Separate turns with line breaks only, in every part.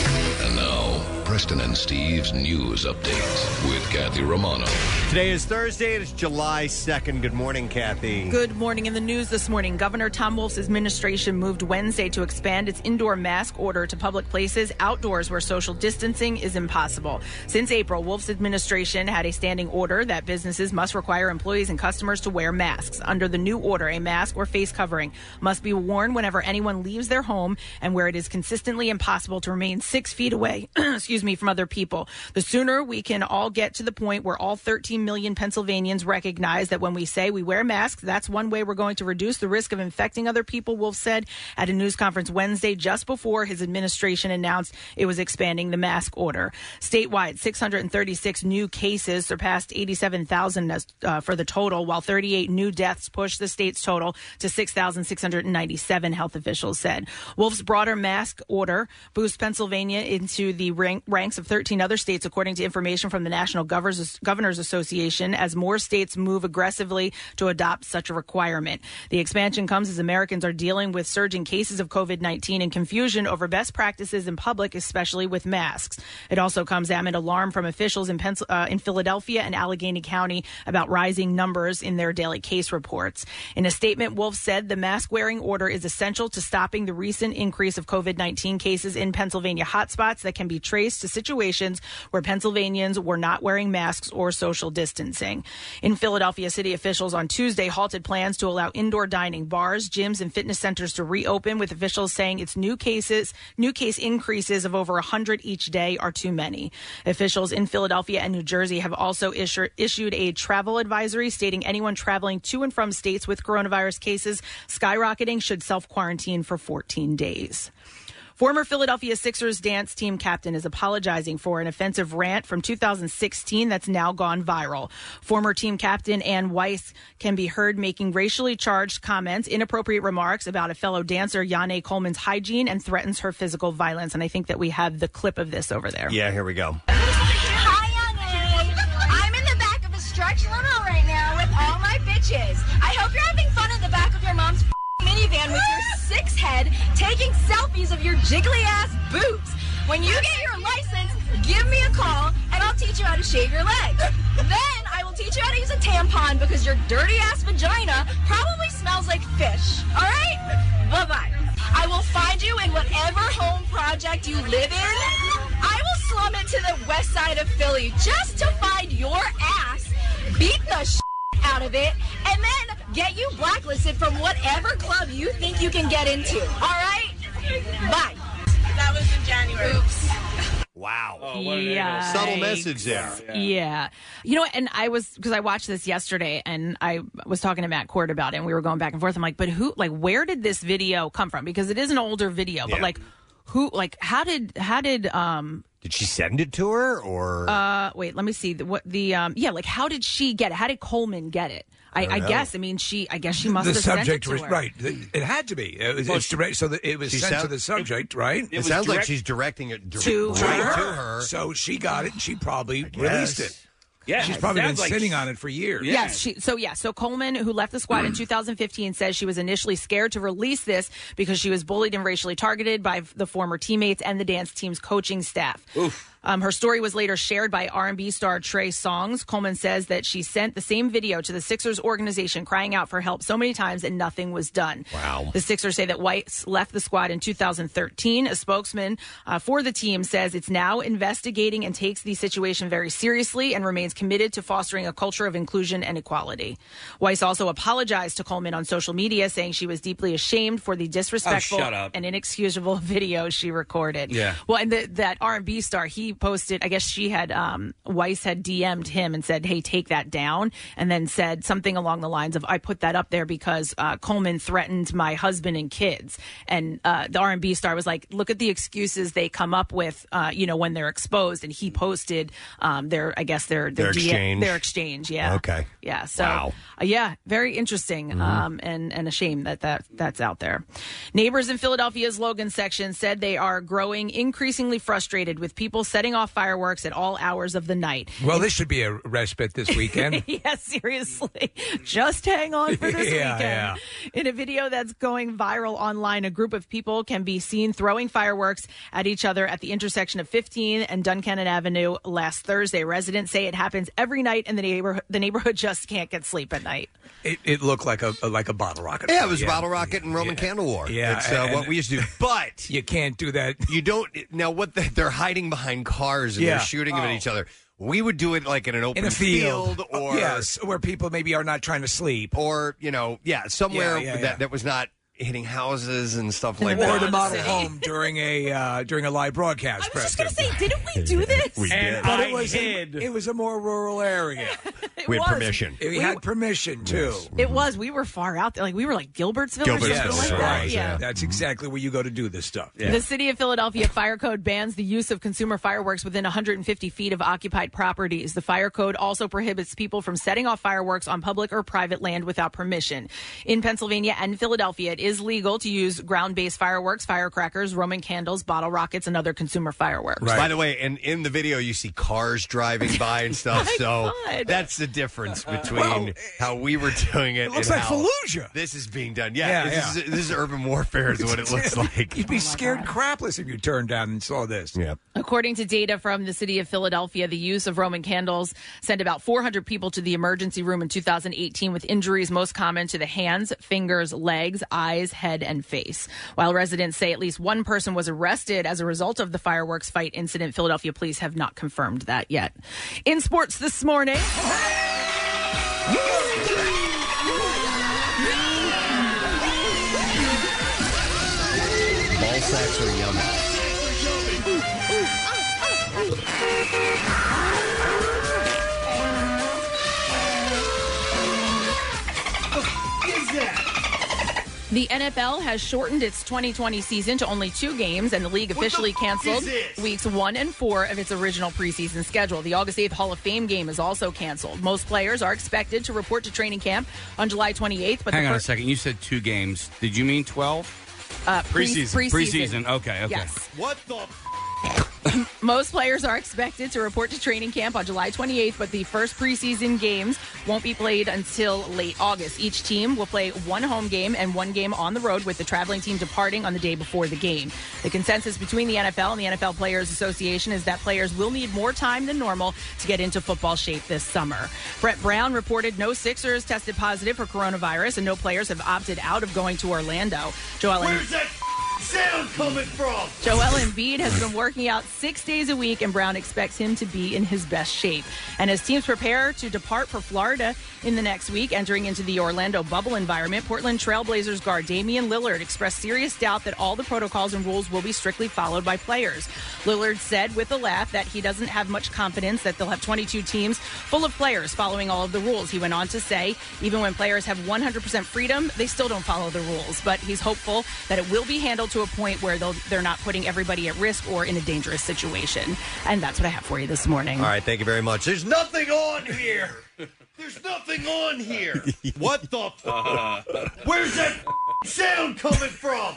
And now, Preston and Steve's news update with Kathy Romano.
Today is Thursday, it's July 2nd. Good morning, Kathy.
Good morning. In the news this morning, Governor Tom Wolf's administration moved Wednesday to expand its indoor mask order to public places outdoors where social distancing is impossible. Since April, Wolf's administration had a standing order that businesses must require employees and customers to wear masks. Under the new order, a mask or face covering must be worn whenever anyone leaves their home and where it is consistently impossible to remain six feet away, excuse me, from other people. The sooner we can all get to the point where all 13 million Pennsylvanians recognize that when we say we wear masks, that's one way we're going to reduce the risk of infecting other people, Wolf said at a news conference Wednesday just before his administration announced it was expanding the mask order. Statewide, 636 new cases surpassed 87,000 as- uh, for the total, while 38 new deaths pushed the state's total to 6,697, health officials said. Wolf's broader mask order boosts Pennsylvania into the rank- ranks of 13 other states, according to information from the National Governors, Governors Association, as more states move aggressively to adopt such a requirement. The expansion comes as Americans are dealing with surging cases of COVID 19 and confusion over best practices in public, especially with masks. It also comes amid alarm from officials in, Pens- uh, in Philadelphia and Allegheny County about rising numbers in their daily case reports. In a statement, Wolf said the mask wearing order is essential to stopping the recent increase of COVID 19 cases in Pennsylvania hotspots that can be traced to situations where Pennsylvanians were not wearing masks or social distancing. In Philadelphia, city officials on Tuesday halted plans to allow indoor dining, bars, gyms, and fitness centers to reopen, with officials saying its new cases, new case increases of over 100 each day are too many. Officials in Philadelphia and New Jersey have also issued issued a travel advisory stating anyone traveling to and from states with coronavirus cases skyrocketing should self quarantine for 14 days. Former Philadelphia Sixers dance team captain is apologizing for an offensive rant from 2016 that's now gone viral. Former team captain Ann Weiss can be heard making racially charged comments, inappropriate remarks about a fellow dancer, Yane Coleman's hygiene, and threatens her physical violence. And I think that we have the clip of this over there.
Yeah, here we go.
Hi, young lady. I'm in the back of a stretch limo right now with all my bitches. I hope you're having fun in the back of your mom's f***ing minivan with your six head taking selfies of your jiggly ass boobs. When you get your license, give me a call and I'll teach you how to shave your legs. Then I will teach you how to use a tampon because your dirty ass vagina probably smells like fish. All right? Bye bye. I will find you in whatever home project you live in. I will slum it to the west side of Philly just to find your ass, beat the sh- out of it, and then get you blacklisted from whatever club you think you can get into. All right? Bye. That was in January. Oops.
Wow.
Oh,
Yeah.
Subtle message there.
Yeah. You know, and I was, because I watched this yesterday and I was talking to Matt Cord about it and we were going back and forth. I'm like, but who, like, where did this video come from? Because it is an older video, but
Yeah.
like, who, like, how did, how did, um,
Did she send it to her or
uh, wait, let me see. The, what the, um, yeah, like, how did she get it? How did Coleman get it? I, I, guess, I mean, she, I guess she must
the
have
subject
sent it to
was
her.
right. It it had to be. It was, it's direct, so that it was
She
sent to
sound-
the subject, right?
it, sounds like she's directing it dir-
To
right
her.
to her.
So she got it. and She probably released it.
Yeah,
She's
it
probably been
sounds like-
sitting on it for years.
Yeah.
Yes, she, so yeah, so Coleman, who left the squad in 2015, says she was initially scared to release this because she was bullied and racially targeted by the former teammates and the dance team's coaching staff. Um, her story was later shared by R&B star Trey Songs. Coleman says that she sent the same video to the Sixers organization, crying out for help so many times, and nothing was done. Wow. The Sixers say that White left the squad in 2013. A spokesman uh, for the team says it's now investigating and takes the situation very seriously and remains committed to fostering a culture of inclusion and equality. Weiss also apologized to Coleman on social media, saying she was deeply ashamed for the disrespectful
Oh, shut up.
and inexcusable video she recorded.
Yeah.
Well, and the, that R and B star, he posted. I guess she had um, Weiss had DM'd him and said, "Hey, take that down," and then said something along the lines of, "I put that up there because uh, Coleman threatened my husband and kids." And uh, the R and B star was like, "Look at the excuses they come up with, uh, you know, when they're exposed." And he posted um, their, I guess their
Their
their, DM
exchange.
their exchange. Yeah.
Okay.
Yeah. So
Wow. Mm-hmm.
uh, yeah, very interesting um, and and a shame that, that that's out there. Neighbors in Philadelphia's Logan section said they are growing increasingly frustrated with people se- setting off fireworks at all hours of the night.
Well, this should be a respite this weekend.
yeah, seriously. Just hang on for this
Yeah,
weekend.
yeah.
In a video that's going viral online, a group of people can be seen throwing fireworks at each other at the intersection of 15 and Duncannon Avenue last Thursday. Residents say it happens every night, and the neighborhood the neighborhood just can't get sleep at night.
it, it looked like a, like a bottle rocket.
Yeah, it was bottle rocket and Roman candle war.
Yeah,
it's uh,
and-
what we used to do. But
you can't do that.
You don't now. What the, they're hiding behind cars and
Yeah. Oh.
they're shooting them at each other. We would do it like in an open
in a field, Uh, Oh,
or
yes, where people maybe are not trying to sleep,
or you know, yeah, somewhere
yeah,
that
yeah.
that was not hitting houses and stuff like
or
that.
the model home during a uh, during a live broadcast. I was just going to say,
didn't we do this?
We
and,
did.
But
I
it was in- it was a more rural area.
We had was. permission.
We,
We-
had permission too.
It was. We were far out there. Like we were like Gilbertsville or something
Yes,
like that.
right.
yeah.
That's
Mm-hmm.
exactly where you go to do this stuff.
The city of Philadelphia fire code bans the use of consumer fireworks within 150 feet of occupied properties. The fire code also prohibits people from setting off fireworks on public or private land without permission. In Pennsylvania and Philadelphia, it is legal to use ground based fireworks, firecrackers, Roman candles, bottle rockets, and other consumer fireworks.
By the way, and in the video you see cars driving by and stuff. so that's the difference between
Well,
how we were doing it.
it looks
and
like
how
Fallujah.
This is being done. Yeah, this, Is, this is urban warfare, is what it looks like.
You'd be scared crapless if you turned down and saw this.
Yeah.
According to data from the city of Philadelphia, the use of Roman candles sent about 400 people to the emergency room in 2018 with injuries most common to the hands, fingers, legs, eyes, head, and face. While residents say at least one person was arrested as a result of the fireworks fight incident, Philadelphia police have not confirmed that yet. In sports this morning.
Ball sacks are yummy.
The NFL has shortened its 2020 season to only two games, and the league officially canceled weeks one and four of its original preseason schedule. The August 8th Hall of Fame game is also canceled. Most players are expected to report to training camp on July 28th, but
Hang
the
on a
first-
second. You said two games. Did you mean 12?
uh, pre-
Preseason.
preseason.
Preseason. Okay, okay.
Yes.
What the?
Most players are expected to report to training camp on July 28th, but the first preseason games won't be played until late August. Each team will play one home game and one game on the road, with the traveling team departing on the day before the game. The consensus between the NFL and the NFL Players Association is that players will need more time than normal to get into football shape this summer. Brett Brown reported no Sixers tested positive for coronavirus, and no players have opted out of going to Orlando. Joel Embiid-
that sound coming from?
Joel Embiid has been working out six days a week, and Brown expects him to be in his best shape. And as teams prepare to depart for Florida in the next week, entering into the Orlando bubble environment, Portland Trailblazers guard Damian Lillard expressed serious doubt that all the protocols and rules will be strictly followed by players. Lillard said with a laugh that he doesn't have much confidence that they'll have 22 teams full of players following all of the rules. He went on to say, even when players have 100% freedom, they still don't follow the rules. But he's hopeful that it will be handled to a point where they'll, they're not putting everybody at risk or in a dangerous situation. And that's what I have for you this morning.
All right, thank you very much. There's nothing on here. There's nothing on here. What the?
Uh-huh.
F- Where's that f- sound coming from?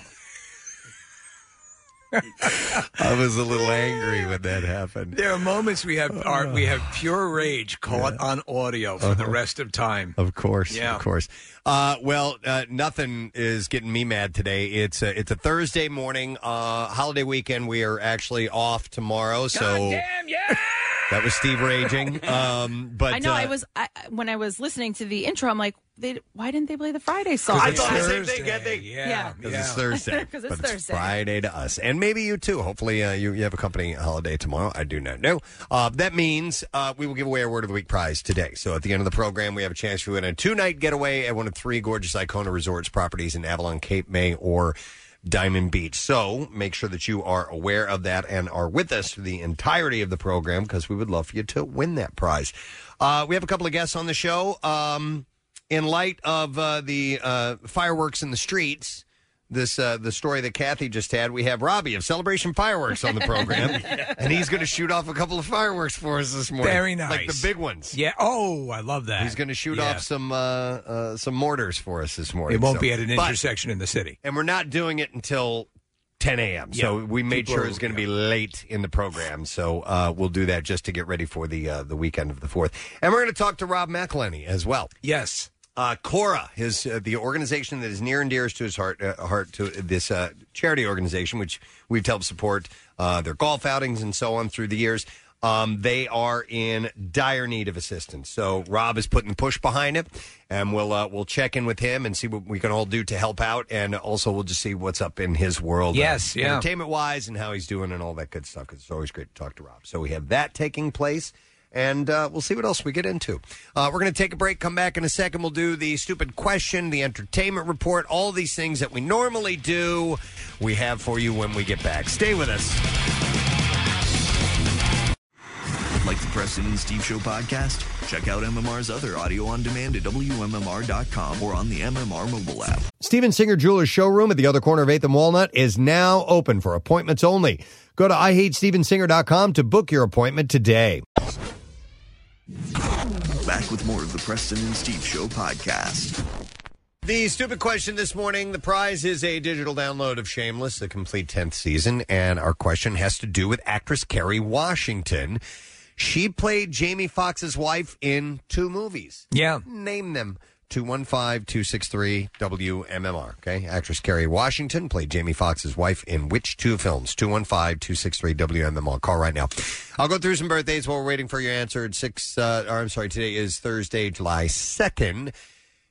I was a little angry when that happened.
There are moments we have are, we have pure rage caught on audio for the rest of time.
Uh-huh. Of course,
Yeah.
of course. Uh, well, uh, nothing is getting me mad today. It's a, it's a Thursday morning, uh, holiday weekend. We are actually off tomorrow, so that was Steve raging. Um, but
I know
uh,
I was I, I- when I was listening to the intro, I'm like, they, why didn't they play the Friday song?
I thought the same thing. I think.
Yeah.
Because it's Thursday.
'Cause it's
but it's
Thursday.
Friday to us. And maybe you too. Hopefully uh, you, you have a company holiday tomorrow. I do not know. Uh, that means uh, we will give away our Word of the Week prize today. So at the end of the program, we have a chance to win a two night getaway at one of three gorgeous Icona Resorts properties in Avalon, Cape May, or Diamond Beach. So make sure that you are aware of that and are with us through the entirety of the program because we would love for you to win that prize. Uh, we have a couple of guests on the show. Um, in light of uh, the uh, fireworks in the streets, this uh, the story that Kathy just had, we have Robbie of Celebration Fireworks on the program, and he's going to shoot off a couple of fireworks for us this morning.
Very nice.
like the big ones.
Yeah. Oh, I love that.
He's going to shoot
Yeah.
off some uh, uh, some mortars for us this morning.
It won't
So-
be at an
But-
intersection in the city.
and we're not doing it until 10 a.m. So
Yeah.
we made
People
sure
are-
it was going to be late in the program. So uh, we'll do that just to get ready for the uh, the weekend of the fourth. And we're going to talk to Rob McElhenney as well.
Yes.
Uh, Cora, his uh, the organization that is near and dearest to his heart, uh, heart to this uh, charity organization, which we've helped support uh, their golf outings and so on through the years. Um, they are in dire need of assistance. So Rob is putting the push behind it, and we'll uh, we'll check in with him and see what we can all do to help out, and also we'll just see what's up in his world. Uh,
Yes, yeah.
entertainment wise, and how he's doing, and all that good stuff. 'cause it's always great to talk to Rob. So we have that taking place, and uh, we'll see what else we get into. Uh, we're going to take a break. Come back in a second. We'll do the stupid question, the entertainment report, all these things that we normally do. We have for you when we get back. Stay with us.
Like the Preston and Steve Show podcast? Check out MMR's other audio on demand at WMMR.com or on the MMR mobile app.
Steven Singer Jewelers Showroom at the other corner of 8th and Walnut is now open for appointments only. Go to IHateStevenSinger.com to book your appointment today.
Back with more of the Preston and Steve Show podcast.
The stupid question this morning. The prize is a digital download of Shameless, the complete 10th season. And our question has to do with actress Kerry Washington. She played Jamie Foxx's wife in two movies.
Yeah.
Name them 215 263 WMMR. Okay. Actress Kerry Washington played Jamie Foxx's wife in which two films? 215 263 WMMR. Call right now. I'll go through some birthdays while we're waiting for your answer. It's six, uh, or I'm sorry, today is Thursday, July 2nd.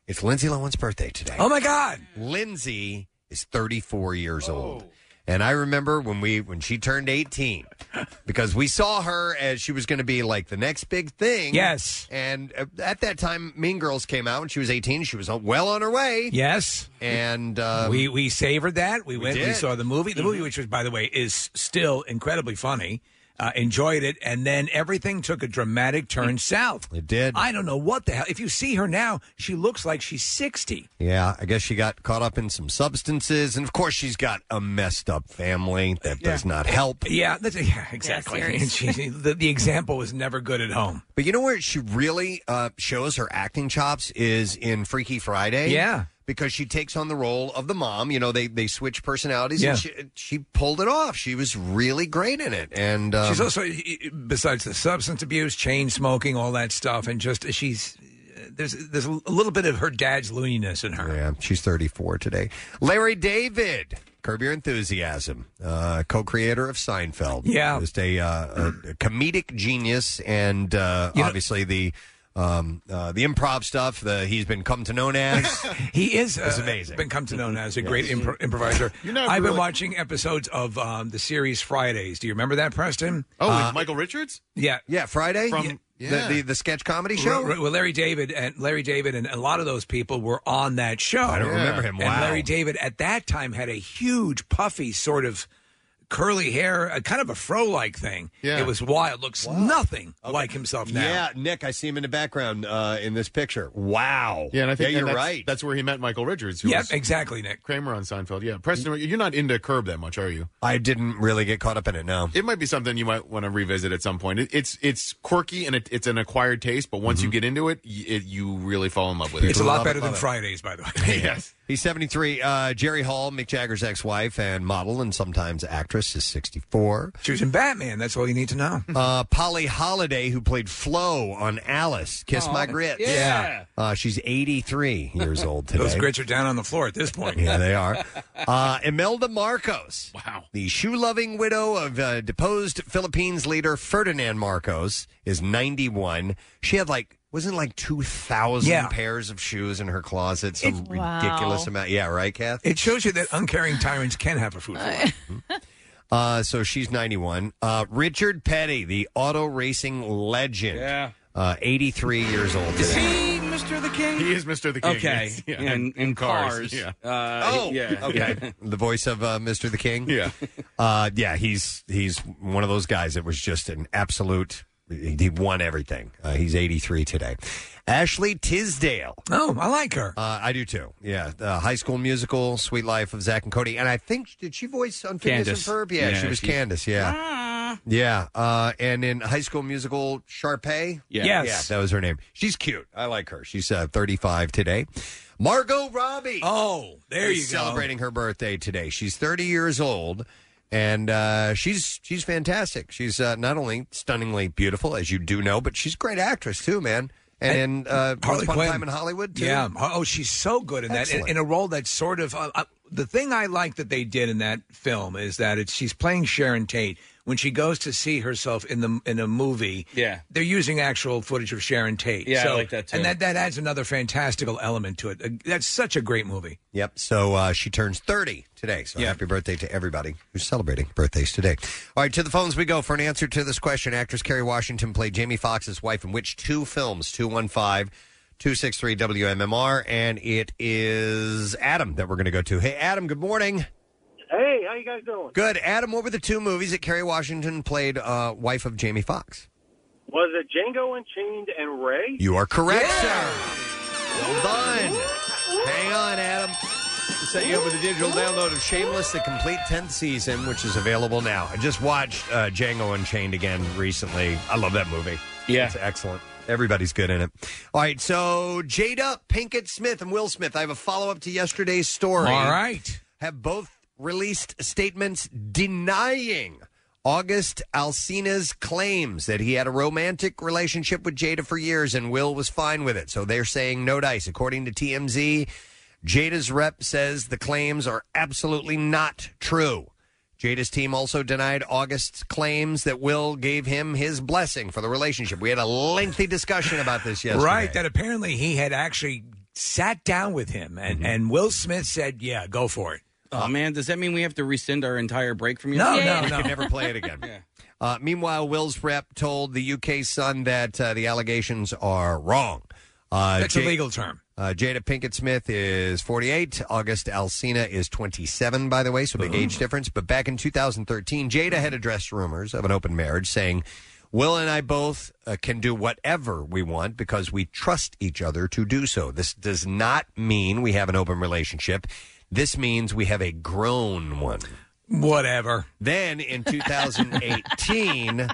It's Lindsay Lohan's birthday today.
Oh my God!
Lindsay is 34 years old. And I remember when we when she turned 18 because we saw her as she was going to be like the next big thing.
Yes.
And uh, at that time Mean Girls came out and she was 18, she was uh, well on her way.
Yes.
And um,
we we savored that. We, went. We
did. Mm-hmm.
saw the movie. The movie, which was by the way, is still incredibly funny. Uh, enjoyed it, and then everything took a dramatic turn south. It
did.
I don't know what the hell. If you see her now, she looks like she's sixty.
Yeah, I guess she got caught up in some substances and of course she's got a messed up family that does not help.
Yeah, that's, yeah exactly. And she, the, the example was never good at home.
But you know where she really uh, shows her acting chops is in Freaky Friday.
Yeah.
Because she takes on the role of the mom. You know, they, they switch personalities
Yeah.
and she, she pulled it off. She was really great in it. And um,
she's also, besides the substance abuse, chain smoking, all that stuff, and just she's uh, there's there's a little bit of her dad's looniness in her.
Yeah, she's 34 today. Larry David, Curb Your Enthusiasm, uh, co creator of Seinfeld.
Yeah.
Just a, uh, a, a comedic genius and uh, obviously the. Um, uh, the improv stuff. The he's been come to known as.
He is
It's
uh,
amazing.
Been come to known as a great impro- improviser.
You're not
I've been
really-
watching episodes of um, the series Fridays. Do you remember that, Preston?
Oh, with
Uh,
Michael Richards. Yeah,
yeah. Friday
From-
The-
yeah.
the, the sketch comedy show.
Well, Larry David and Larry David and a lot of those people were on that show.
I don't Yeah. remember him. Wow.
And Larry David at that time had a huge puffy sort of curly hair, a kind of a fro like thing.
Yeah.
It was wild. Looks nothing like himself now.
Yeah, Nick, I see him in the background uh, in this picture. Wow.
Yeah, and I think
you're
and that's,
right.
That's where he met Michael Richards.
Yep,
exactly, Nick
Kramer on Seinfeld. Yeah, Preston, you're not into Curb that much, are you?
I didn't really get caught up in it. No,
it might be something you might want to revisit at some point. It, it's it's quirky and it, it's an acquired taste, but once you get into it, y it, you really fall in love with it.
It's a lot better than Fridays, by the way.
yes.
He's 73. Uh, Jerry Hall, Mick Jagger's ex-wife and model, and sometimes actress, is 64.
She was in Batman. That's all you need to know.
Uh, Polly Holiday, who played Flo on Alice, Kiss
Aw,
My Grits.
yeah.
Uh, she's 83 years old today.
Those grits are down on the floor at this point.
Yeah, they are. Uh, Imelda Marcos.
Wow.
The shoe loving widow of uh, deposed Philippines leader Ferdinand Marcos is 91. She had like, wasn't it like 2,000
Yeah.
pairs of shoes in her closet? Some
It- Wow.
ridiculous amount. Yeah, right, Kath?
It shows you that uncaring tyrants can have a food fight.
Uh, so she's 91. Uh, Richard Petty, the auto racing legend.
Yeah.
Uh, 83 years old
Is
today.
he Mr. the King?
He is Mr. the King,
Okay.
yes. Yeah.
And, and cars.
Cars, yeah.
Uh,
Oh,
yeah.
Okay. the voice of uh, Mr. the King. Yeah. Uh, yeah, he's he's one of those guys that was just an absolute he he won everything. Uh, he's 83 today. Ashley Tisdale.
Oh, I like her.
Uh, I do too. Yeah, uh, High School Musical, Sweet Life of Zach and Cody, and I think did she voice Unfitness and
Candace.
Ferb? Yeah,
Yeah,
she was
she-
Candace. Yeah,
Ah.
Yeah, uh, and in High School Musical, Sharpay.
Yeah. Yes.
yeah, that was her name. She's cute. I like her. She's uh, 35 today. Margot Robbie.
Oh, there you go.
Celebrating her birthday today. She's 30 years old, and uh, she's she's fantastic. She's uh, not only stunningly beautiful, as you do know, but she's a great actress too, man. And, uh, once upon a time in Hollywood. Too.
Yeah. Oh, she's so good in that. In,
Excellent.
in a role that's sort of uh, uh, the thing I like that they did in that film is that it's she's playing Sharon Tate when she goes to see herself in the in a movie.
Yeah.
They're using actual footage of Sharon Tate.
Yeah, I like that, too.
And that that adds another fantastical element to it. Uh, that's such a great movie.
Yep. So uh, she turns 30 today. So happy birthday to everybody who's celebrating birthdays today. All right, to the phones we go for an answer to this question. Actress Kerry Washington played Jamie Foxx's wife in which two films? 215 263 WMMR. And it is Adam that we're going to go to. Hey, Adam, good morning.
Hey, how you guys doing?
Good. Adam, what were the two movies that Kerry Washington played uh, wife of Jamie Foxx?
Was it Django Unchained and Ray?
You are correct, sir. Well done. Hang on, Adam. Set you up with a digital download of Shameless, the complete 10th season, which is available now. I just watched uh, Django Unchained again recently. I love that movie. Yeah. It's excellent. Everybody's good in it. All right, so Jada Pinkett Smith and Will Smith. I have a follow up to yesterday's story.
All right.
Have both released statements denying August Alsina's claims that he had a romantic relationship with Jada for years and Will was fine with it. So they're saying no dice. According to TMZ, Jada's rep says the claims are absolutely not true. Jada's team also denied August's claims that Will gave him his blessing for the relationship. We had a lengthy discussion about this yesterday.
Right, that apparently he had actually sat down with him, and, and Will Smith said, "Yeah, go for it."
Oh man, does that mean we have to rescind our entire break from you?
No, Yeah. no, no.
You can never play it again. Uh, meanwhile, Will's rep told the UK Sun that uh, the allegations are wrong. Uh,
That's a legal term.
Uh, Jada Pinkett Smith is 48. August Alsina is 27, by the way, so big age difference. But back in 2013, Jada had addressed rumors of an open marriage, saying, Will and I both uh, can do whatever we want because we trust each other to do so. This does not mean we have an open relationship. This means we have a grown one.
Whatever.
Then in 2018,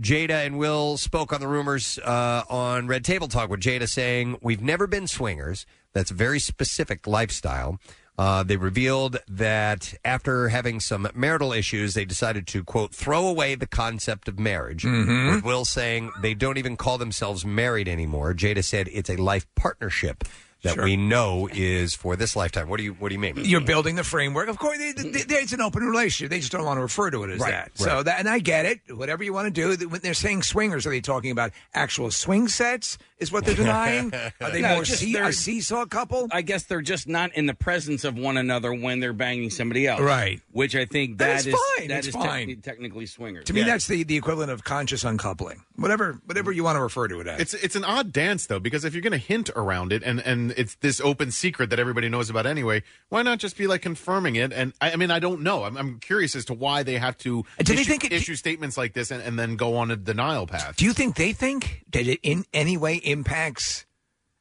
Jada and Will spoke on the rumors uh, on Red Table Talk with Jada saying, We've never been swingers. That's a very specific lifestyle. Uh, they revealed that after having some marital issues, they decided to, quote, throw away the concept of marriage.
Mhm.
With Will saying they don't even call themselves married anymore. Jada said it's a life partnership that
Sure.
we know is for this lifetime. What do you what do you mean?
You're building the framework. Of course, they, they, they- it's an open relationship. They just don't want to refer to it as
Right,
that. So
right.
that, and I get it. Whatever you want to do, that when they're saying swingers, are they talking about actual swing sets? Is what they're denying? Are they
No,
more
just
sea-
they're-
a seesaw couple?
I guess they're just not in the presence of one another when they're banging somebody else.
Right.
Which I think
That
that
is
is-
fine.
that
It's
is techni-
fine.
technically swingers.
To me,
Yeah.
that's the, the equivalent of conscious uncoupling. Whatever, whatever you want to refer to it as.
It's it's an odd dance though because if you're going to hint around it and and it's this open secret that everybody knows about anyway, why not just be like confirming it? And I, I mean, I don't know. I'm, I'm curious as to why they have to
Do they
issue,
think it-
issue statements like this and, and then go on a denial path.
Do you think they think that it in any way impacts?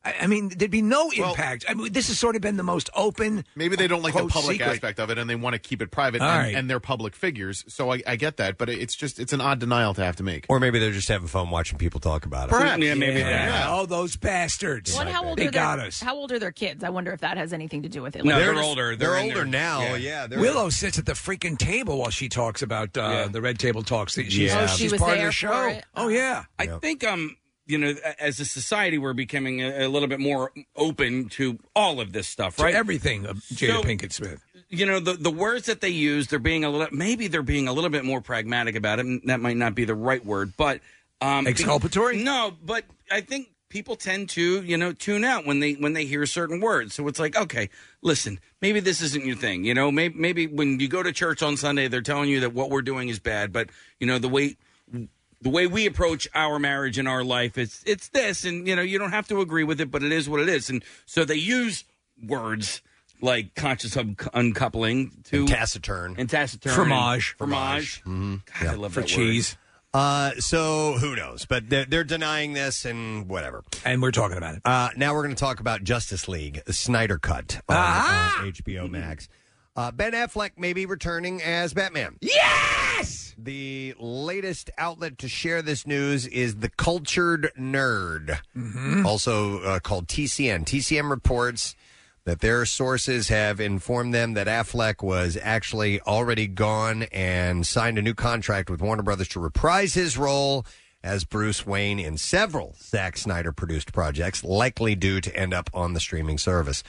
I, I mean, there'd be no impact. I mean, this has sort of been the most open.
Maybe they don't like the
quote,
public
secret.
aspect of it and they want to keep it private
All
and,
right.
and they're public figures. So I, I get that, but it's just it's an odd denial to have to make.
Or maybe they're just having fun watching people talk about it.
Perhaps.
Yeah, maybe
Yeah.
that.
All those bastards.
What, how old
they
are their,
got us.
How old are their kids? I wonder if that has anything to do with it.
No,
Like,
they're, older. They're,
they're
in their-
older now, yeah, they're-
Willow sits at the freaking table while she talks about uh, the Red Table Talks. She- She's, uh,
Yeah. Oh,
she
she's
was
part of
there
the
for
show.
it.
Oh, yeah.
I think um you know a- as a society we're becoming a, a little bit more open to all of this stuff,
Right.
right?
everything, of Jada
So-
Pinkett Smith.
you know the the words that they use they're being a little maybe they're being a little bit more pragmatic about it and that might not be the right word but um
Exculpatory?
be- no but i think people tend to you know tune out when they when they hear certain words so it's like okay listen maybe this isn't your thing you know maybe maybe when you go to church on sunday they're telling you that what we're doing is bad but you know the way the way we approach our marriage and our life it's it's this and you know you don't have to agree with it but it is what it is and so they use words like conscious un- uncoupling to
And taciturn.
and taciturn
Fromage.
and fromage
Mm-hmm.
God, I love
For
that
cheese.
Uh, so who knows? But they're, they're denying this and whatever.
And we're talking about it.
Uh, now we're going to talk about Justice League Snyder Cut on,
Ah!
on HBO Max. Uh, ben Affleck may be returning as Batman.
Yes!
The latest outlet to share this news is The Cultured Nerd, also uh, called TCN. TCN reports that their sources have informed them that Affleck was actually already gone and signed a new contract with Warner Brothers to reprise his role as Bruce Wayne in several Zack Snyder produced projects, likely due to end up on the streaming service.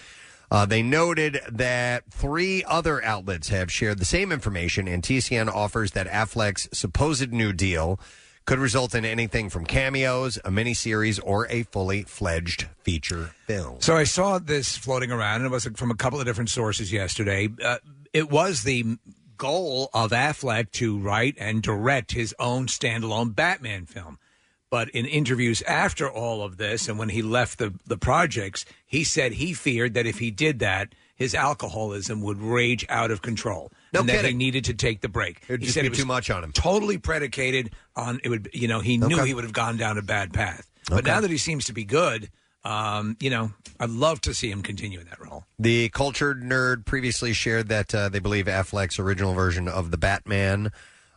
Uh, they noted that three other outlets have shared the same information, and TCN offers that Affleck's supposed new deal could result in anything from cameos, a miniseries, or a fully fledged feature film.
So I saw this floating around, and it was from a couple of different sources yesterday. Uh, it was the goal of Affleck to write and direct his own standalone Batman film. But in interviews after all of this, and when he left the, the projects, he said he feared that if he did that, his alcoholism would rage out of control.
No
and that he
kidding.
needed to take the break.
It would
he
just
said
be
it was
too much on him.
Totally predicated on it would, you know, he knew he would have gone down a bad path. But
Okay.
now that he seems to be good, um, you know, I'd love to see him continue in that role.
The cultured nerd previously shared that uh, they believe Affleck's original version of the Batman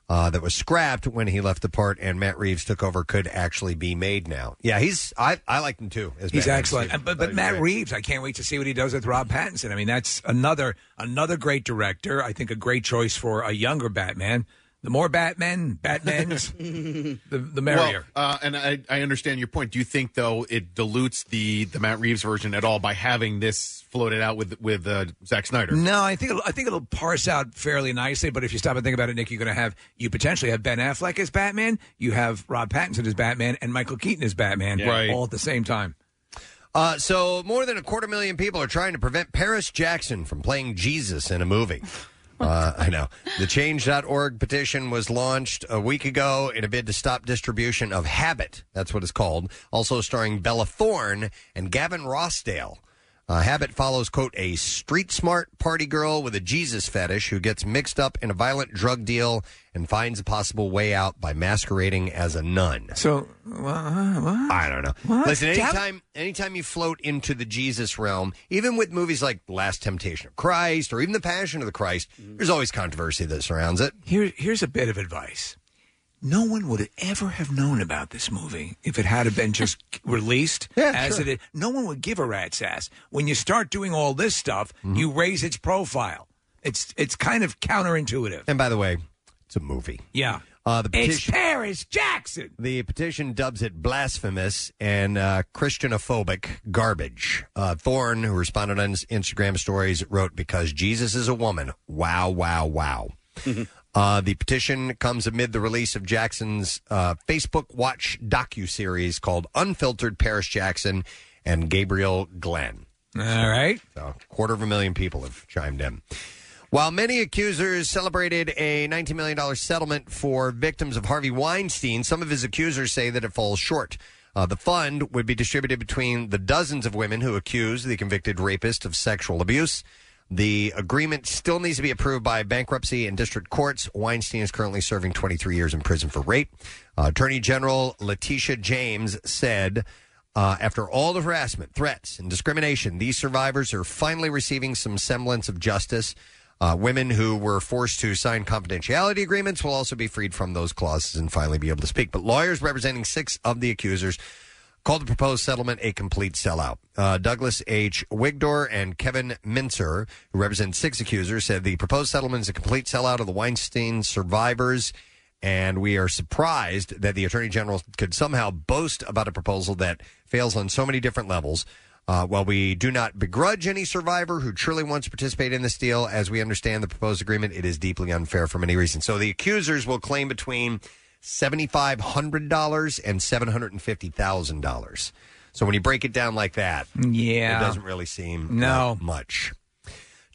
uh, that was scrapped when he left the part and Matt Reeves took over could actually be made now. Yeah, he's I, I like him too. As
He's
Batman.
excellent, And- but, but Matt Reeves, I can't wait to see what he does with Rob Pattinson. I mean, that's another another great director. I think a great choice for a younger Batman. The more Batman, Batman's, the, the merrier.
Well, uh, and I, I understand your point. Do you think though it dilutes the the Matt Reeves version at all by having this floated out with with uh, Zack Snyder?
No, I think it'll, I think it'll parse out fairly nicely. But if you stop and think about it, Nick, you're going to have you potentially have Ben Affleck as Batman, you have Rob Pattinson as Batman, and Michael Keaton as Batman,
Yeah. Right.
all at the same time.
Uh, so more than a quarter million people are trying to prevent Paris Jackson from playing Jesus in a movie. Uh, I know. The change.org petition was launched a week ago in a bid to stop distribution of Habit. That's what it's called. Also starring Bella Thorne and Gavin Rossdale. Uh, Habit follows, quote, a street smart party girl with a Jesus fetish who gets mixed up in a violent drug deal and finds a possible way out by masquerading as a nun.
So, I
don't know. Listen, anytime anytime you float into the Jesus realm, even with movies like Last Temptation of Christ or even The Passion of the Christ, there's always controversy that surrounds it.
Mm-hmm. Here, here's a bit of advice. No one would ever have known about this movie if it had have been just released as
sure.
it is. No one would give a rat's ass. When you start doing all this stuff,
Mm-hmm.
you raise its profile. It's it's kind of counterintuitive.
And by the way, it's a movie.
Yeah.
Uh, the
It's
petition,
Paris Jackson.
the petition dubs it blasphemous and uh, Christianophobic garbage. Uh, Thorne, who responded on his Instagram stories, wrote, "Because Jesus is a woman. Wow, wow, wow." Uh, the petition comes amid the release of Jackson's uh, Facebook Watch docu-series called "Unfiltered Paris Jackson" and Gabriel Glenn.
All right.
So, a quarter of a million people have chimed in. While many accusers celebrated a $19 million settlement for victims of Harvey Weinstein, some of his accusers say that it falls short. Uh, the fund would be distributed between the dozens of women who accuse the convicted rapist of sexual abuse. The agreement still needs to be approved by bankruptcy and district courts. Weinstein is currently serving 23 years in prison for rape. Uh, Attorney General Letitia James said uh, after all the harassment, threats, and discrimination, these survivors are finally receiving some semblance of justice. Uh, women who were forced to sign confidentiality agreements will also be freed from those clauses and finally be able to speak. But lawyers representing six of the accusers called the proposed settlement a complete sellout. Uh, Douglas H. Wigdor and Kevin Mincer, who represent six accusers, said the proposed settlement is a complete sellout of the Weinstein survivors and we are surprised that the attorney general could somehow boast about a proposal that fails on so many different levels. Uh, while we do not begrudge any survivor who truly wants to participate in this deal, as we understand the proposed agreement, it is deeply unfair for many reasons. So the accusers will claim between seventy-five hundred dollars and seven hundred and fifty thousand dollars. So when you break it down like that,
Yeah.
it doesn't really seem
No.
uh, much.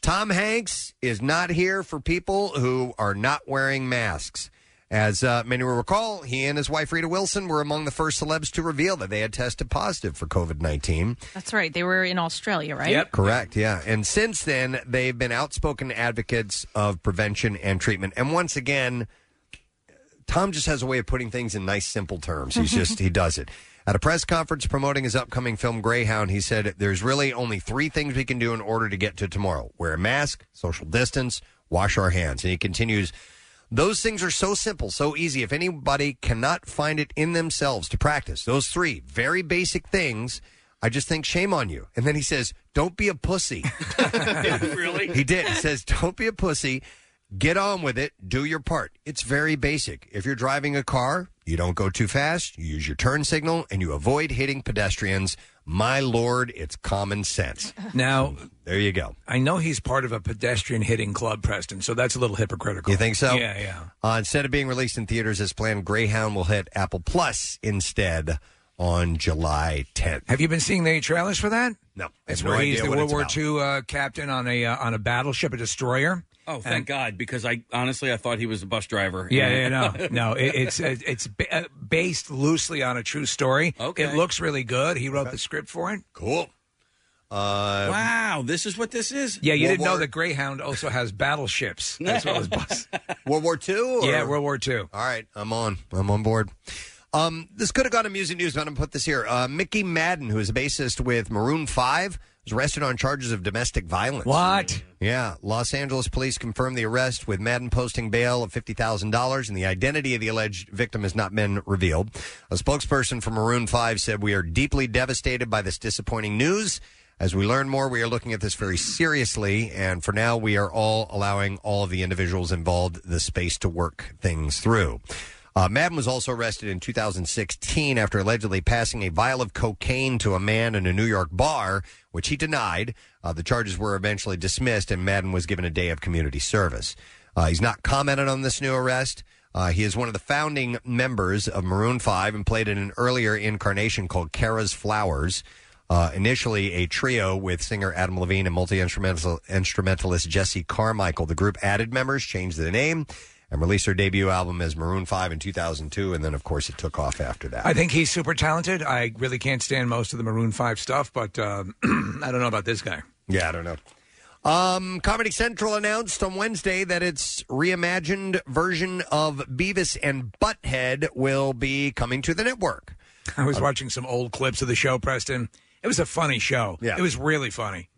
Tom Hanks is not here for people who are not wearing masks. As uh, many will recall, he and his wife Rita Wilson were among the first celebs to reveal that they had tested positive for COVID 19.
That's right. They were in Australia, right?
Correct, yeah. And since then, they've been outspoken advocates of prevention and treatment. And once again, Tom just has a way of putting things in nice, simple terms. He's just, he does it. At a press conference promoting his upcoming film Greyhound, he said, There's really only three things we can do in order to get to tomorrow wear a mask, social distance, wash our hands. And he continues, Those things are so simple, so easy. If anybody cannot find it in themselves to practice those three very basic things, I just think shame on you. And then he says, "Don't be a pussy."
really?
He did. He says, "Don't be a pussy. Get on with it. Do your part." It's very basic. If you're driving a car, you don't go too fast. You use your turn signal and you avoid hitting pedestrians. My lord, it's common sense.
Now,
there you go.
I know he's part of a pedestrian hitting club, Preston, so that's a little hypocritical.
You think so?
Yeah, yeah.
Uh, instead of being released in theaters as planned, Greyhound will hit Apple Plus instead on July 10th.
Have you been seeing the trailers for that?
No, I
It's
have no
where
idea
he's the
what
World
it's
War
about.
II uh, captain on a uh, on a battleship, a destroyer.
Oh, thank
And-
God! Because I honestly I thought he was a bus driver.
Yeah, yeah, no, no. It, it's it, it's ba- uh, based loosely on a true story.
Okay.
it looks really good. He wrote the script for it.
Cool.
Um,
Uh,
wow, this is what this is.
Yeah, you
World
didn't know
War-
that Greyhound also has battleships as well as bus.
World War II? or-
Yeah, World War II.
All right, I'm on. I'm on board. Um, this could have gone to music news, but I'm going to put this here. Uh, Mickey Madden, who is a bassist with Maroon 5, was arrested on charges of domestic violence.
What?
Yeah. Los Angeles police confirmed the arrest with Madden posting bail of $50,000, and the identity of the alleged victim has not been revealed. A spokesperson for Maroon 5 said, We are deeply devastated by this disappointing news. As we learn more, we are looking at this very seriously, and for now, we are all allowing all of the individuals involved the space to work things through. Uh, Madden was also arrested in 2016 after allegedly passing a vial of cocaine to a man in a New York bar, which he denied. Uh, the charges were eventually dismissed, and Madden was given a day of community service. Uh, he's not commented on this new arrest. Uh, he is one of the founding members of Maroon 5 and played in an earlier incarnation called Kara's Flowers. Uh, initially a trio with singer Adam Levine and multi-instrumental instrumentalist Jesse Carmichael. The group added members, changed the name, and released their debut album as Maroon 5 in 2002, and then, of course, it took off after that.
I think he's super talented. I really can't stand most of the Maroon Five stuff, but um, I don't know about this guy.
Yeah, I don't know. Um, Comedy Central announced on Wednesday that its reimagined version of Beavis and Butthead will be coming to the network.
I was watching some old clips of the show, Preston. It was a funny show.
Yeah.
It was really funny.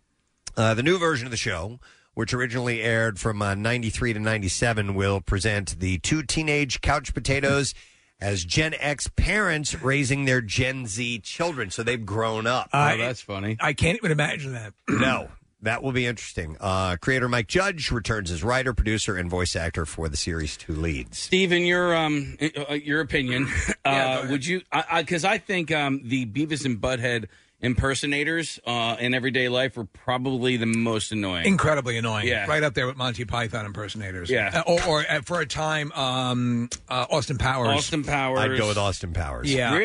Uh, the new version of the show, which originally aired from uh, 93 to 97, will present the two teenage couch potatoes as Gen X parents raising their Gen Z children. So they've grown up.
I- I can't even imagine that.
no, that will be interesting. Uh, creator Mike Judge returns as writer, producer, and voice actor for the series' two leads.
Steve, in your um, i- uh, your opinion, uh, would you? Because I, think um, the Beavis and Butthead impersonators uh, in everyday life are probably the most annoying.
Incredibly annoying.
Yeah.
Right up there with Monty Python impersonators.
Yeah.
Uh, or, or uh, for a time, um, uh, Austin Powers.
Austin Powers.
I'd go with Austin Powers.
Yeah. Mm-hmm.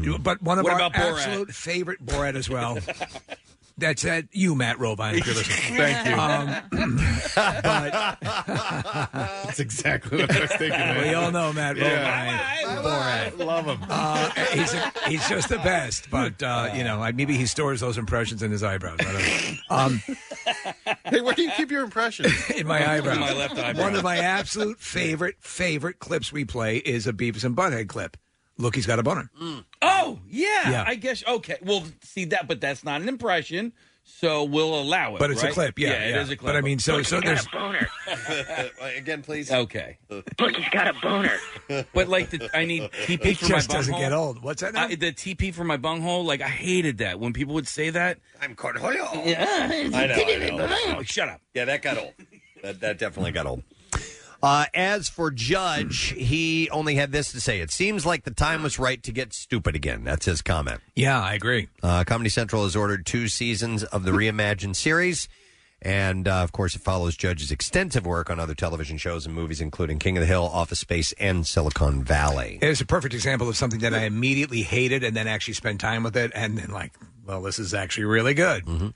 Really?
But one of
What
our
about Borat?
absolute favorite Borat as well. That's at you, Matt Robine, if you're listening.
Thank you.
Um,
That's exactly what I was thinking. man.
we all know Matt
Yeah.
Robine. Borat.
Love him.
Uh, he's, a, he's just the best, but uh, you know, like, maybe he stores those impressions in his eyebrows. I don't know. Um,
hey, where do you keep your impressions?
in my eyebrows.
my left eyebrow.
One of my absolute favorite favorite clips we play is a Beavis and Butthead clip. Look, he's got a boner.
Oh yeah,
Yeah.
I guess okay. Well, see that, but that's not an impression, so we'll allow it.
But it's a
right?
clip, yeah,
it
yeah.
is a clip.
But I mean, so so there's
boner.
Again, please.
okay.
Look, he's got a boner.
But like, the, I need TP
it
for my
just doesn't
bunghole.
get old. What's that? Now?
I, the TP for my bunghole, like I hated that when people would say that.
I'm Cornholio.
I
know, I
Oh, shut up.
Yeah, that got old. That that definitely got old. Uh, as for
Hmm.
Judge, he only had this to say: "It seems like the time was right to get stupid again." That's his comment.
yeah, I agree.
Uh, Comedy Central has ordered two seasons of the reimagined series, and uh, of course, it follows Judge's extensive work on other television shows and movies, including King of the Hill, Office Space, and Silicon Valley.
It's a perfect example of something that I immediately hated and then actually spent time with it and then like, well, this is actually really good.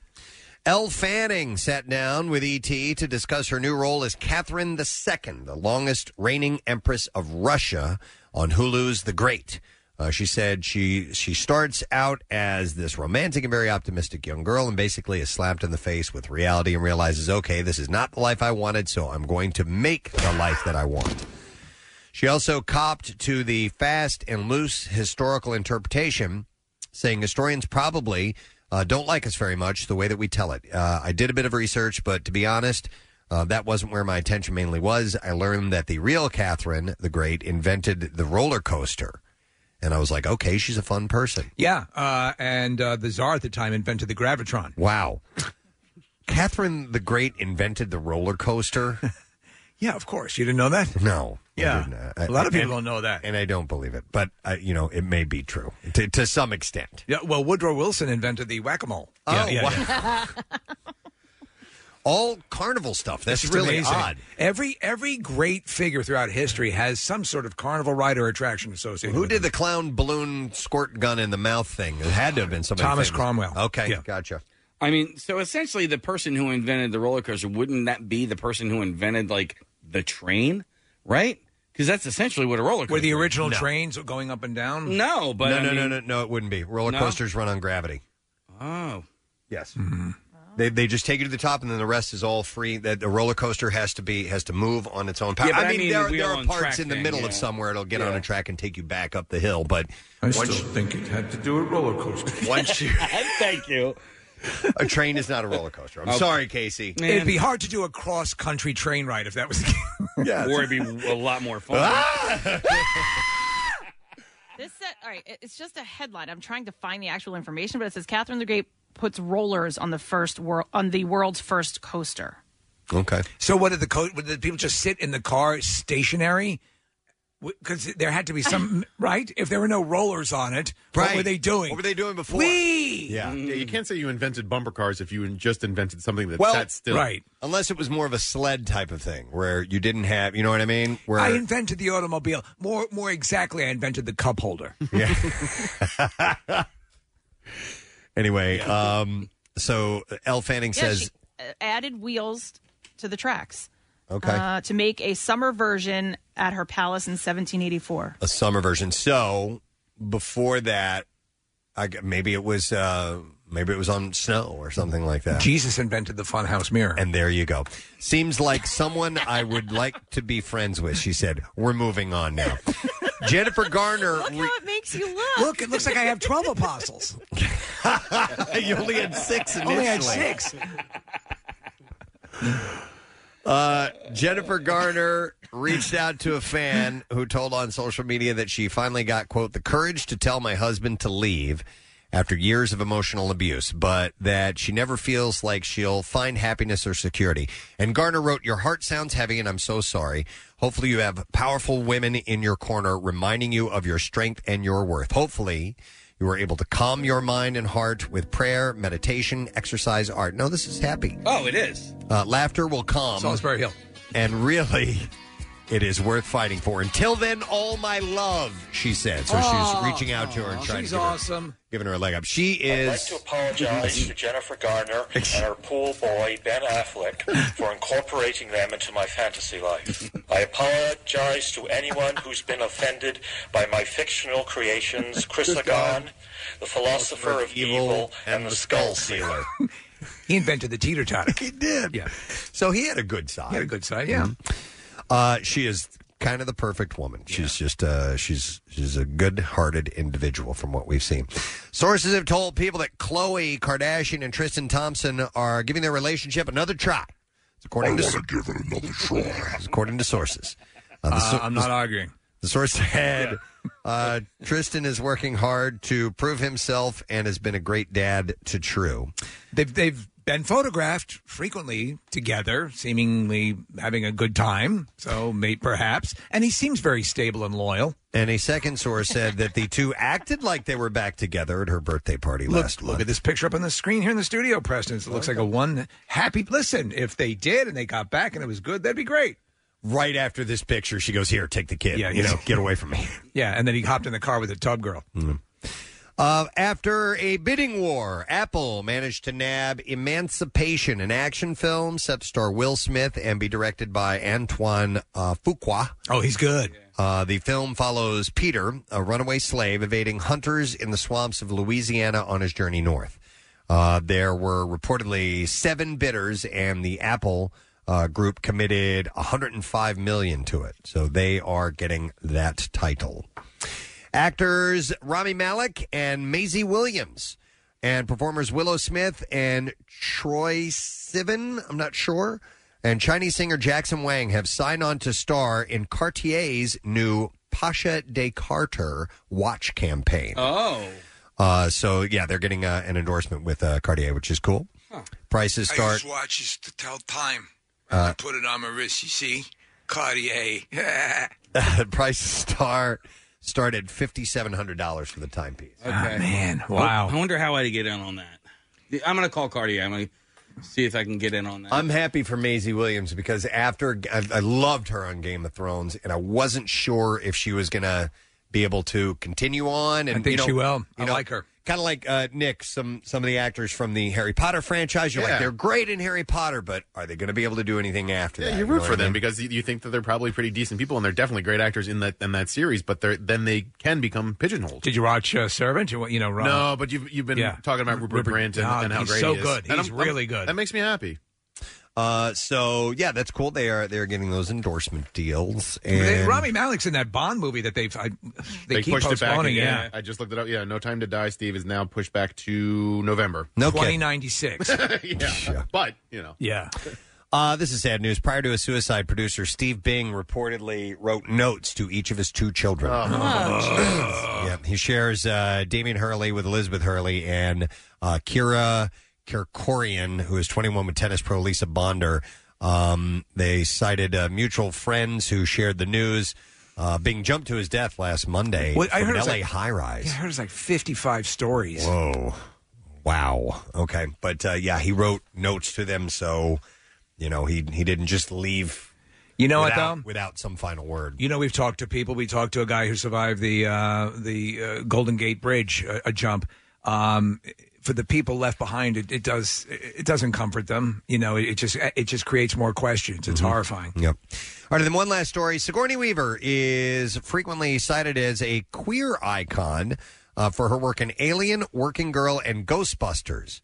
Elle Fanning sat down with ET to discuss her new role as Catherine II, the longest reigning empress of Russia on Hulu's The Great. Uh, she said she she starts out as this romantic and very optimistic young girl, and basically is slapped in the face with reality and realizes, okay, this is not the life I wanted, so I'm going to make the life that I want. She also copped to the fast and loose historical interpretation, saying historians probably uh, don't like us very much the way that we tell it. Uh, I did a bit of research, but to be honest, Uh, that wasn't where my attention mainly was. I learned that the real Catherine the Great invented the roller coaster. And I was like, okay, she's a fun person.
Yeah, uh, and uh, the czar at the time invented the gravitron.
Wow. Catherine the Great invented the roller coaster.
yeah, of course. You didn't know that?
No. I
Yeah.
didn't. Uh,
A lot of
and-
people don't know that.
And I don't believe it, but, uh, you know, it may be true to, to some extent.
Yeah, well, Woodrow Wilson invented the whack-a-mole.
Oh, wow. All carnival stuff. That's
It's
really
amazing.
odd.
Every every great figure throughout history has some sort of carnival ride or attraction associated.
Who
with
did the clown balloon squirt gun in the mouth thing? It had to have been somebody.
Thomas
famous.
Cromwell.
Okay, gotcha.
I mean, so essentially, the person who invented the roller coaster wouldn't that be the person who invented like the train, right? Because that's essentially what a roller
it.
coaster.
Were the
is.
original trains going up and down?
No, but
no,
I
no, no,
mean-
no, no. It wouldn't be. Roller
No?
coasters run on gravity.
Oh,
yes.
Mm-hmm.
They, they just take you to the top, and then the rest is all free. That the roller coaster has to be has to move on its own power.
Yeah,
I,
but I
mean,
mean
there,
the
there
wheel
are
on
parts
track
in the
thing,
middle of
yeah.
somewhere it'll get on a track and take you back up the hill. But
I
once
still think it had to do a roller coaster.
Once you,
thank you.
A train is not a roller coaster. I'm
Oh.
sorry, Casey.
It'd be hard to do a cross-country train ride if that was the case.
Yeah. Ah!
or it'd be a lot more fun.
This set, all right, it- it's just a headline. I'm trying to find the actual information, but it says Catherine the Great puts rollers on the first world on the world's first coaster.
Okay.
So what did the coach? Did people just sit in the car stationary? Because there had to be some right. If there were no rollers on it, what were
Right.
they doing?
What were
they doing before?
We.
Yeah. You can't say you invented bumper cars if you just invented something that
Well,
sat still.
Unless it was more of a sled type of thing where you didn't have, you know what I mean? Where
I invented the automobile. More, more exactly, I invented the cup holder.
Yeah. anyway, um, so Elle Fanning
Yeah,
says,
she uh, added wheels to the tracks.
Okay.
Uh, to make a summer version at her palace in 1784.
a summer version. So before that, I, g- maybe it was uh, maybe it was on snow or something like that.
Jesus invented the funhouse mirror,
and there you go. Seems like someone I would like to be friends with. She said, "We're moving on now." Jennifer Garner. re-
it makes you look.
Look, it looks like I have twelve apostles.
you only had six initially.
Only had six.
Uh, Jennifer Garner reached out to a fan who told on social media that she finally got, quote, the courage to tell my husband to leave after years of emotional abuse, but that she never feels like she'll find happiness or security. And Garner wrote, Your heart sounds heavy, and I'm so sorry. Hopefully, you have powerful women in your corner reminding you of your strength and your worth. Hopefully, you are able to calm your mind and heart with prayer, meditation, exercise, art. No, this is happy.
Oh, it is.
Uh, laughter will calm.
Salisbury Hill.
And really, it is worth fighting for. Until then, all my love, she said. So she's reaching out to her and trying
Oh. She's
to give her,
awesome.
giving her a leg up. She
I'd like
is.
to apologize to Jennifer Garner and her pool boy, Ben Affleck, for incorporating them into my fantasy life. I apologize to anyone who's been offended by my fictional creations, Chrysagon, the philosopher of evil, and the skull sealer.
He invented the teeter totter. he
did.
Yeah.
So he had a good side.
He had a good side. Yeah.
Uh, she is kind of the perfect woman. She's just uh, she's she's a good-hearted individual from what we've seen. Sources have told people that Khloe Kardashian and Tristan Thompson are giving their relationship another try. It's according to give it another try. According to sources, Uh, the
Uh,
sor-
I'm
the-
not arguing.
The source said uh, Tristan is working hard to prove himself and has been a great dad to True.
They've they've been photographed frequently together, seemingly having a good time. So, may perhaps, and he seems very stable and loyal.
And a second source said that the two acted like they were back together at her birthday party
Look,
last
look
month.
at this picture up on the screen here in the studio, Preston. It looks like a one happy. Listen, if they did and they got back and it was good, that'd be great.
Right after this picture, she goes, "Here, take the kid.
Yeah,
you
yes.
know, get away from me."
Yeah, and then he hopped in the car with a tub girl.
Mm-hmm. Uh, after a bidding war, Apple managed to nab Emancipation, an action film set to star Will Smith and be directed by Antoine uh, Fuqua.
Oh, he's good.
Uh, the film follows Peter, a runaway slave, evading hunters in the swamps of Louisiana on his journey north. Uh, there were reportedly seven bidders, and the Apple uh, group committed 105 million to it. So they are getting that title. Actors Rami Malek and Maisie Williams, and performers Willow Smith and Troy Sivan. I'm not sure and Chinese singer Jackson Wang have signed on to star in Cartier's new Pasha de Carter watch campaign.
Oh.
Uh, so yeah, they're getting uh, an endorsement with uh, Cartier, which is cool. Prices
I
start.
use watches to tell time.
Uh,
I put it on my wrist. You see, Cartier.
uh, prices start start at fifty seven hundred dollars for the timepiece.
Okay. man.
Wow.
I wonder how I'd get in on that. I'm going to call Cartier. I'm going to see if I can get in on that.
I'm happy for Maisie Williams because after I, I loved her on Game of Thrones, and I wasn't sure if she was gonna be able to continue on. And
I think
you know,
she will.
You
I
know,
like her.
Kind of like uh, Nick, some some of the actors from the Harry Potter franchise. You're
Yeah.
like, they're great in Harry Potter, but are they going to be able to do anything after
Yeah,
that?
you
know
root
what
for
I
them
mean?
because you- you think that they're probably pretty decent people, and they're definitely great actors in that in that series. But they're then they can become pigeonholed.
Did you watch uh, Servant? You, you know, Ron-
No, but you've you've been
Yeah.
talking about Rupert,
Rupert-
Grint and,
Ah,
and how
he's
great
so
he is.
good.
And
He's really good.
That makes me happy.
Uh, so yeah, that's cool. They are they're getting those endorsement deals. And
They- Rami Malek's in that Bond movie that they've I, they, keep
pushed it back.
postponing.
again.
yeah.
I just looked it up. Yeah, No Time to Die, Steve, is now pushed back to November.
No kidding.
2096.
yeah. But, you know.
Yeah.
Uh, this is sad news. Prior to his suicide, producer Steve Bing reportedly wrote notes to each of his two children. Uh, yeah, he shares uh, Damien Hurley with Elizabeth Hurley and uh, Kira Kirkorian, who is 21 with tennis pro Lisa Bonder. Um, they cited uh, mutual friends who shared the news. Uh, Bing jumped to his death last Monday
Well, I
from
heard
an
it
LA
was like-
high rise.
Yeah, I heard it's like 55 stories.
Whoa. Wow. Okay. But uh, yeah, he wrote notes to them, so you know he he didn't just leave.
You know what,
without,
though?
Without some final word.
You know, we've talked to people. We talked to a guy who survived the uh, the uh, Golden Gate Bridge uh, a jump. Um, for the people left behind, it, it does it doesn't comfort them. You know, it, it just it just creates more questions. It's horrifying.
Yep. All right, and then one last story. Sigourney Weaver is frequently cited as a queer icon uh, for her work in Alien, Working Girl, and Ghostbusters.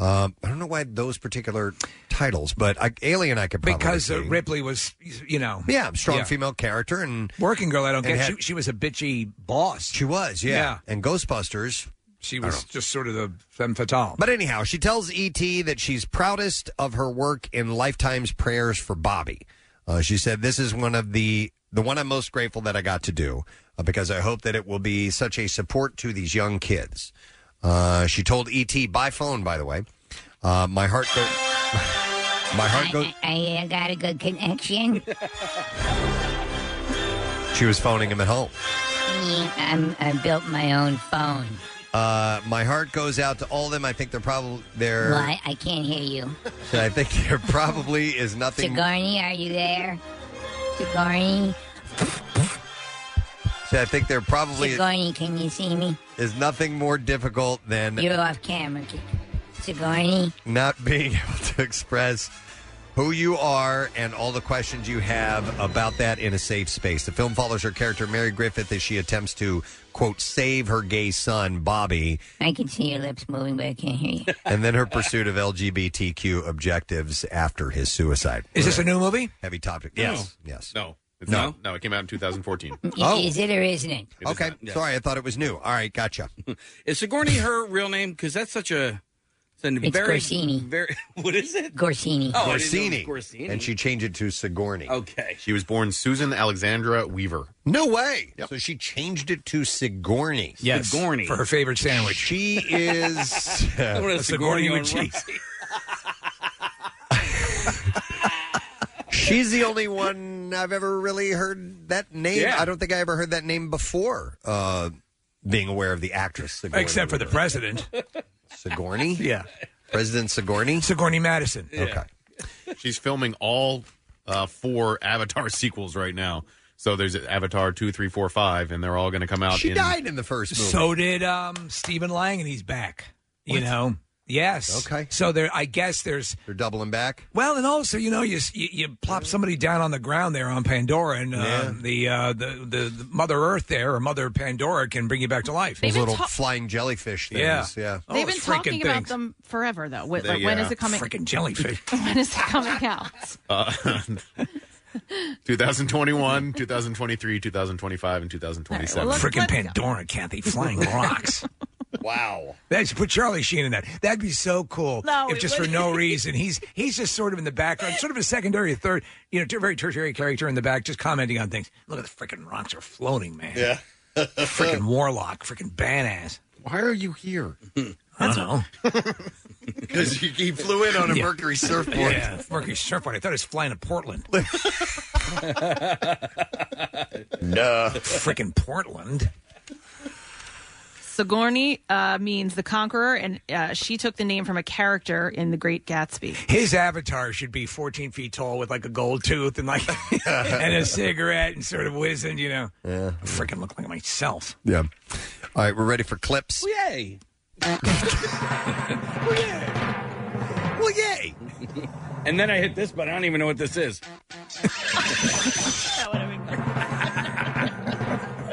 Um, I don't know why those particular titles, but I, Alien I could probably
Because uh,
see.
Ripley was, you know,
yeah, strong
yeah.
female character and
working girl. I don't
and
get.
had-
she, she was a bitchy boss.
she was yeah.
Yeah.
and Ghostbusters
She
I don't
was just sort of the femme fatale.
But anyhow, she tells ET that she's proudest of her work in Lifetime's prayers for Bobby. Uh, she said, "This is one of the the one I'm most grateful that I got to do uh, because I hope that it will be such a support to these young kids." Uh, she told ET by phone, by the way, uh, "My heart goes, my heart goes."
I, I got a good connection.
She was phoning him at home.
I'm, I built my own phone.
Uh, my heart goes out to all of them. I think they're probably they're.
Why? I can't hear you.
I think there probably is nothing.
Sigourney, are you there? Sigourney?
I think there probably
Sigourney, can you see me?
is nothing more difficult than
You're off camera. Sigourney?
not being able to express who you are and all the questions you have about that in a safe space. The film follows her character Mary Griffith as she attempts to quote save her gay son Bobby
I can see your lips moving, but I can't hear you.
and then her pursuit of LGBTQ objectives after his suicide.
Is this a new movie? Oh.
heavy topic? Yes. Yes.
No. It's
No.
Not, no, it came out in 2014.
Oh.
Is it or isn't it?
is
okay.
not, yes.
Sorry, I thought it was new. All right, gotcha.
Is Sigourney her real name? Because that's such a. It's, an
It's
very,
Gorsini.
Very, what is it?
Gorsini.
Oh, I didn't
Gorsini.
know it was Gorsini.
And she changed it to Sigourney.
Okay.
she was born Susan Alexandra Weaver.
No way. So she changed it to Sigourney.
Yes.
Sigourney.
For her favorite sandwich.
She is
I want a Sigourney
Sigourney
on
with
rice.
She's the only one I've ever really heard that name.
Yeah.
I don't think I ever heard that name before. Uh, being aware of the actress, Sigourney
Except for the president.
Sigourney,
yeah.
President Sigourney.
Sigourney Madison.
Okay,
She's filming all uh, four Avatar sequels right now. So there's Avatar 2, 3, 4, 5, and they're all going to come out
she
in
died in the first movie.
So did um, Stephen Lang, and he's back. You know, yes.
Okay.
So there, I guess there's.
They're doubling back.
Well, and also, you know, you s- you, you plop somebody down on the ground there on Pandora, and uh,
Yeah.
the, uh, the the the Mother Earth there or Mother Pandora can bring you back to life.
Those
been
little
ta-
flying jellyfish things.
Yeah,
yeah.
Oh,
They've been
those freaking
talking about
things.
them forever, though. Wh-
They-
like, when
yeah.
is it coming?
Freaking jellyfish.
When is it coming out?
uh, 2021, 2023, 2025, and
All
2027.
right, well,
Freaking
Let's go.
Pandora, Kathy, flying rocks.
Wow.
That's put Charlie Sheen in that. That'd be so cool.
No,
if
it
just for
wouldn't.
no reason, he's he's just sort of in the background, sort of a secondary, third, you know, ter- very tertiary character in the back, just commenting on things. Look at the freaking rocks are floating, man.
Yeah.
freaking warlock, freaking badass.
Why are you here?
I don't know.
Because he flew in on a Mercury surfboard.
Yeah, Mercury surfboard. I thought he was flying to Portland.
Nah.
Freaking Portland.
Sigourney uh, means the conqueror, and uh, she took the name from a character in The Great Gatsby.
His avatar should be 14 feet tall with like a gold tooth and like and a cigarette and sort of wizened, you know.
Yeah.
I freaking look like myself.
Yeah. All right, we're ready for clips.
Yay. Well, yay.
and then I hit this button. I don't even know what this is.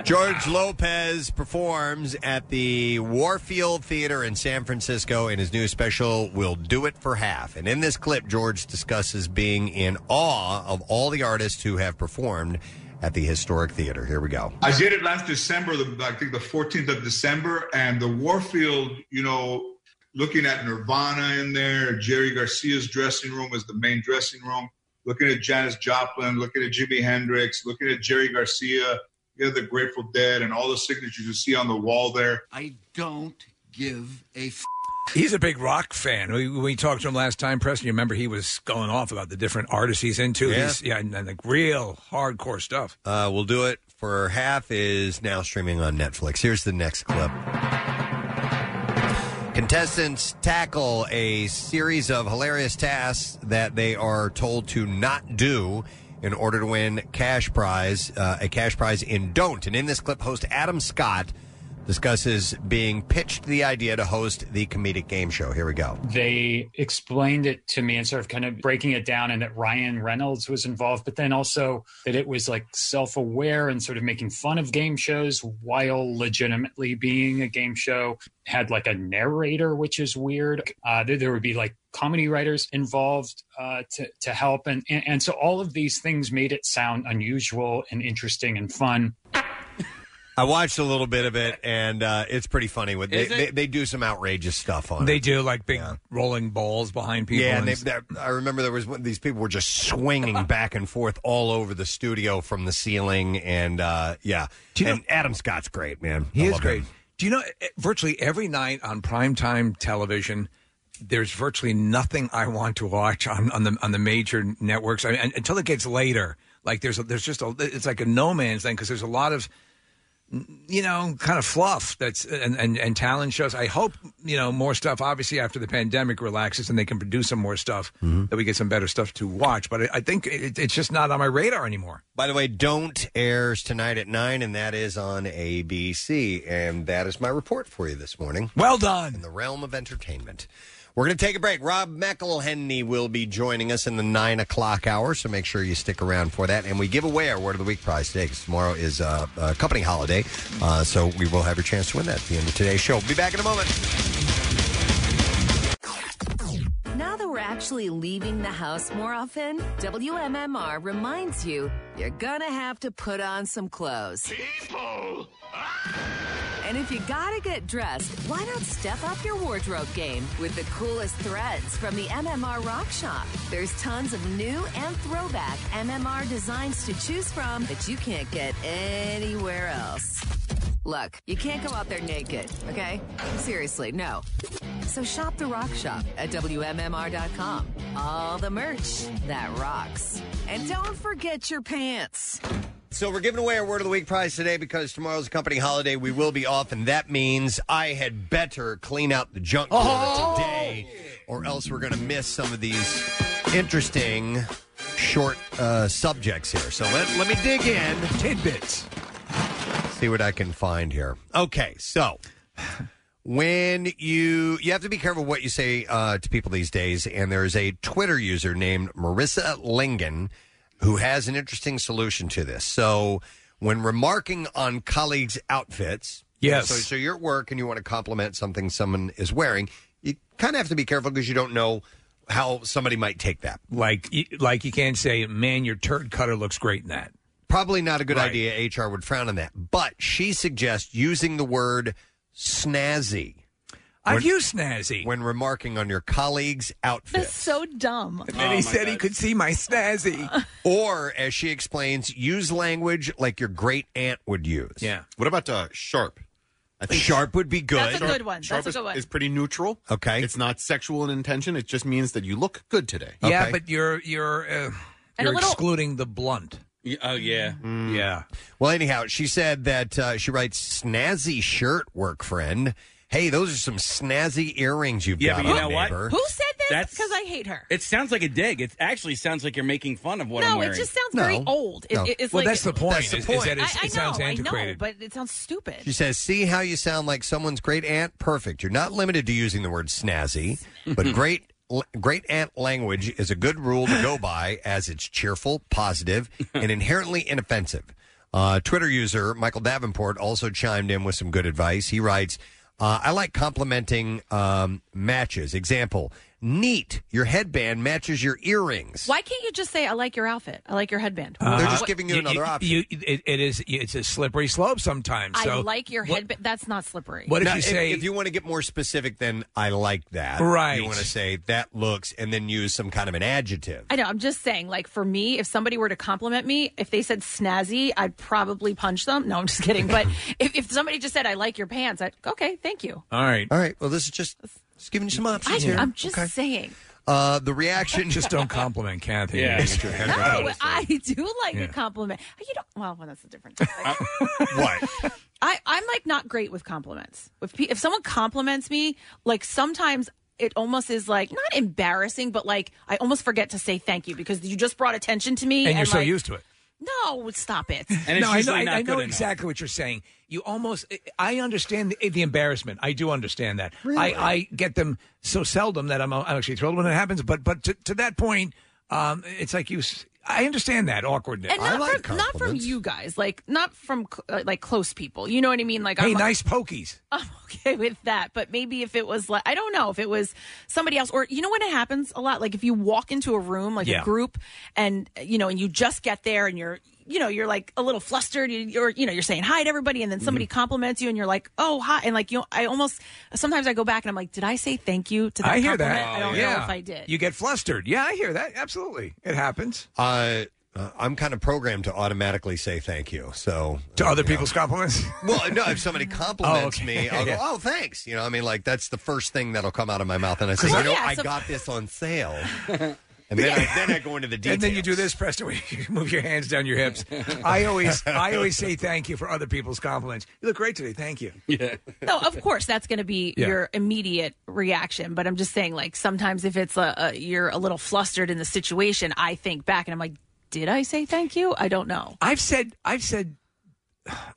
George Lopez performs at the Warfield Theater in San Francisco in his new special, We'll Do It for Half. And in this clip, George discusses being in awe of all the artists who have performed at the historic theater. Here we go.
I did it last December, the, I think the 14th of December, and the Warfield, you know, looking at Nirvana in there, Jerry Garcia's dressing room was the main dressing room, looking at Janis Joplin, looking at Jimi Hendrix, looking at Jerry Garcia, you know, the Grateful Dead, and all the signatures you see on the wall there. I don't give a f-
He's a big rock fan. We, we talked to him last time, Preston. You remember he was going off about the different artists he's into.
Yeah.
He's, yeah and, and like real hardcore stuff.
Uh, we'll Do It for Half is now streaming on Netflix. Here's the next clip. Contestants tackle a series of hilarious tasks that they are told to not do in order to win cash prize, uh, a cash prize in Don't. And in this clip, host Adam Scott discusses being pitched the idea to host the comedic game show. Here we go.
they explained it to me and sort of kind of breaking it down and that Ryan Reynolds was involved, but then also that it was like self aware and sort of making fun of game shows while legitimately being a game show. Had like a narrator, which is weird. Uh, there, there would be like comedy writers involved uh, to, to help. And, and, and so all of these things made it sound unusual and interesting and fun.
I watched a little bit of it, and uh, it's pretty funny. With they,
Is it?
they, they do some outrageous stuff on it.
They do like big rolling balls behind people.
Yeah, and
and
they,
stuff.
that, I remember there was one, these people were just swinging back and forth all over the studio from the ceiling, and uh, yeah, and Adam Scott's great, man.
He
I
is
love
great.
him.
Do you know eh, virtually every night on primetime television, there's virtually nothing I want to watch on, on the on the major networks I mean, un- until it gets later. Like there's a, there's just a it's like a no man's land because there's a lot of you know kind of fluff that's and, and and talent shows. I hope you know more stuff. Obviously, after the pandemic relaxes and they can produce some more stuff
Mm-hmm.
that we get some better stuff to watch. But I, I think it, it's just not on my radar anymore.
By the way, Don't airs tonight at nine, and that is on ABC, and that is my report for you this morning.
Well done.
In the realm of entertainment. We're going to take a break. Rob McElhenney will be joining us in the nine o'clock hour, so make sure you stick around for that. And we give away our Word of the Week prize today 'cause tomorrow is uh, a company holiday, uh, so we will have your chance to win that at the end of today's show. Be back in a moment.
Now that we're actually leaving the house more often, WMMR reminds you you're gonna have to put on some clothes. People! And if you gotta get dressed, why not step up your wardrobe game with the coolest threads from the MMR Rock Shop? There's tons of new and throwback MMR designs to choose from that you can't get anywhere else. Look, you can't go out there naked, okay? Seriously, no. So shop the Rock Shop at WMMR.com. All the merch that rocks. And don't forget your pants.
So we're giving away our word of the week prize today because tomorrow's a company holiday. We will be off, and that means I had better clean out the junk drawer today, or else we're going to miss some of these interesting short uh, subjects here. So let, let me dig in
tidbits.
See what I can find here. Okay, so when you you have to be careful what you say uh, to people these days, and there is a Twitter user named Marissa Lingen who has an interesting solution to this. So when remarking on colleagues' outfits,
Yes.
so, so you're at work and you want to compliment something someone is wearing, you kind of have to be careful because you don't know how somebody might take that.
Like y- like you can't say, man, your turd cutter looks great in that.
Probably not a good idea. HR would frown on that. But she suggests using the word snazzy.
I've used snazzy
when remarking on your colleague's outfit.
That's so dumb.
And then he Oh, my said he God.
could see my snazzy.
Or, as she explains, use language like your great aunt would use.
Yeah.
What about uh, sharp? I think
sharp would be good.
Sharp- Sharp
That's a
is,
good one.
is pretty neutral.
Okay.
It's not sexual in intention. It just means that you look good today.
Yeah, but you're you're uh,
a
you're
little-
excluding the blunt.
Oh yeah,
Mm.
yeah.
Well, anyhow, she said that uh, she writes snazzy shirt, work friend. Hey, those are some snazzy earrings you've got
Yeah, but you
on,
know what?
neighbor.
Who said this?
That's-
Because I hate her.
It sounds like a dig. It actually sounds like you're making fun of what I'm
no,
wearing.
it just sounds very old. It, it- it's
Well,
like,
that's the point, That's the is- is point. that it's-
I, I
it sounds
know, I know,
antiquated.
but it sounds stupid.
She says, "See how you sound like someone's great aunt? Perfect. You're not limited to using the word snazzy, but great." Great aunt language is a good rule to go by as it's cheerful, positive, and inherently inoffensive. Uh, Twitter user Michael Davenport also chimed in with some good advice. He writes, uh, I like complimenting um, matches. Example, neat, your headband matches your earrings.
Why can't you just say, I like your outfit? I like your headband?
Uh, You, it, it is. It's a slippery slope sometimes.
I
So
like your
what-
headband. That's not slippery.
What if you say-
if you want to get more specific than I like that,
Right.
You want to say that looks, and then use some kind of an adjective.
I know. I'm just saying, like, for me, if somebody were to compliment me, if they said snazzy, I'd probably punch them. No, I'm just kidding. But if, if somebody just said, I like your pants, I'd, okay, thank you.
All right,
all right. Well, this is just, just giving you some
I,
options here.
I'm just saying.
Uh, the reaction.
Just don't compliment Kathy.
Yeah.
Get your head
No,
out of it.
I do like
Yeah.
a compliment. You don't, well, well, that's a different
what?
I, I'm like not great with compliments. If pe- if someone compliments me, like sometimes it almost is like not embarrassing, but like I almost forget to say thank you because you just brought attention to me,
and you're so
like,
used to it.
No, stop it.
no, I know, I, I know exactly what you're saying. You almost, I understand the, the embarrassment. I do understand that.
Really?
I, I get them so seldom that I'm, I'm actually thrilled when it happens. But but to, to that point, um, it's like you. s- I understand that awkwardness.
And not from not from you guys, like not from cl- uh, like close people. You know what I mean? Like
Hey,
I'm,
nice pokies.
I'm okay with that, but maybe if it was like I don't know if it was somebody else, or you know what it happens a lot. Like if you walk into a room, like
Yeah.
a group, and you know, and you just get there, and you're you know you're like a little flustered, you- you're you know you're saying hi to everybody, and then somebody
Mm-hmm.
compliments you, and you're like oh hi, and like you, know, I almost sometimes I go back and I'm like, did I say thank you to that?
I hear that. Oh,
compliment? I don't
yeah.
know if I did.
You get flustered. Yeah, I hear that. Absolutely, it happens.
Uh, uh, I'm kind of programmed to automatically say thank you. So
To other people's compliments.
Well, no. If somebody compliments
Oh, okay.
me, I'll
Yeah.
go, "Oh, thanks." You know, I mean, like that's the first thing that'll come out of my mouth, and I say,
Well,
"You know,
yeah,
I
so-
got this on sale," and then I, then I go into the details.
And then you do this, Preston. where You move your hands down your hips. I always, I always say thank you for other people's compliments. You look great today. Thank you.
Yeah.
No, of course that's going to be
Yeah.
your immediate reaction, but I'm just saying like sometimes if it's a, a you're a little flustered in the situation, I think back and I'm like, did I say thank you? I don't know.
I've said, I've said,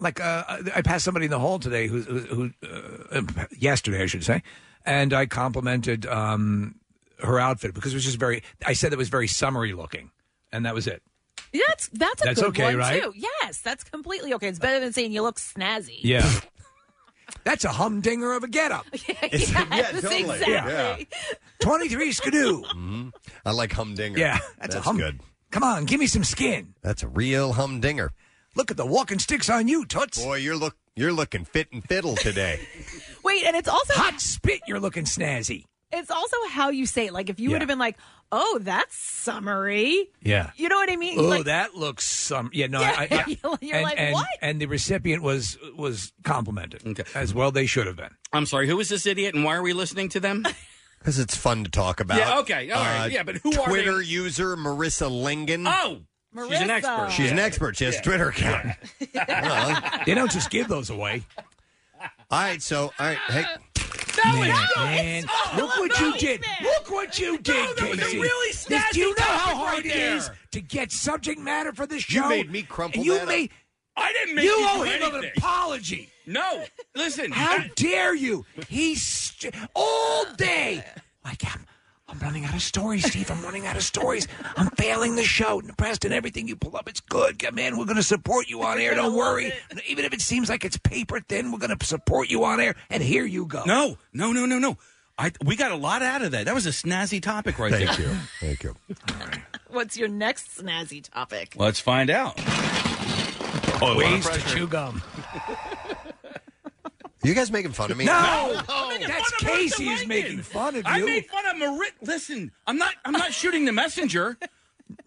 like, uh, I passed somebody in the hall today who, who, who uh, yesterday I should say, and I complimented um, her outfit because it was just very. I said it was very summery looking, and that was it.
That's that's a
That's
good
okay,
one
right?
too. Yes, that's completely okay. It's better than saying you look snazzy.
Yeah. That's a humdinger of a getup.
Yes, exactly.
Twenty-three skidoo.
I like humdinger.
Yeah, that's a hum-
good.
Come on, give me some skin.
That's a real humdinger.
Look at the walking sticks on you, Toots.
Boy, you're look you're looking fit and fiddle today.
Wait, and it's also
hot spit. You're looking snazzy.
It's also how you say it. Like if you
Yeah.
would have been like, "Oh, that's summery,"
Yeah.
you know what I mean?
Oh,
like,
that looks some. Yeah, no, I,
Yeah,
I,
you're
and,
like,
and,
what?
And the recipient was was complimented as well. They should have been.
I'm sorry. Who is this idiot, and why are we listening to them?
Because it's fun to talk about. uh,
Yeah, okay, all right. Yeah, but who
Twitter
are they?
Twitter user Marissa Lingen.
Oh, she's an expert.
She's an expert. She has a Twitter account.
they don't just give those away.
All right, so all right, hey.
Uh, Man, man, look what you did! Look what you did,
no,
Casey.
they really
This-
snazzy
do you know how
topic
hard
right
it
there.
is to get subject matter for this
You
show?
made me crumple
And you
that up.
made.
I didn't make
You
you
owe
do
him an
anything.
apology.
No, listen.
How dare you? He's st- all day. Like I'm, I'm running out of stories, Steve. I'm running out of stories. I'm failing the show. Preston, everything you pull up, it's good. Good Man, we're going to support you on air. Don't worry. Even if it seems like it's paper thin, we're going to support you on air. And here you go.
No, no, no, no, no. I we got a lot out of that. That was a snazzy topic right
Thank
there.
you. Thank you.
What's your next snazzy topic?
Let's find out.
Ways to chew gum.
Are you guys making fun of me?
No!
I'm making
That's
fun of Martha
Casey is
Lincoln.
making fun of
I
you.
made fun of Marit. Listen, I'm not. I'm not shooting the messenger.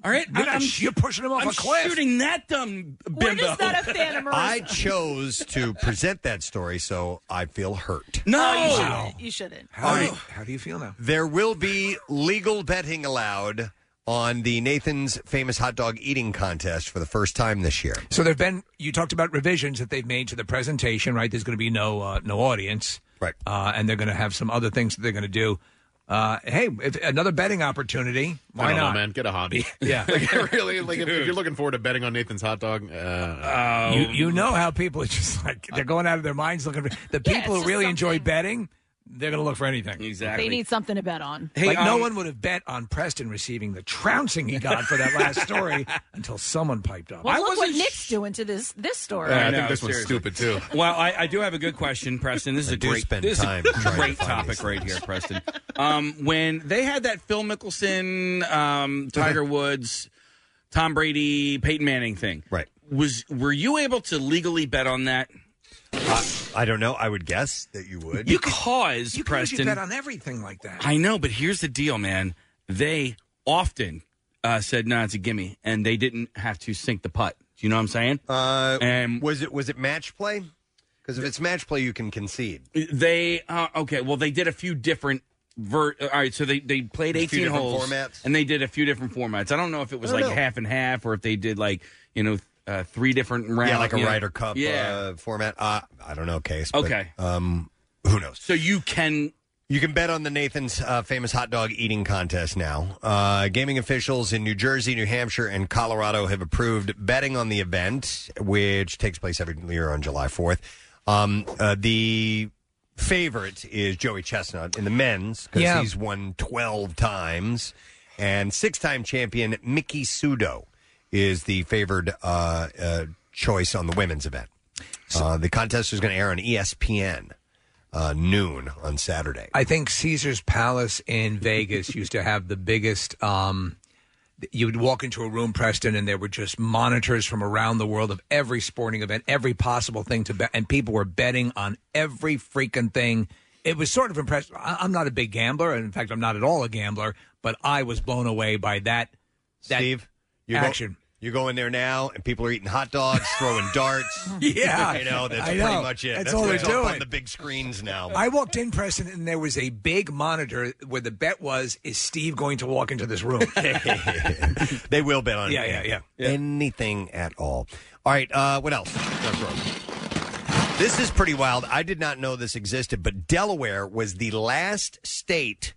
All right,
You're not-
I'm,
you're pushing him off
I'm
a cliff.
Shooting that dumb bimbo.
When is that a fan of Marit?
I chose to present that story, so I feel hurt.
Oh, you shouldn't. You shouldn't.
All right.
How do you feel now?
There will be legal betting allowed on the Nathan's famous hot dog eating contest for the first time this year.
So there've been you talked about revisions that they've made to the presentation, right? There's going to be no uh, no audience,
right?
Uh, and they're going to have some other things that they're going to do. Uh, hey, if, another betting opportunity. Why
I don't know,
not,
man? Get a hobby.
Yeah,
like, I really, like if, if you're looking forward to betting on Nathan's hot dog, uh,
Oh,
Oh.
you, you know how people are just like they're going out of their minds looking for the
Yeah,
people
it's
who
just
really enjoy betting. They're going to look for anything.
Exactly. um,
They need something to bet on.
like no one would have bet on Preston receiving the trouncing he got for that last story until someone piped up.
Well, look what Nick's doing to this this story.
stupid too.
Well, I, I do have a good question, Preston. This is a
do
great,
spend
this is
time
a
trying to
great
find
topic
these
right here, Preston. Um, when they had that Phil Mickelson, um, Tiger Woods, Tom Brady, Peyton Manning thing,
right?
Was were you able to legally bet on that?
I don't know. I would guess that you would.
You cause
you can usually
Preston.
bet on everything like that.
I know, but here's the deal, man. They often uh, said, "No, it's a gimme," and they didn't have to sink the putt. Do you know what I'm saying?
Uh,
and
was it was it match play? Because if it's match play, you can concede.
They uh, okay. Well, they did a few different. Ver- uh, all right, so they they played
A few
18
different
holes,
formats?
and they did a few different formats. I don't know if it was
I
like
don't know.
half and half, or if they did like you know uh, three different rounds.
yeah, like a
you know.
Ryder Cup
Yeah.
uh, format. Uh, I don't know, case. but,
Okay.
um, who knows?
So you can
you can bet on the Nathan's uh, famous hot dog eating contest now. Uh, gaming officials in New Jersey, New Hampshire, and Colorado have approved betting on the event, which takes place every year on July fourth. Um, uh, the favorite is Joey Chestnut in the men's because
Yeah.
he's won twelve times, and six-time champion Mickey Sudo is the favored uh, uh, choice on the women's event. uh, the contest is going to air on E ESPN uh, noon on Saturday.
I think Caesar's Palace in Vegas used to have the biggest. Um, you would walk into a room, Preston, and there were just monitors from around the world of every sporting event, every possible thing to bet, and people were betting on every freaking thing. It was sort of impressive. I- I'm not a big gambler, and in fact, I'm not at all a gambler, but I was blown away by that. that
Steve, you go-
action.
you go in there now, and people are eating hot dogs, throwing darts.
Yeah.
you know that's
I know.
pretty much it.
That's all
what's
they're
up on
doing.
the big screens now.
I walked in, Preston, and there was a big monitor where the bet was: Is Steve going to walk into this room?
they will bet on
Yeah,
anything.
yeah,
anything at all. All right, uh, what else? That's wrong. This is pretty wild. I did not know this existed, but Delaware was the last state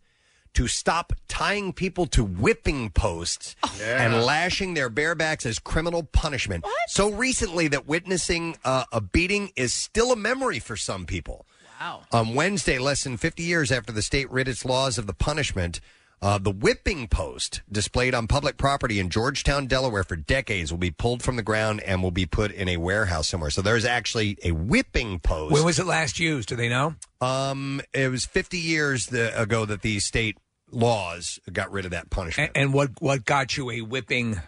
to stop tying people to whipping posts and lashing their barebacks as criminal punishment. So recently that witnessing uh, a beating is still a memory for some people.
Wow.
On Um, Wednesday, less than 50 years after the state rid its laws of the punishment, uh, the whipping post displayed on public property in Georgetown, Delaware for decades will be pulled from the ground and will be put in a warehouse somewhere. So there's actually a whipping post.
When was it last used? Do they know?
Um, it was 50 years the, ago that the state laws got rid of that punishment.
And what what got you a whipping?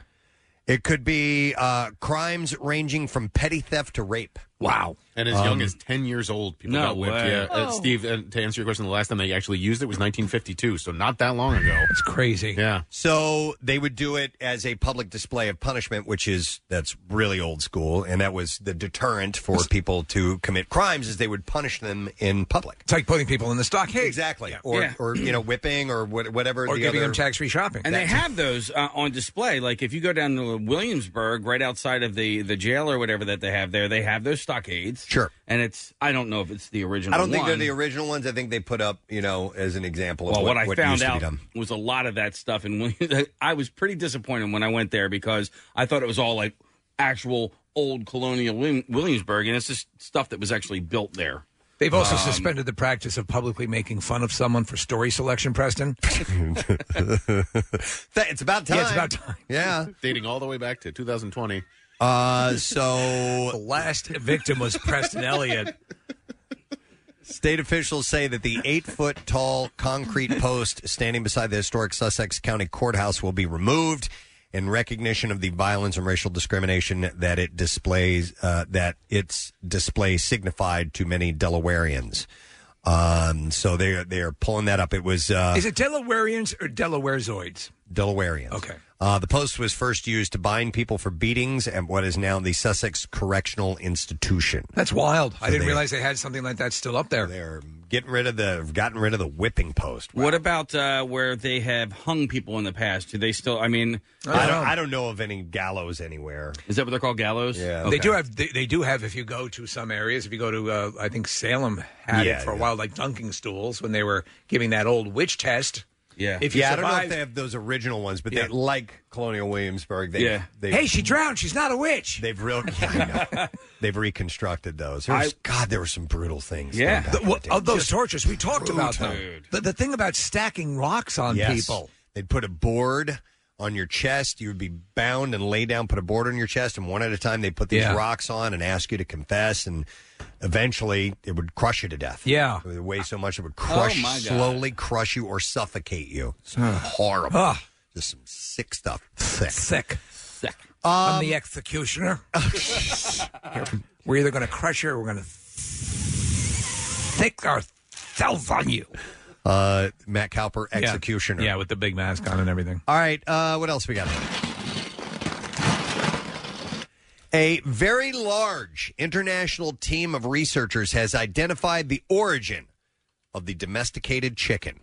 It could be uh, crimes ranging from petty theft to rape.
Wow.
and as young
Um,
as ten years old, people
No
got whipped.
way.
Yeah, uh,
Oh.
Steve. And to answer your question, the last time they actually used it was 1952, so not that long ago. It's
crazy.
Yeah.
So they would do it as a public display of punishment, which is that's really old school, and that was the deterrent for people to commit crimes is they would punish them in public.
It's like putting people in the stockade,
exactly, or
Yeah.
or you know whipping or what, whatever,
or
the
giving
other-
them tax free shopping.
And they have those uh, on display. Like if you go down to Williamsburg, right outside of the, the jail or whatever that they have there, they have those stockades.
Sure.
And it's I don't know if it's the original.
I don't think they're
one.
the original ones. I think they put up you know as an example of
Well,
what,
what, I
what
found
used to be
out
done.
was a lot of that stuff, and when, I was pretty disappointed when I went there because I thought it was all like actual old colonial William- Williamsburg, and it's just stuff that was actually built there.
They've also
Um,
suspended the practice of publicly making fun of someone for story selection, Preston.
it's about
Yeah, it's about
time. Yeah,
dating all the way back to 2020.
Uh, so
the last victim was Preston Elliott.
State officials say that the eight foot tall concrete post standing beside the historic Sussex County Courthouse will be removed in recognition of the violence and racial discrimination that it displays uh, that its display signified to many Delawareans. Um, so they they are pulling that up. It was uh,
Is it Delawareans or Delawarezoids?
Delawareans.
Okay.
Uh, the post was first used to bind people for beatings at what is now the Sussex Correctional Institution.
That's wild.
So
I didn't
they-
realize they had something like that still up there.
They're getting rid of the gotten rid of the whipping post.
What about uh, where they have hung people in the past? Do they still? I mean, uh,
I don't, I don't know of any gallows anywhere.
Is that what they're called, gallows?
Yeah,
They do have. They, they do have. If you go to some areas, if you go to, uh, I think Salem had
Yeah,
it for a
yeah.
while, like dunking stools when they were giving that old witch test.
Yeah.
If you
yeah, I don't know if
survive-
they have those original ones, but they
Yeah.
like Colonial Williamsburg. They,
Yeah.
They,
hey, she drowned. She's not a witch.
They've real. They've reconstructed those. There was- God, there were some brutal things. done back
The-
in
well,
the day.
of those
Just
tortures we talked about them.
brutal.
The, the thing about stacking rocks on
Yes.
people.
They'd put a board on your chest. You would be bound and lay down, put a board on your chest, and one at a time they put these
Yeah.
rocks on and ask you to confess. And eventually, it would crush you to death.
Yeah.
it would weigh so much it would crush,
Oh, my God.
slowly crush you or suffocate you. It's horrible. Just some sick stuff. Sick.
Sick.
Sick.
Um,
I'm the executioner. we're either going to crush her or we're going to thick ourselves on you.
Uh, Matt Cowper, executioner.
Yeah, with the big mask on and everything.
All right, uh, what else we got? A very large international team of researchers has identified the origin of the domesticated chicken.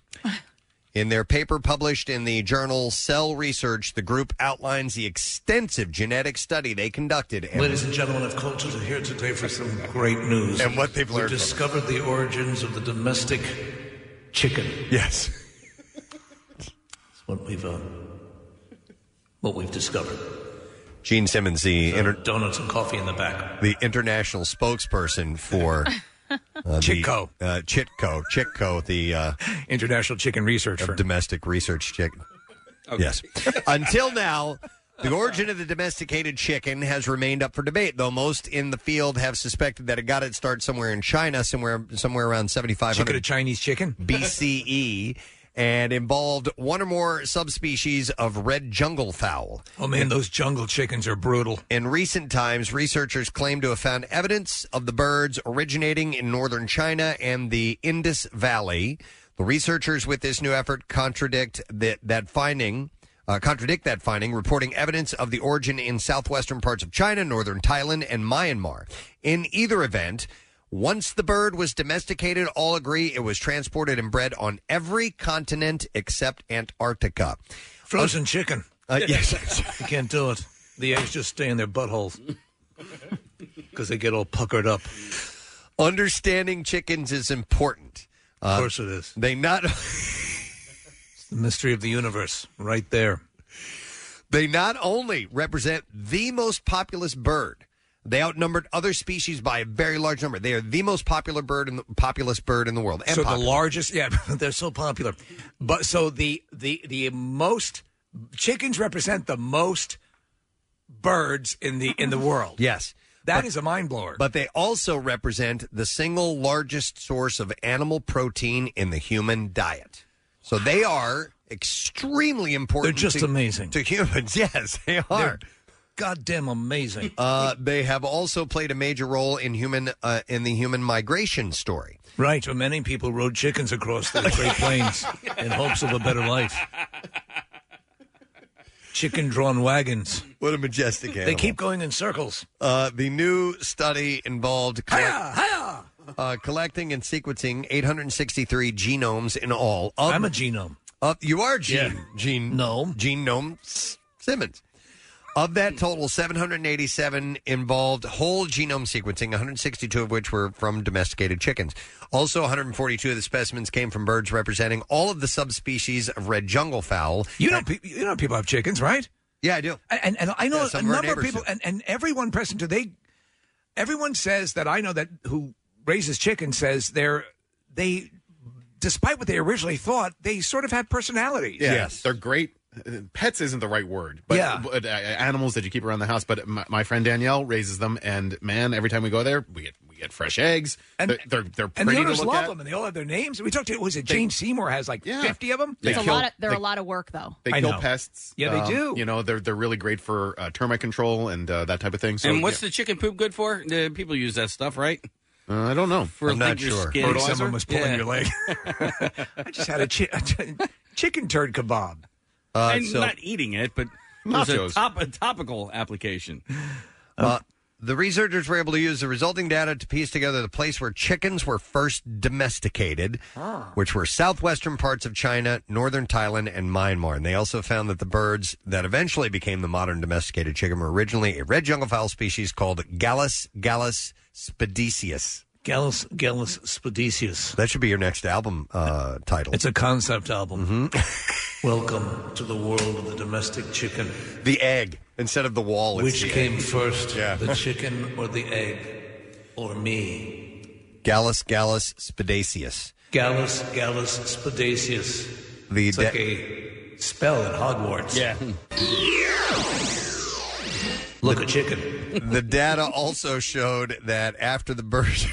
In their paper published in the journal Cell Research, the group outlines the extensive genetic study they conducted. and-
Ladies and gentlemen of Cultures are here today for some great news.
And what they've learned
We
from
discovered the origins of the domestic chicken.
Yes.
That's what we've, uh, what we've discovered.
Gene Simmons, the, inter-
Donuts and coffee in the back.
the international spokesperson for uh,
Chitco.
the, uh, Chitco, Chitco, the uh,
International Chicken Research
of
Firm.
domestic research chicken. Yes. Until now, the origin of the domesticated chicken has remained up for debate, though most in the field have suspected that it got its start somewhere in China, somewhere somewhere around
Chicken a
7500
Chinese chicken?
BCE, E, and involved one or more subspecies of red jungle fowl.
Oh man, those jungle chickens are brutal.
In recent times, researchers claim to have found evidence of the birds originating in northern China and the Indus Valley. The researchers with this new effort contradict that, that finding. Uh, contradict that finding, reporting evidence of the origin in southwestern parts of China, northern Thailand, and Myanmar. In either event, once the bird was domesticated, all agree it was transported and bred on every continent except Antarctica.
Frozen chicken.
Uh, yes.
you can't do it. The eggs just stay in their buttholes because they get all puckered up.
Understanding chickens is important. Uh, Of
course it is.
They not
The mystery of the universe, right there.
They not only represent the most populous bird, they outnumbered other species by a very large number. They are the most popular bird in the, populous bird in the world. And
so
popular.
the largest, yeah, they're so popular. But so the the the most chickens represent the most birds in the in the world.
yes,
That is
But-
a mind blower.
but they also represent the single largest source of animal protein in the human diet. So they are extremely important.
just
to-
amazing.
to humans. Yes, they are.
goddamn amazing.
Uh, they have also played a major role in human uh, in the human migration story.
Right, so many people rode chickens across the Great Plains in hopes of a better life. Chicken drawn wagons.
What a majestic
They
animal.
keep going in circles.
Uh, the new study involved collect- Uh, collecting and sequencing 863 genomes in all. Of,
I'm a genome.
of- you are Gene Gene Gnome Genome S- Simmons. Of that total, 787 involved whole genome sequencing, 162 of which were from domesticated chickens. Also, 142 of the specimens came from birds representing all of the subspecies of red jungle fowl.
You know, pe- you know, people have chickens, right?
Yeah, I do.
And and I know
Yeah, some
a
of our
number of
neighbors
people, and and everyone present do they. Everyone says that I know that who raises chickens says they're they, despite what they originally thought, they sort of have personalities.
Yeah, They're great. Uh, Pets isn't the right word, but,
Yeah.
but uh, animals that you keep around the house. But my, my friend Danielle raises them, and man, every time we go there, we get we we get fresh eggs. And they're they're, they're
And
pretty
the
to
owners
look
love
at.
them, and they all have their names. We talked to was it Jane Seymour has like fifty of them.
They
It's a
kill-
lot. Of, they're
they-
a lot of work, though.
They kill pests. um,
Yeah, they do.
You know, they're they're really great for uh, termite control and uh, that type of thing. So,
and what's
yeah.
the chicken poop good for? The people use that stuff, right?
Uh, I don't know.
For like your skin.
Oh, Someone was pulling your leg. I just had a, chi- a chi- chicken turd kebab.
Uh,
I'm
Uh,
not eating it, but there's a,
Nachos.
top, a topical application.
Uh, the researchers were able to use the resulting data to piece together the place where chickens were first domesticated,
Ah.
which were southwestern parts of China, northern Thailand, and Myanmar. And they also found that the birds that eventually became the modern domesticated chicken were originally a red junglefowl species called Gallus gallus spediceus.
Gallus Gallus Spediceus.
That should be your next album uh, title. Mm-hmm.
It's a concept album. Welcome to the world of the domestic chicken.
The egg instead of the wall. it's
Which
the egg.
came first,
Yeah.
the chicken or the egg, or me?
Gallus gallus spediceus.
Gallus Gallus Spediceus.
The
it's
de-
like a spell at Hogwarts. Yeah. Look a chicken.
the data also showed that after the birds.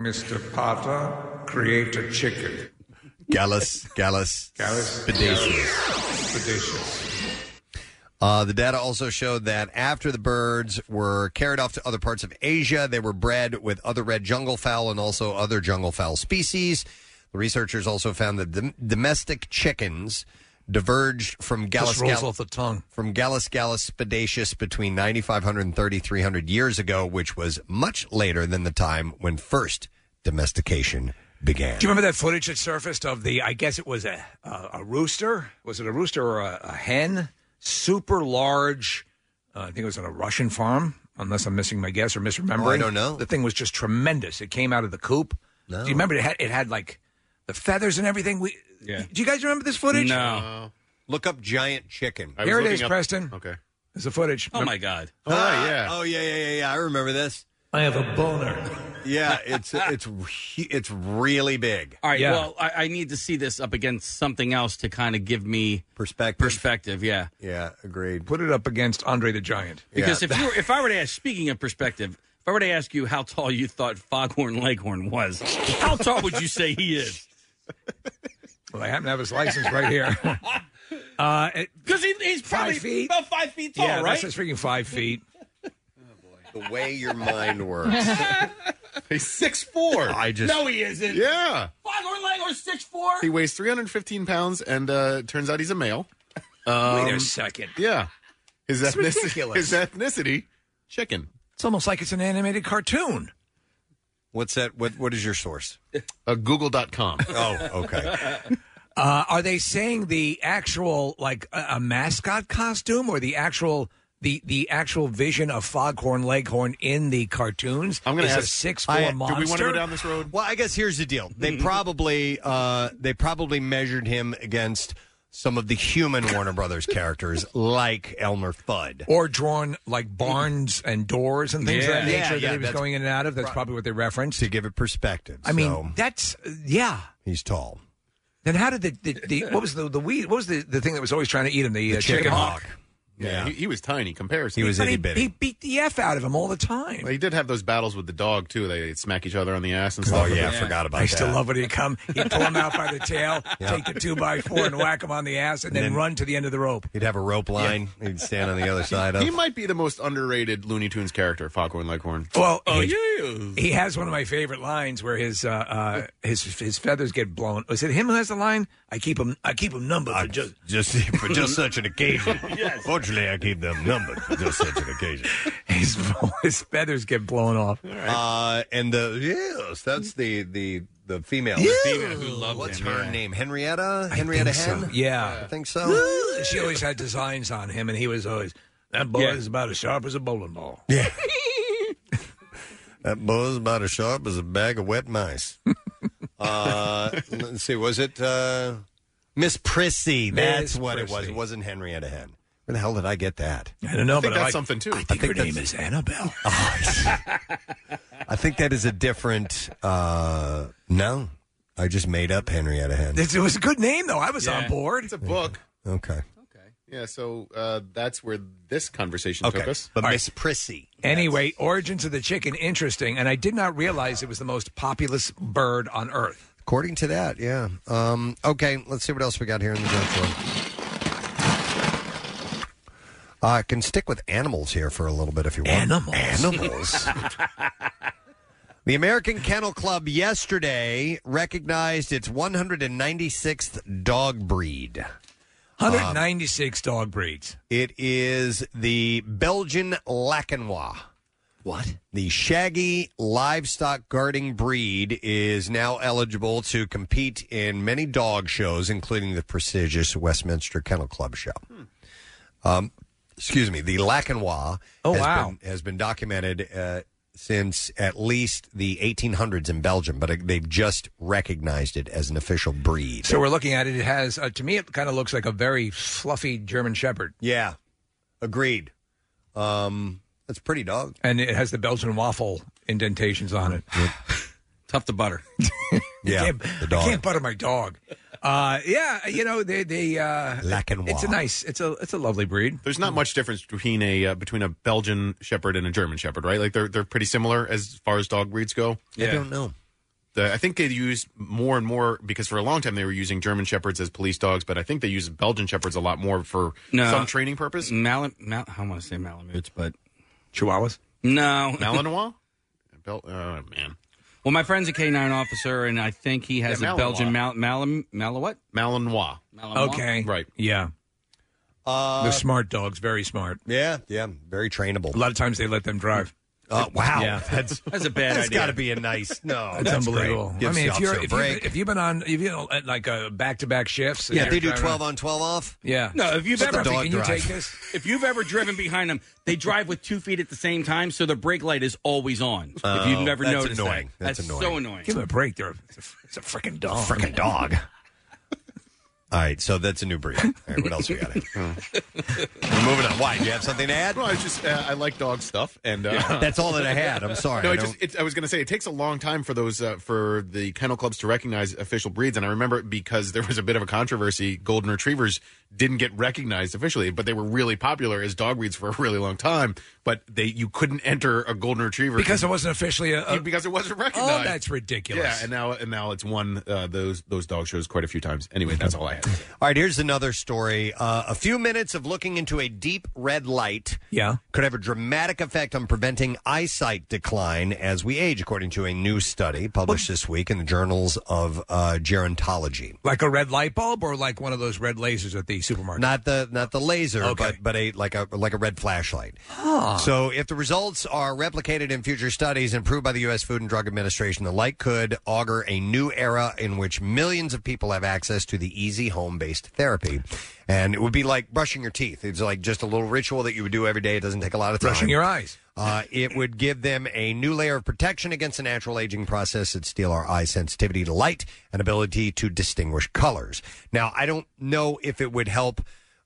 Mr. Potter, create a chicken.
Gallus, Gallus,
Gallus.
Spediceus. Uh, the data also showed that after the birds were carried off to other parts of Asia, they were bred with other red junglefowl and also other junglefowl species. The researchers also found that dom- domestic chickens diverged from Gallus
Just rolls
gal-
off the tongue.
from Gallus Gallus Spediceus between 9,500 and 3,300 years ago, which was much later than the time when first domestication began.
Do you remember that footage that surfaced of the? I guess it was a a, a rooster. Was it a rooster or a, a hen? Super large. Uh, I think it was on a Russian farm, unless I'm missing my guess or misremembering.
Oh, I don't know.
The thing was just tremendous. It came out of the coop.
No.
Do you remember? It had, it had like the feathers and everything. We. Do you guys remember this footage?
No.
Look up giant chicken.
Here it is, Preston.
Okay.
There's the footage.
Oh my God.
Ah, Oh yeah, yeah, yeah, yeah. I remember this.
I have a boner.
yeah, it's it's re- it's really big.
All right. Well, I, I need to see this up against something else to kind of give me
perspective.
Perspective. Yeah.
Yeah. Agreed.
Put it up against Andre the Giant.
Because if you were, if I were to ask, speaking of perspective, if I were to ask you how tall you thought Foghorn Leghorn was, how tall would you say he is?
Well, I happen to have his license right here. Uh, it-
Because he, he's probably
Five feet?
about five feet tall,
yeah,
right?
that's freaking five feet.
The way your mind works.
He's six four.
I
just- No, he isn't.
Yeah,
Foghorn Leghorn six four.
he weighs three hundred fifteen pounds, and uh, turns out he's a male. Um,
Wait a second.
Yeah, his
It's
ethnicity.
ridiculous.
His ethnicity. Chicken.
It's almost like it's an animated cartoon.
What's that? What What is your source?
Uh, Google.com.
Oh, okay.
Uh, are they saying the actual like a, a mascot costume or the actual the the actual vision of Foghorn Leghorn in the cartoons?
gonna
is a
ask-
six four
I- do we
monster.
wanna go down
this road?
Well, I guess here's the deal. They
Mm-hmm.
probably uh, they probably measured him against some of the human Warner Brothers characters, like Elmer Fudd.
Or drawn like barns and doors and things of that
Yeah,
nature
yeah,
that he was
that's-
going in and out of. That's probably what they referenced to
give it perspective.
I mean,
so-
that's yeah.
He's tall.
Then how did the, the, the what was the the weed? What was the, the thing that was always trying to eat him? The, uh, chicken, hawk.
Yeah,
Yeah.
He, he was tiny compared.
He was But he- itty-bitty. he beat the f out of him all the time.
Well, he did have those battles with the dog too. They would smack each other on the ass and
Oh,
stuff.
yeah, I Yeah. forgot about
I still love when he'd come, he'd pull him out by the tail, take the two by four and whack him on the ass, and, then, run to the end of the rope.
He'd have a rope line. He'd stand on the other side of.
He might be the most underrated Looney Tunes character, Foghorn Leghorn.
Well,
oh
he-
yeah,
He has one of my favorite lines where his uh, uh, his his feathers get blown. Is it him who has the line? I keep him I keep him numbered for just
just for just such an occasion. Fortunately, I keep them numbered for just such an occasion.
His his feathers get blown off.
Uh, and the yes, that's the the the female.
Yeah.
The female who loves Uh, What's her name? Henrietta. Henrietta Hen.
So, yeah,
I think so.
she always had designs on him, and he was always that boy
Yeah.
is about as sharp as a bowling ball.
Yeah. that bull's about as sharp as a bag of wet mice. uh, let's see, was it uh, Miss Prissy? That's
Miss
what it was.
Prissy.
It wasn't Henrietta Hen. Where the hell did I get that?
I don't know, but I, I
I
think, her
that's-
name is Annabelle.
I think that is a different. Uh, no, I just made up Henrietta Hen.
It was a good name though. I was
Yeah.
on board. It's a
book.
Okay.
Yeah, so uh, that's where this conversation took us.
But
All
Miss Prissy.
Anyway, origins of the chicken interesting, and I did not realize it was the most populous bird on Earth.
According to that, yeah. Um, okay, let's see what else we got here in the junk drawer. Uh, I can stick with animals here for a little bit if you want. Animals. Animals. the American Kennel Club yesterday recognized its 196th dog breed. Um,
196 dog breeds.
It is the Belgian Lacanois.
What?
The shaggy livestock guarding breed is now eligible to compete in many dog shows, including the prestigious Westminster Kennel Club show.
Hmm.
Um, excuse me, the Lacanois
Oh,
has,
wow.
been, has been documented uh, since at least the 1800s in Belgium, but uh, they've just recognized it as an official breed.
So we're looking at it. It has, uh, to me, it kind of looks like a very fluffy German Shepherd.
Yeah, agreed. Um, that's pretty dog.
And it has the Belgian waffle indentations on it.
Tough to butter.
yeah, the
I can't butter my dog. Uh, yeah, you know they they uh,
Lacanois.
It's a nice. It's a it's a lovely breed.
There's not much difference between a uh, between a Belgian Shepherd and a German Shepherd, right? Like they're they're pretty similar as far as dog breeds go.
I don't know.
The, I think they use more and more because for a long time they were using German Shepherds as police dogs, but I think they use Belgian Shepherds a lot more for
No.
some training purpose.
Mal- Mal- I want to say Malamutes, but
Chihuahuas.
No,
Malinois. Bel- oh man.
Well, my friend's a canine officer, and I think he has
Yeah,
a
Malinois.
Belgian Mal Mal Mal what?
Malinois.
Malinois?
Okay.
Right.
Yeah.
Uh,
They're smart dogs. Very smart.
Yeah. Yeah. Very trainable.
A lot of times they let them drive.
Uh, wow.
Yeah.
That's,
that's a bad
That's
idea.
got to be a nice. No,
It's
that's great.
unbelievable. I
Gives
mean, if
shops
you're
a
if,
break.
you, if you've been on if you know at like a back to back shifts. and
yeah,
you're
they do
driving
twelve
around-
on twelve off.
Yeah.
No, if you've
Steffi,
ever
can you
drive.
take this?
If you've ever driven behind them, they drive with two feet at the same time, so the brake light is always on. if you've
Oh,
never
that's
noticed
annoying.
that,
That's
so
annoying.
annoying.
Give them a break. They're it's a, it's a freaking dog.
Freaking dog. All right, so that's a new breed. All right, what else we got? here?
Hmm.
We're moving on. Why? Do you have something to add?
Well, I just uh, I like dog stuff, and uh,
That's all that I had. I'm sorry.
No,
I
it just,
don't-
it, I was going to say it takes a long time for those uh, for the kennel clubs to recognize official breeds, and I remember it because there was a bit of a controversy. Golden retrievers didn't get recognized officially, but they were really popular as dog breeds for a really long time. But they you couldn't enter a golden retriever
Because it wasn't officially a, a
because it wasn't recognized.
oh that's ridiculous.
yeah, and now and now it's won uh, those those dog shows quite a few times. Anyway, that's all I had.
All right, here's another story. Uh, a few minutes of looking into a deep red light
yeah.
could have a dramatic effect on preventing eyesight decline as we age, according to a new study published this week in the journals of uh, gerontology.
Like a red light bulb or like one of those red lasers at the supermarket.
Not the not the laser,
Okay.
but but a like a like a red flashlight.
Huh.
So, if the results are replicated in future studies and approved by the U.S. Food and Drug Administration, the light could augur a new era in which millions of people have access to the easy home based therapy. And it would be like brushing your teeth. It's like just a little ritual that you would do every day. It doesn't take a lot of time.
brushing your eyes.
Uh, it would give them a new layer of protection against the natural aging process that steal our eye sensitivity to light and ability to distinguish colors. Now, I don't know if it would help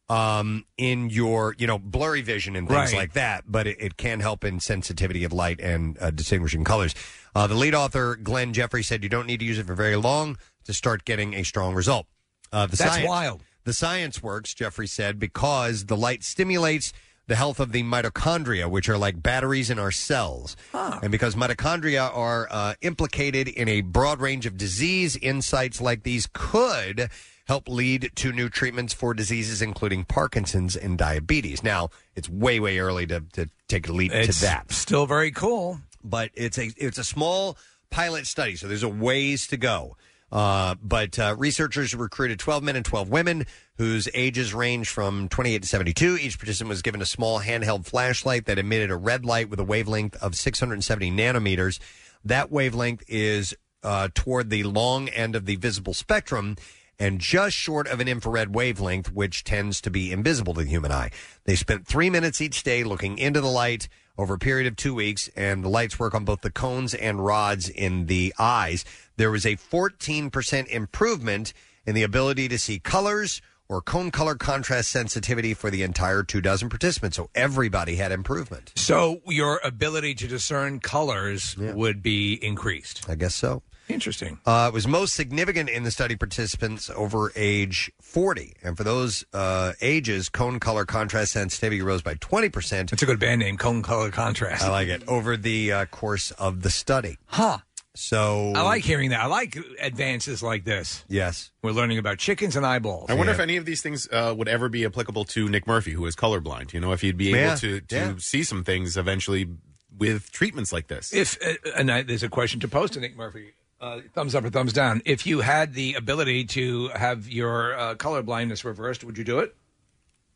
um, in your, you know, blurry vision and things
Right.
like that, but it, it can help in sensitivity of light and uh, distinguishing colors. Uh, the lead author, Glenn Jeffrey, said you don't need to use it for very long to start getting a strong result. Uh, the
That's
science-
wild.
the science works, Jeffrey said, because the light stimulates the health of the mitochondria, which are like batteries in our cells. And because mitochondria are uh, implicated in a broad range of disease, insights like these could help lead to new treatments for diseases including Parkinson's and diabetes. Now, it's way, way early to, to take a leap
It's
to that
still very cool.
but it's a it's a small pilot study, so there's a ways to go. Uh, but uh, researchers recruited 12 men and 12 women whose ages range from 28 to 72. Each participant was given a small handheld flashlight that emitted a red light with a wavelength of 670 nanometers. That wavelength is uh, toward the long end of the visible spectrum and just short of an infrared wavelength, which tends to be invisible to the human eye. They spent three minutes each day looking into the light over a period of two weeks, and the lights work on both the cones and rods in the eyes. There was a 14% improvement in the ability to see colors or cone color contrast sensitivity for the entire two dozen participants. So everybody had improvement.
So your ability to discern colors would be increased.
I guess so.
Interesting.
Uh, it was most significant in the study participants over age 40. And for those uh, ages, cone color contrast sensitivity rose by 20%. It's
a good band name, cone color contrast.
I like it. Over the uh, course of the study.
Huh.
So
I like hearing that. I like advances like this.
Yes.
We're learning about chickens and eyeballs.
I wonder if any of these things uh, would ever be applicable to Nick Murphy, who is colorblind. You know, if he'd be able
Yeah,
to, to
yeah.
see some things eventually with treatments like this.
If uh, and I, there's a question to post to Nick Murphy. Uh, thumbs up or thumbs down. If you had the ability to have your uh, color blindness reversed, would you do it?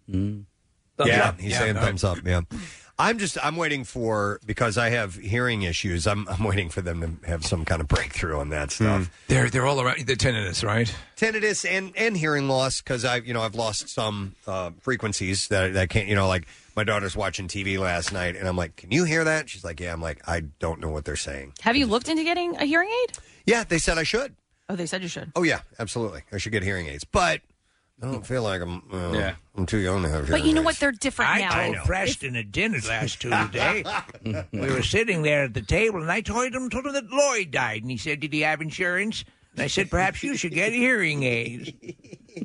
Mm.
Thumbs
yeah,
up.
he's
Yeah,
saying
all right.
thumbs up. Yeah. I'm just I'm waiting for because I have hearing issues. I'm I'm waiting for them to have some kind of breakthrough on that stuff.
They're they're all around the tinnitus, right?
Tinnitus and and hearing loss because I you know I've lost some uh, frequencies that that can't you know like my daughter's watching TV last night and I'm like, can you hear that? She's like, yeah. I'm like, I don't know what they're saying.
Have you looked into getting a hearing aid?
Yeah, they said I should.
Oh, they said you should.
Oh yeah, absolutely. I should get hearing aids, but I don't feel like I'm. Uh,
Yeah.
I'm too young to have.
But
hearing
you know
aids.
what? They're different
I
now.
told
Crashed in a dinner last Tuesday. we were sitting there at the table, and I told him, told him that Lloyd died, and he said, "Did he have insurance?" And I said, "Perhaps you should get hearing aids."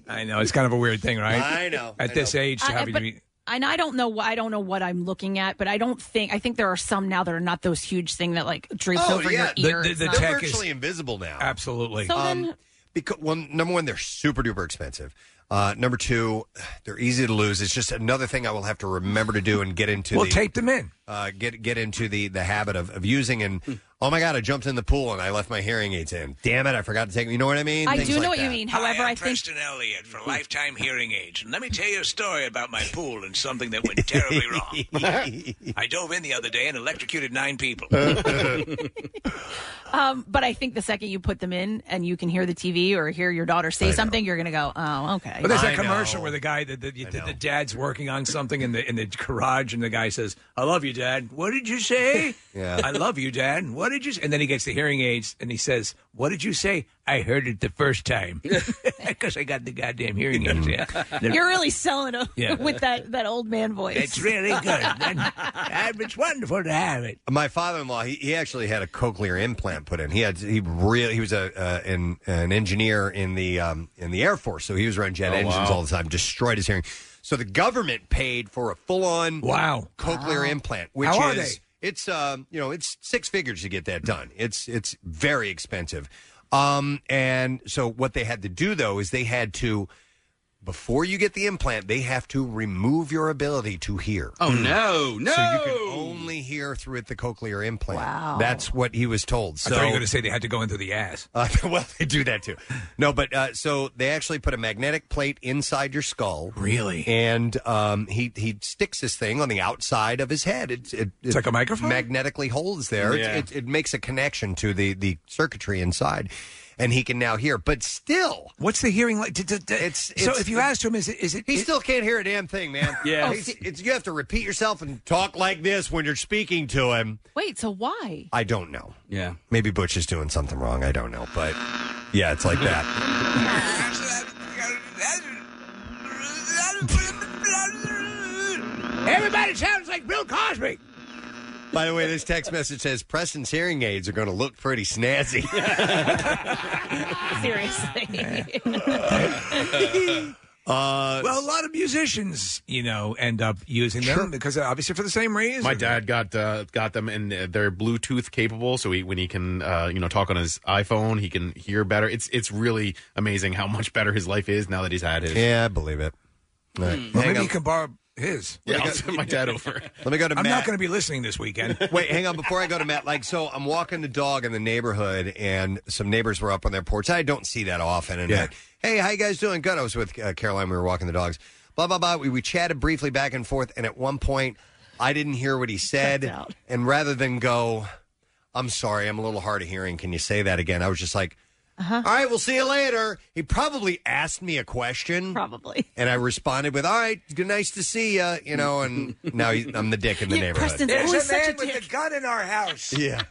I know it's kind of a weird thing, right?
I know,
At
I
this
know.
age, to
I-
have
but-
to be
and I don't know. wh- I don't know what I'm looking at, but I don't think. I think there are some now that are not those huge thing that like drapes over your ear.
The, the,
It's
the
not-
tech is Oh, virtually invisible now.
Absolutely.
So then-
because one number one, they're super duper expensive. Uh, number two, they're easy to lose. It's just another thing I will have to remember to do and get into.
Well,
the,
tape them in.
Uh, get get into the the habit of, of using. And oh my god, I jumped in the pool and I left my hearing aids in. Damn it, I forgot to take. You know what I mean?
I
Things
do
like
know what
that.
you mean. However, I, think
Preston Elliott for lifetime hearing aids. And let me tell you a story about my pool and something that went terribly wrong. I dove in the other day and electrocuted nine people.
Um, but I think the second you put them in and you can hear the TV or hear your daughter say something, you're going to go, oh, okay.
But there's that commercial where the guy, the, the, the, the dad's working on something in the in the garage, and the guy says, "I love you, Dad." What did you say?
Yeah.
I love you, Dad. What did you? Say? And then he gets the hearing aids, and he says, "What did you say? I heard it the first time because I got the goddamn hearing aids." Yeah.
You're really selling them
Yeah.
with that, that old man voice.
It's really good. And- and it's wonderful to have it.
My father-in-law, he, he actually had a cochlear implant put in. He had he really he was a uh, an, an engineer in the um, in the Air Force, so he was around jet
Oh,
engines
wow.
all the time. Destroyed his hearing. So the government paid for a full-on
wow
cochlear
Wow.
implant, which
How are
is it's um, you know it's six figures to get that done. It's it's very expensive. Um, and so what they had to do though is they had to before you get the implant, they have to remove your ability to hear.
Oh, no, no.
So you can only hear through it the cochlear implant. Wow. That's what he was told.
I thought you
So-
were going to say they had to go into the ass.
Uh, well, they do that too. No, but uh, so they actually put a magnetic plate inside your skull.
Really?
And um, he he sticks this thing on the outside of his head. It, it,
It's like a microphone?
Magnetically holds there. It's-
Yeah.
It, it makes a connection to the the circuitry inside, and he can now hear. But still,
what's the hearing like? it's, so
it's-
if you asked him, is it is it?
he still can't hear a damn thing, man.
Yeah.
He's- it's, you have to repeat yourself and talk like this when you're speaking to him.
Wait, so why?
I don't know.
Yeah.
Maybe Butch is doing something wrong. I don't know. But yeah, it's like that.
Everybody sounds like Bill Cosby.
By the way, this text message says Preston's hearing aids are going to look pretty snazzy.
Seriously.
Uh,
well, a lot of musicians, you know, end up using them because obviously for the same reason.
My dad got uh, got them, and uh, they're Bluetooth capable. So he, when he can, uh, you know, talk on his iPhone, he can hear better. It's it's really amazing how much better his life is now that he's had his.
Yeah, I believe it.
Well, maybe Hmm. you can borrow his.
Yeah, I'll send my dad over.
Let me go to
I'm
Matt.
not going to be listening this weekend.
Wait, hang on. Before I go to Matt, like, so I'm walking the dog in the neighborhood, and some neighbors were up on their porch. I don't see that often. And
Yeah.
like, hey, how you guys doing? Good. I was with uh, Caroline. We were walking the dogs. Blah blah blah. We, we chatted briefly back and forth, and at one point, I didn't hear what he said. And rather than go, I'm sorry, I'm a little hard of hearing. Can you say that again? I was just like.
Uh-huh.
"All right, we'll see you later. He probably asked me a question.
Probably.
And I responded with, all right, good, nice to see you, you know, and now he, I'm the dick in the neighborhood.
Preston's
There's
always
a man
such a
with
dick.
a gun in our house.
Yeah.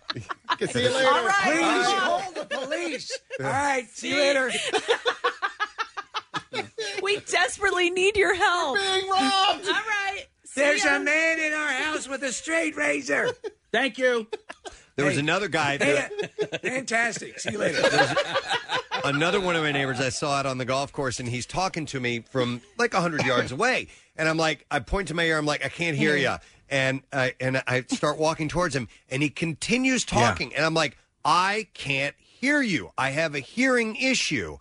See you
later.
All right,
All
please
right.
call the police. All right, see you later.
we desperately need your help.
being
All
robbed.
right. See
There's
ya.
a man in our house with a straight razor.
Thank you.
There was another guy.
Hey,
that-
uh, Fantastic. See you later.
another one of my neighbors i saw out on the golf course and he's talking to me from like 100 yards away and i'm like i point to my ear i'm like i can't hear you and i and i start walking towards him and he continues talking and i'm like i can't hear you i have a hearing issue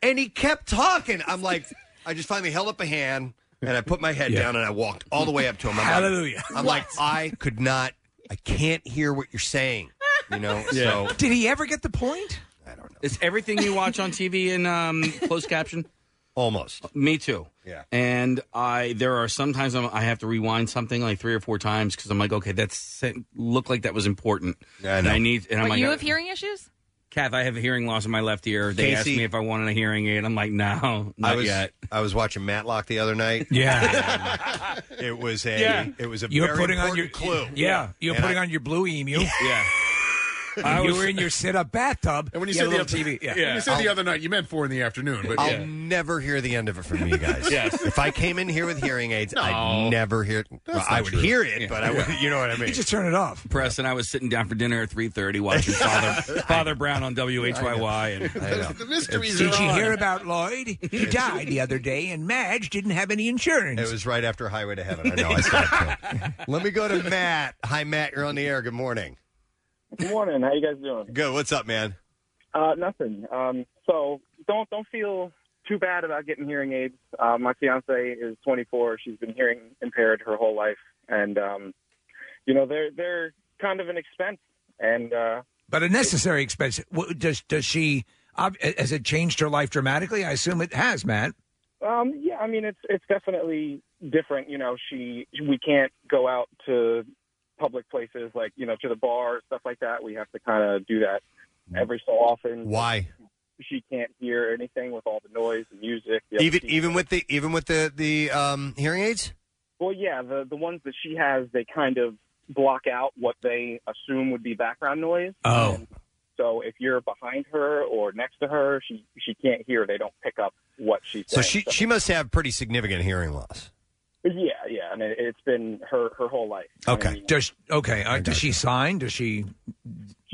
and he kept talking i'm like i just finally held up a hand and i put my head down and i walked all the way up to him I'm like-
Hallelujah.
i'm like i could not i can't hear what you're saying you know so
Did he ever get the point?
Is everything you watch on TV in um, closed caption?
Almost.
Me too.
Yeah.
And I, there are sometimes I'm, I have to rewind something like three or four times because I'm like, okay, that's looked like that was important. Yeah, And I need, and I'm
But
like,
you
I-
have hearing issues?
Kath, I have a hearing loss in my left ear. They asked
Casey-
me if I wanted a hearing aid. I'm like, no, not
I was
yet.
I was watching Matlock the other night.
Yeah,
it was a
Yeah.
it was a
You were
very
putting on
important
your-
clue.
yeah, you were
And
putting
I-
on your blue emu.
Yeah,
I
I
you
was-
were in your sit-up bathtub.
And when you
had
said
a
the
little
other,
TV, yeah.
when you said the other night, you meant four in the afternoon. But
I'll
yeah.
never hear the end of it from you guys.
Yes.
If I came in here with hearing aids, I'd
No.
never hear. it. Well, I would hear it, but I would. You know what I mean?
turn it off.
Press and I was sitting down for dinner at 3:30 watching Father Father Brown on WHYY. And
The Did you hear about Lloyd? He died the other day, and Madge didn't have any insurance.
It was right after Highway to Heaven. I know. I saw it. too. Let me go to Matt. Hi, Matt. You're on the air. Good morning.
Good morning. How you guys doing?
Good. What's up, man?
Uh, nothing. Um, so don't don't feel too bad about getting hearing aids. Uh, my fiance is 24. She's been hearing impaired her whole life, and um, you know they're they're kind of an expense. And uh,
but a necessary expense. What- Does does she? ob- Has it changed her life dramatically? I assume it has, Matt.
um, yeah, I mean it's it's definitely different. You know, she we can't go out to public places like you know to the bar stuff like that. We have to kind of do that every so often.
Why?
She can't hear anything with all the noise, the music. the
Even
upbeat.
even with the even with the the um, hearing aids.
Well, yeah, the the ones that she has, they kind of block out what they assume would be background noise.
Oh,
So if you're behind her or next to her, she she can't hear. They don't pick up what she's
So she
saying.
she must have pretty significant hearing loss.
yeah, yeah, and it, it's been her her whole life.
okay. Does okay? Uh, does she sign? Does she?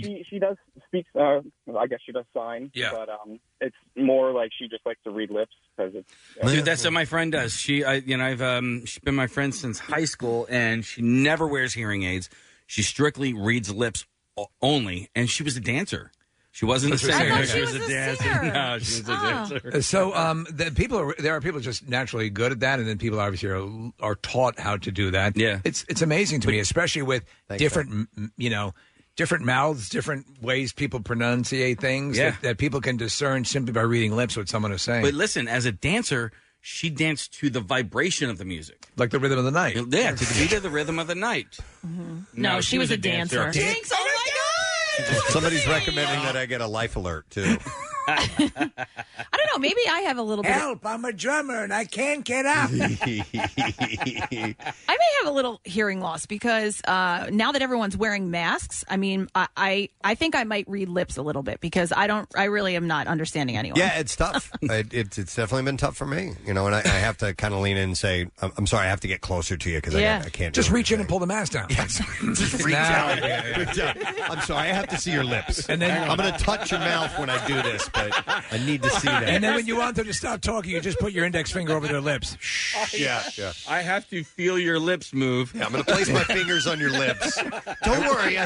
She she does speak. Uh, I guess she does sign. Yeah. But um, it's more like she just likes to read lips because it's.
Dude, that's what my friend does. She, I, you know, I've um, she's been my friend since high school, and she never wears hearing aids. She strictly reads lips o- only, and she was a dancer. She wasn't a
That's what
singer.
I thought she was
a
a
dancer.
singer. Ah.
No, she was a dancer.
So um, the people are there are people just naturally good at that, and then people obviously are, are taught how to do that. Yeah, it's it's amazing to me, especially with different m- m- you know different mouths, different ways people pronunciate things
Yeah.
that, that people can discern simply by reading lips what someone is saying.
But listen, as a dancer, she danced to the vibration of the music.
like the rhythm of the night.
Yeah, to the beat of the rhythm of the night.
No, she was a dancer.
Jinx, oh my
Somebody's recommending that I get a life alert too.
I don't know. Maybe I have a little bit. of-
Help! I'm a drummer and I can't get up.
I may have a little hearing loss because uh, now that everyone's wearing masks, I mean, I, I I think I might read lips a little bit because I don't. I really am not understanding anyone.
Yeah, it's tough. it, it's it's definitely been tough for me, you know. And I, I have to kind of lean in and say, "I'm, I'm sorry, I have to get closer to you because
Yeah.
I, I can't."
Just
do
reach in and pull the mask down.
Just reach out. I'm sorry, I have to see your lips, and
And
then
then-
I'm going to touch your mouth when I do this, but I need to see that.
And then when you want them to stop talking, you just put your index finger over their lips.
yeah, yeah.
I have to feel your lips move.
Yeah, I'm going to place my fingers on your lips. Don't worry, I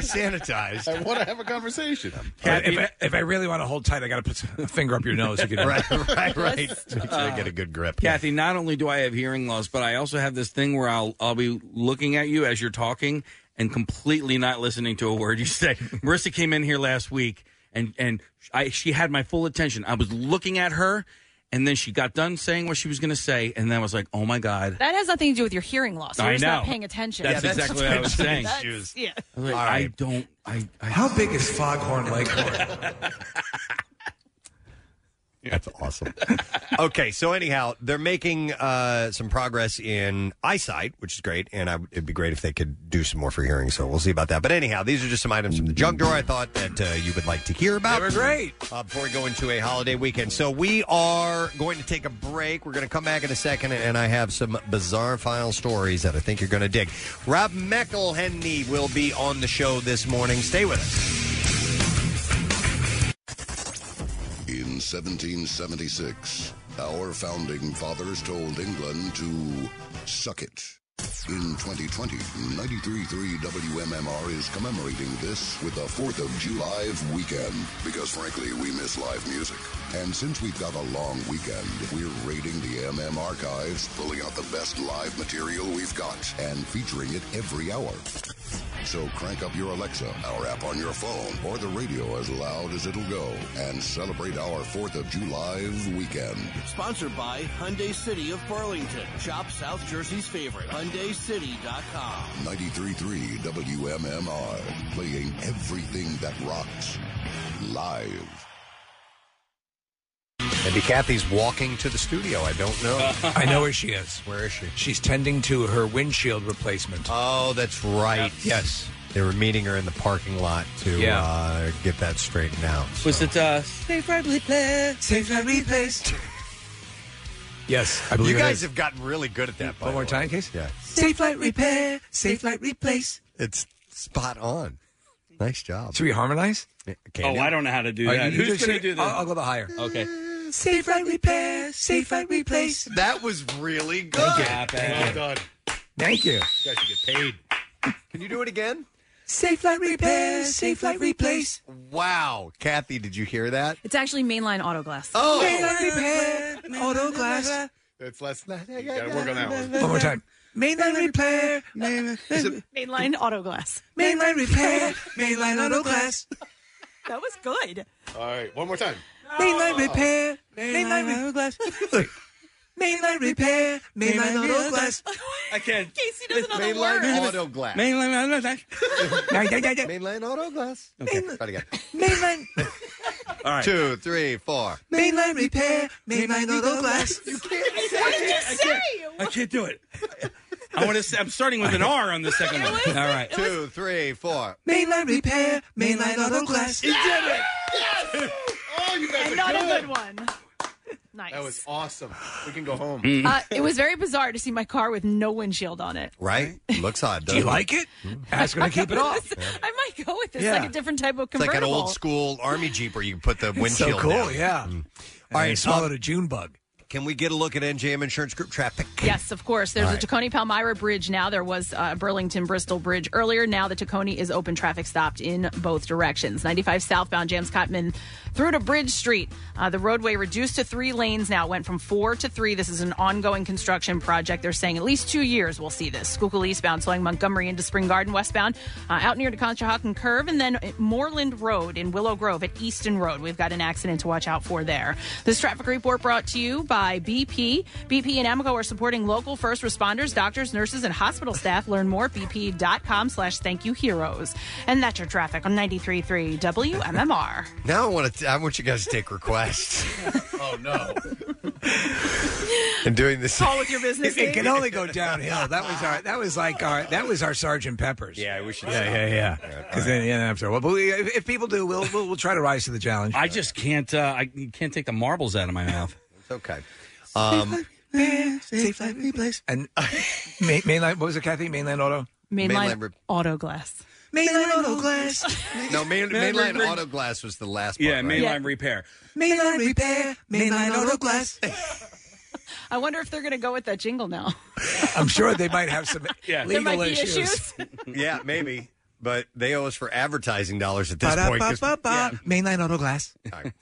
sanitized.
I want to have a conversation.
if, I, if I really want to hold tight, I got to put a finger up your nose. If you don't.
Right, right, right. Uh. Make sure I get a good grip.
Kathy, not only do I have hearing loss, but I also have this thing where I'll I'll be looking at you as you're talking and completely not listening to a word you say. Marissa came in here last week and and I she had my full attention. I was looking at her and then she got done saying what she was going to say and then I was like, "Oh my god."
That has nothing to do with your hearing loss. You're
I
just
know.
not paying attention.
That's Yeah, that's exactly what I was saying.
That's-
Shoes.
Yeah.
I was like, I don't I, I
How big is Foghorn Leghorn?
That's awesome. okay, so anyhow, they're making uh, some progress in eyesight, which is great, and I, it'd be great if they could do some more for hearing. So we'll see about that. But anyhow, these are just some items from the junk drawer I thought that uh, you would like to hear about.
They were great.
Uh, before we go into a holiday weekend, so we are going to take a break. We're going to come back in a second, and I have some bizarre file stories that I think you're going to dig. Rob McElhenney will be on the show this morning. Stay with us.
In 1776, our founding fathers told England to suck it. In 2020, 93.3 WMMR is commemorating this with a 4th of July weekend because frankly, we miss live music. And since we've got a long weekend, we're raiding the MM archives, pulling out the best live material we've got, and featuring it every hour. So crank up your Alexa, our app on your phone, or the radio as loud as it'll go, and celebrate our 4th of July weekend.
Sponsored by Hyundai City of Burlington. Shop South Jersey's favorite, HyundaiCity.com.
93.3 WMMR, playing everything that rocks live.
Maybe Kathy's walking to the studio. I don't know.
I know where she is.
Where is she?
She's tending to her windshield replacement.
Oh, that's right.
Yes.
They were meeting her in the parking lot to
Yeah.
uh, get that straightened out.
Was it uh, Safe Right Replay? Safe Right Replay.
Yes, I
You
believe
guys have gotten really good at that. By
One more time, case.
Yeah,
Safe Light Repair. Safe Light Replace.
it's spot on. Nice job.
Should we harmonize?
oh, I don't know how to do
Oh,
that.
you
Who's
just-
going to do that?
I'll- I'll go the higher.
Okay.
Safe Right Repair. Safe Right Replace.
That was really good.
Thank you. Well
done.
Thank you.
You guys should get paid. Can you do it again?
Safe Light Repair. Safe Light Replace.
Wow, Kathy, did you hear that?
It's actually mainline auto glass.
Oh.
Auto glass.
That's less. You gotta work on that one.
One more time. Mainline repair.
Mainline auto glass.
Mainline repair. Mainline auto glass.
That was good.
All right, one more time.
Mainline repair. Mainline auto glass. Mainline repair. Mainline auto glass.
I can't.
Casey doesn't know the
Mainline
word.
auto glass.
Mainline.
Mainline auto glass. Okay, try it again.
Mainline.
All right.
Two, three, four.
Mainline repair. Mainline auto glass.
What did you say?
I can't do it. I want to. I'm starting with an R on the second one.
All right.
Two, three, four.
Mainline repair. Mainline auto glass.
Oh, you guys
And
are
not a
good.
good one. Nice.
That was awesome. We can go home.
uh, it was very bizarre to see my car with no windshield on it.
Right? Looks odd.
Do you
doesn't it? Mm-hmm.
like it? Ask her to keep it off.
I might go with this,
Yeah.
like a different type of
It's like an
convertible.
old school army jeep where you can put the windshield.
So cool.
down. Mm.
Yeah. All
All
right.
right,
Swallowed
um,
a June bug.
Can we get a look at NJM Insurance Group traffic?
Yes, of course. There's
All
a Tacony Palmyra Bridge now. There was uh, Burlington Bristol Bridge earlier. Now the Tacony is open traffic stopped in both directions. 95 southbound James Cotman through to Bridge Street. Uh, the roadway reduced to three lanes now. It went from four to three. This is an ongoing construction project. They're saying at least two years we'll see this. Schuylkill eastbound, slowing Montgomery into Spring Garden westbound, uh, out near Conshohocken Curve, and then at Moreland Road in Willow Grove at Easton Road. We've got an accident to watch out for there. This traffic report brought to you by BP. BP and Amico are supporting local first responders, doctors, nurses, and hospital staff. Learn more at bp.com slash thank you heroes. And that's your traffic on 93.3 WMMR.
Now I want to. I want you guys to take requests.
Oh no.
and doing this.
Call with your business
It
name.
can only go downhill. That was our. That was like our. That was our Sergeant Pepper's.
I wish.
Yeah, yeah, yeah. Because then, yeah, after a while, but we, if, if people do, we'll, we'll we'll try to rise to the challenge.
I just can't. Uh, I can't take the marbles out of my mouth.
It's okay. Um,
Safe life, place. And main, mainline. What was it, Kathy? Mainline auto.
Mainline,
Mainline re-
auto glass.
Mainline auto glass.
no, main,
Man,
mainline
we're-
auto glass was the last.
Yeah,
one,
mainline
right?
repair.
Mainline repair. Mainline auto glass.
I wonder if they're going to go with that jingle now.
I'm sure they might have some
Yeah.
There
legal
might be
issues.
issues.
Yeah, maybe. But they owe us for advertising dollars at this point. 'cause-
Ba-da-ba-ba-ba. Mainline auto glass.
All right.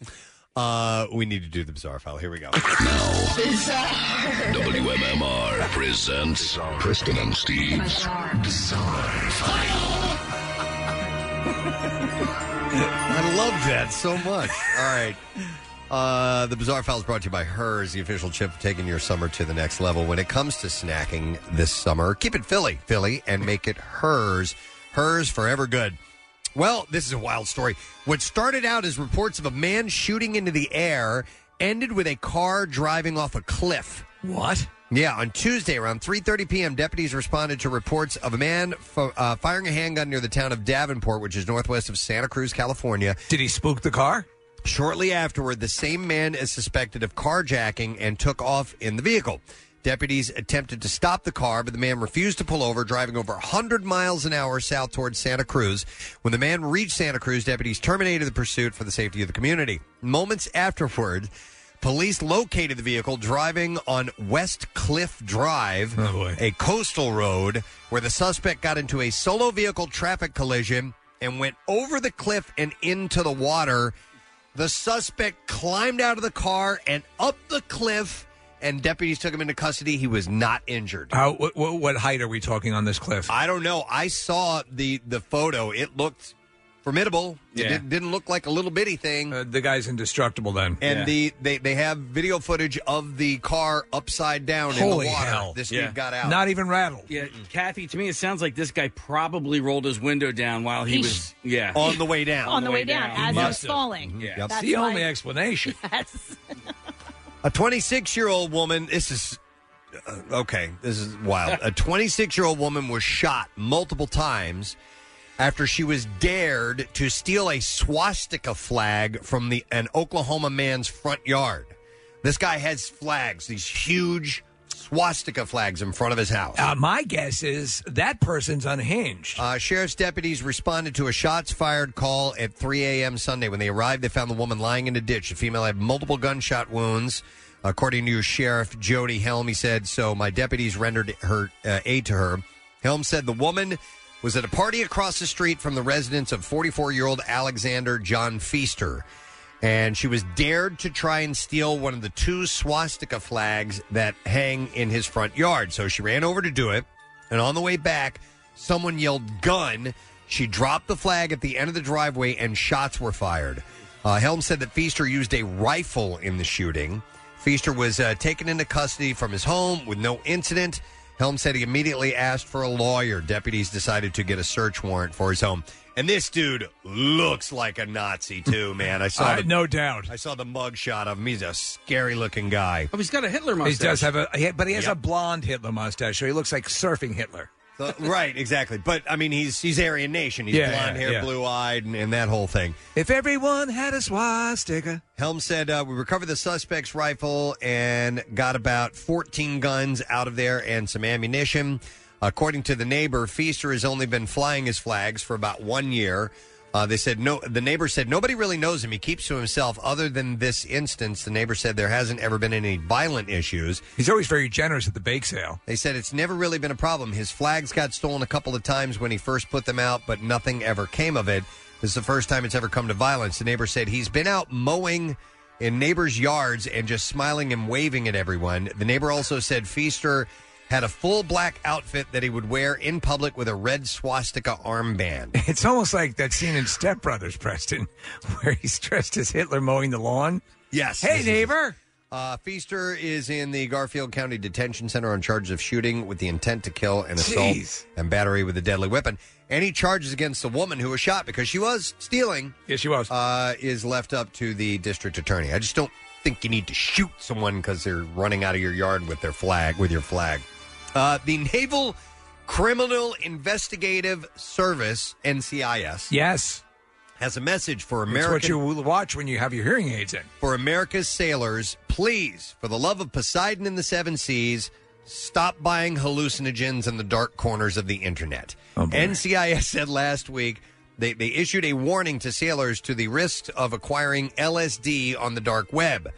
Uh, we need to do the bizarre file. Here we go.
WMMR presents Kristen and Steve's Bizarre File.
I love that so much. All right. Uh, the Bizarre File is brought to you by HERS, the official chip of taking your summer to the next level. When it comes to snacking this summer, keep it Philly, Philly, and make it HERS. HERS forever good. Well, this is a wild story. What started out as reports of a man shooting into the air ended with a car driving off a cliff.
What?
Yeah, on Tuesday around 3:30 p.m., deputies responded to reports of a man f- uh, firing a handgun near the town of Davenport, which is northwest of Santa Cruz, California.
Did he spook the car?
Shortly afterward, the same man is suspected of carjacking and took off in the vehicle. Deputies attempted to stop the car, but the man refused to pull over, driving over 100 miles an hour south towards Santa Cruz. When the man reached Santa Cruz, deputies terminated the pursuit for the safety of the community. Moments afterward, police located the vehicle driving on West Cliff Drive, a coastal road, where the suspect got into a solo vehicle traffic collision and went over the cliff and into the water. The suspect climbed out of the car and up the cliff, and deputies took him into custody. He was not injured.
How, what, what, what height are we talking on this cliff?
I don't know. I saw the the photo. It looked formidable. It
Yeah.
didn't, didn't look like a little bitty thing.
Uh, the guy's indestructible then.
and the they, they have video footage of the car upside down
Holy
in the water.
hell.
This
Yeah.
dude got out.
Not even rattled.
Yeah, Kathy. To me, it sounds like this guy probably rolled his window down while he
He's-
was yeah
On the way down.
on the way down, as I was falling.
Yeah.
Yep.
That's
The only
why-
explanation.
Yes.
A 26 year old woman, this is. uh, Okay, this is wild. A 26 year old woman was shot multiple times after she was dared to steal a swastika flag from the an Oklahoma man's front yard. This guy has flags, these huge swastika flags in front of his house.
Uh, my guess is that person's unhinged.
Uh, sheriff's deputies responded to a shots fired call at 3 a.m. Sunday. When they arrived, they found the woman lying in a ditch. The female had multiple gunshot wounds. According to Sheriff Jody Helm, he said, so my deputies rendered her uh, aid to her. Helm said the woman was at a party across the street from the residence of 44 year old Alexander John Feaster. And she was dared to try and steal one of the two swastika flags that hang in his front yard. So she ran over to do it. And on the way back, someone yelled gun. She dropped the flag at the end of the driveway and shots were fired. Uh, Helm said that Feaster used a rifle in the shooting. Feaster was uh, taken into custody from his home with no incident. Helm said he immediately asked for a lawyer. Deputies decided to get a search warrant for his home. And this dude looks like a Nazi, too, man. I saw
Uh,
the-
no doubt.
I saw the mug shot of him. He's a scary looking guy.
Oh, he's got a Hitler
He
mustache.
does have a, he- but he has
Yep.
a blonde Hitler mustache, so he looks like surfing Hitler.
Uh, right, exactly. But I mean, he's he's Aryan Nation. He's
Yeah,
blonde
yeah,
hair,
yeah.
blue eyed, and, and that whole thing.
If everyone had a swastika,
Helm said uh, we recovered the suspect's rifle and got about 14 guns out of there and some ammunition. According to the neighbor, Feaster has only been flying his flags for about one year. Uh, they said no. The neighbor said nobody really knows him. He keeps to himself. Other than this instance, the neighbor said there hasn't ever been any violent issues.
he's always very generous at the bake sale.
They said it's never really been a problem. His flags got stolen a couple of times when he first put them out, but nothing ever came of it. This is the first time it's ever come to violence. The neighbor said he's been out mowing in neighbors' yards and just smiling and waving at everyone. The neighbor also said Feaster had a full black outfit that he would wear in public with a red swastika armband.
It's almost like that scene in Step Brothers, Preston, where he's dressed as Hitler mowing the lawn.
Yes.
Hey,
This is-
neighbor.
Uh, Feaster is in the Garfield County Detention Center on charges of shooting with the intent to kill and assault
Jeez.
and battery with a deadly weapon. Any charges against the woman who was shot because she was stealing.
Yes, she was.
Uh, is left up to the district attorney. I just don't think you need to shoot someone because they're running out of your yard with their flag. With your flag, uh, the Naval Criminal Investigative Service (NCIS)
Yes.
has a message for
It's
American
what you will watch when you have your hearing aids in.
for America's sailors, please, for the love of Poseidon and the Seven Seas, stop buying hallucinogens in the dark corners of the internet. NCIS said last week they, they issued a warning to sailors to the risk of acquiring LSD on the dark web.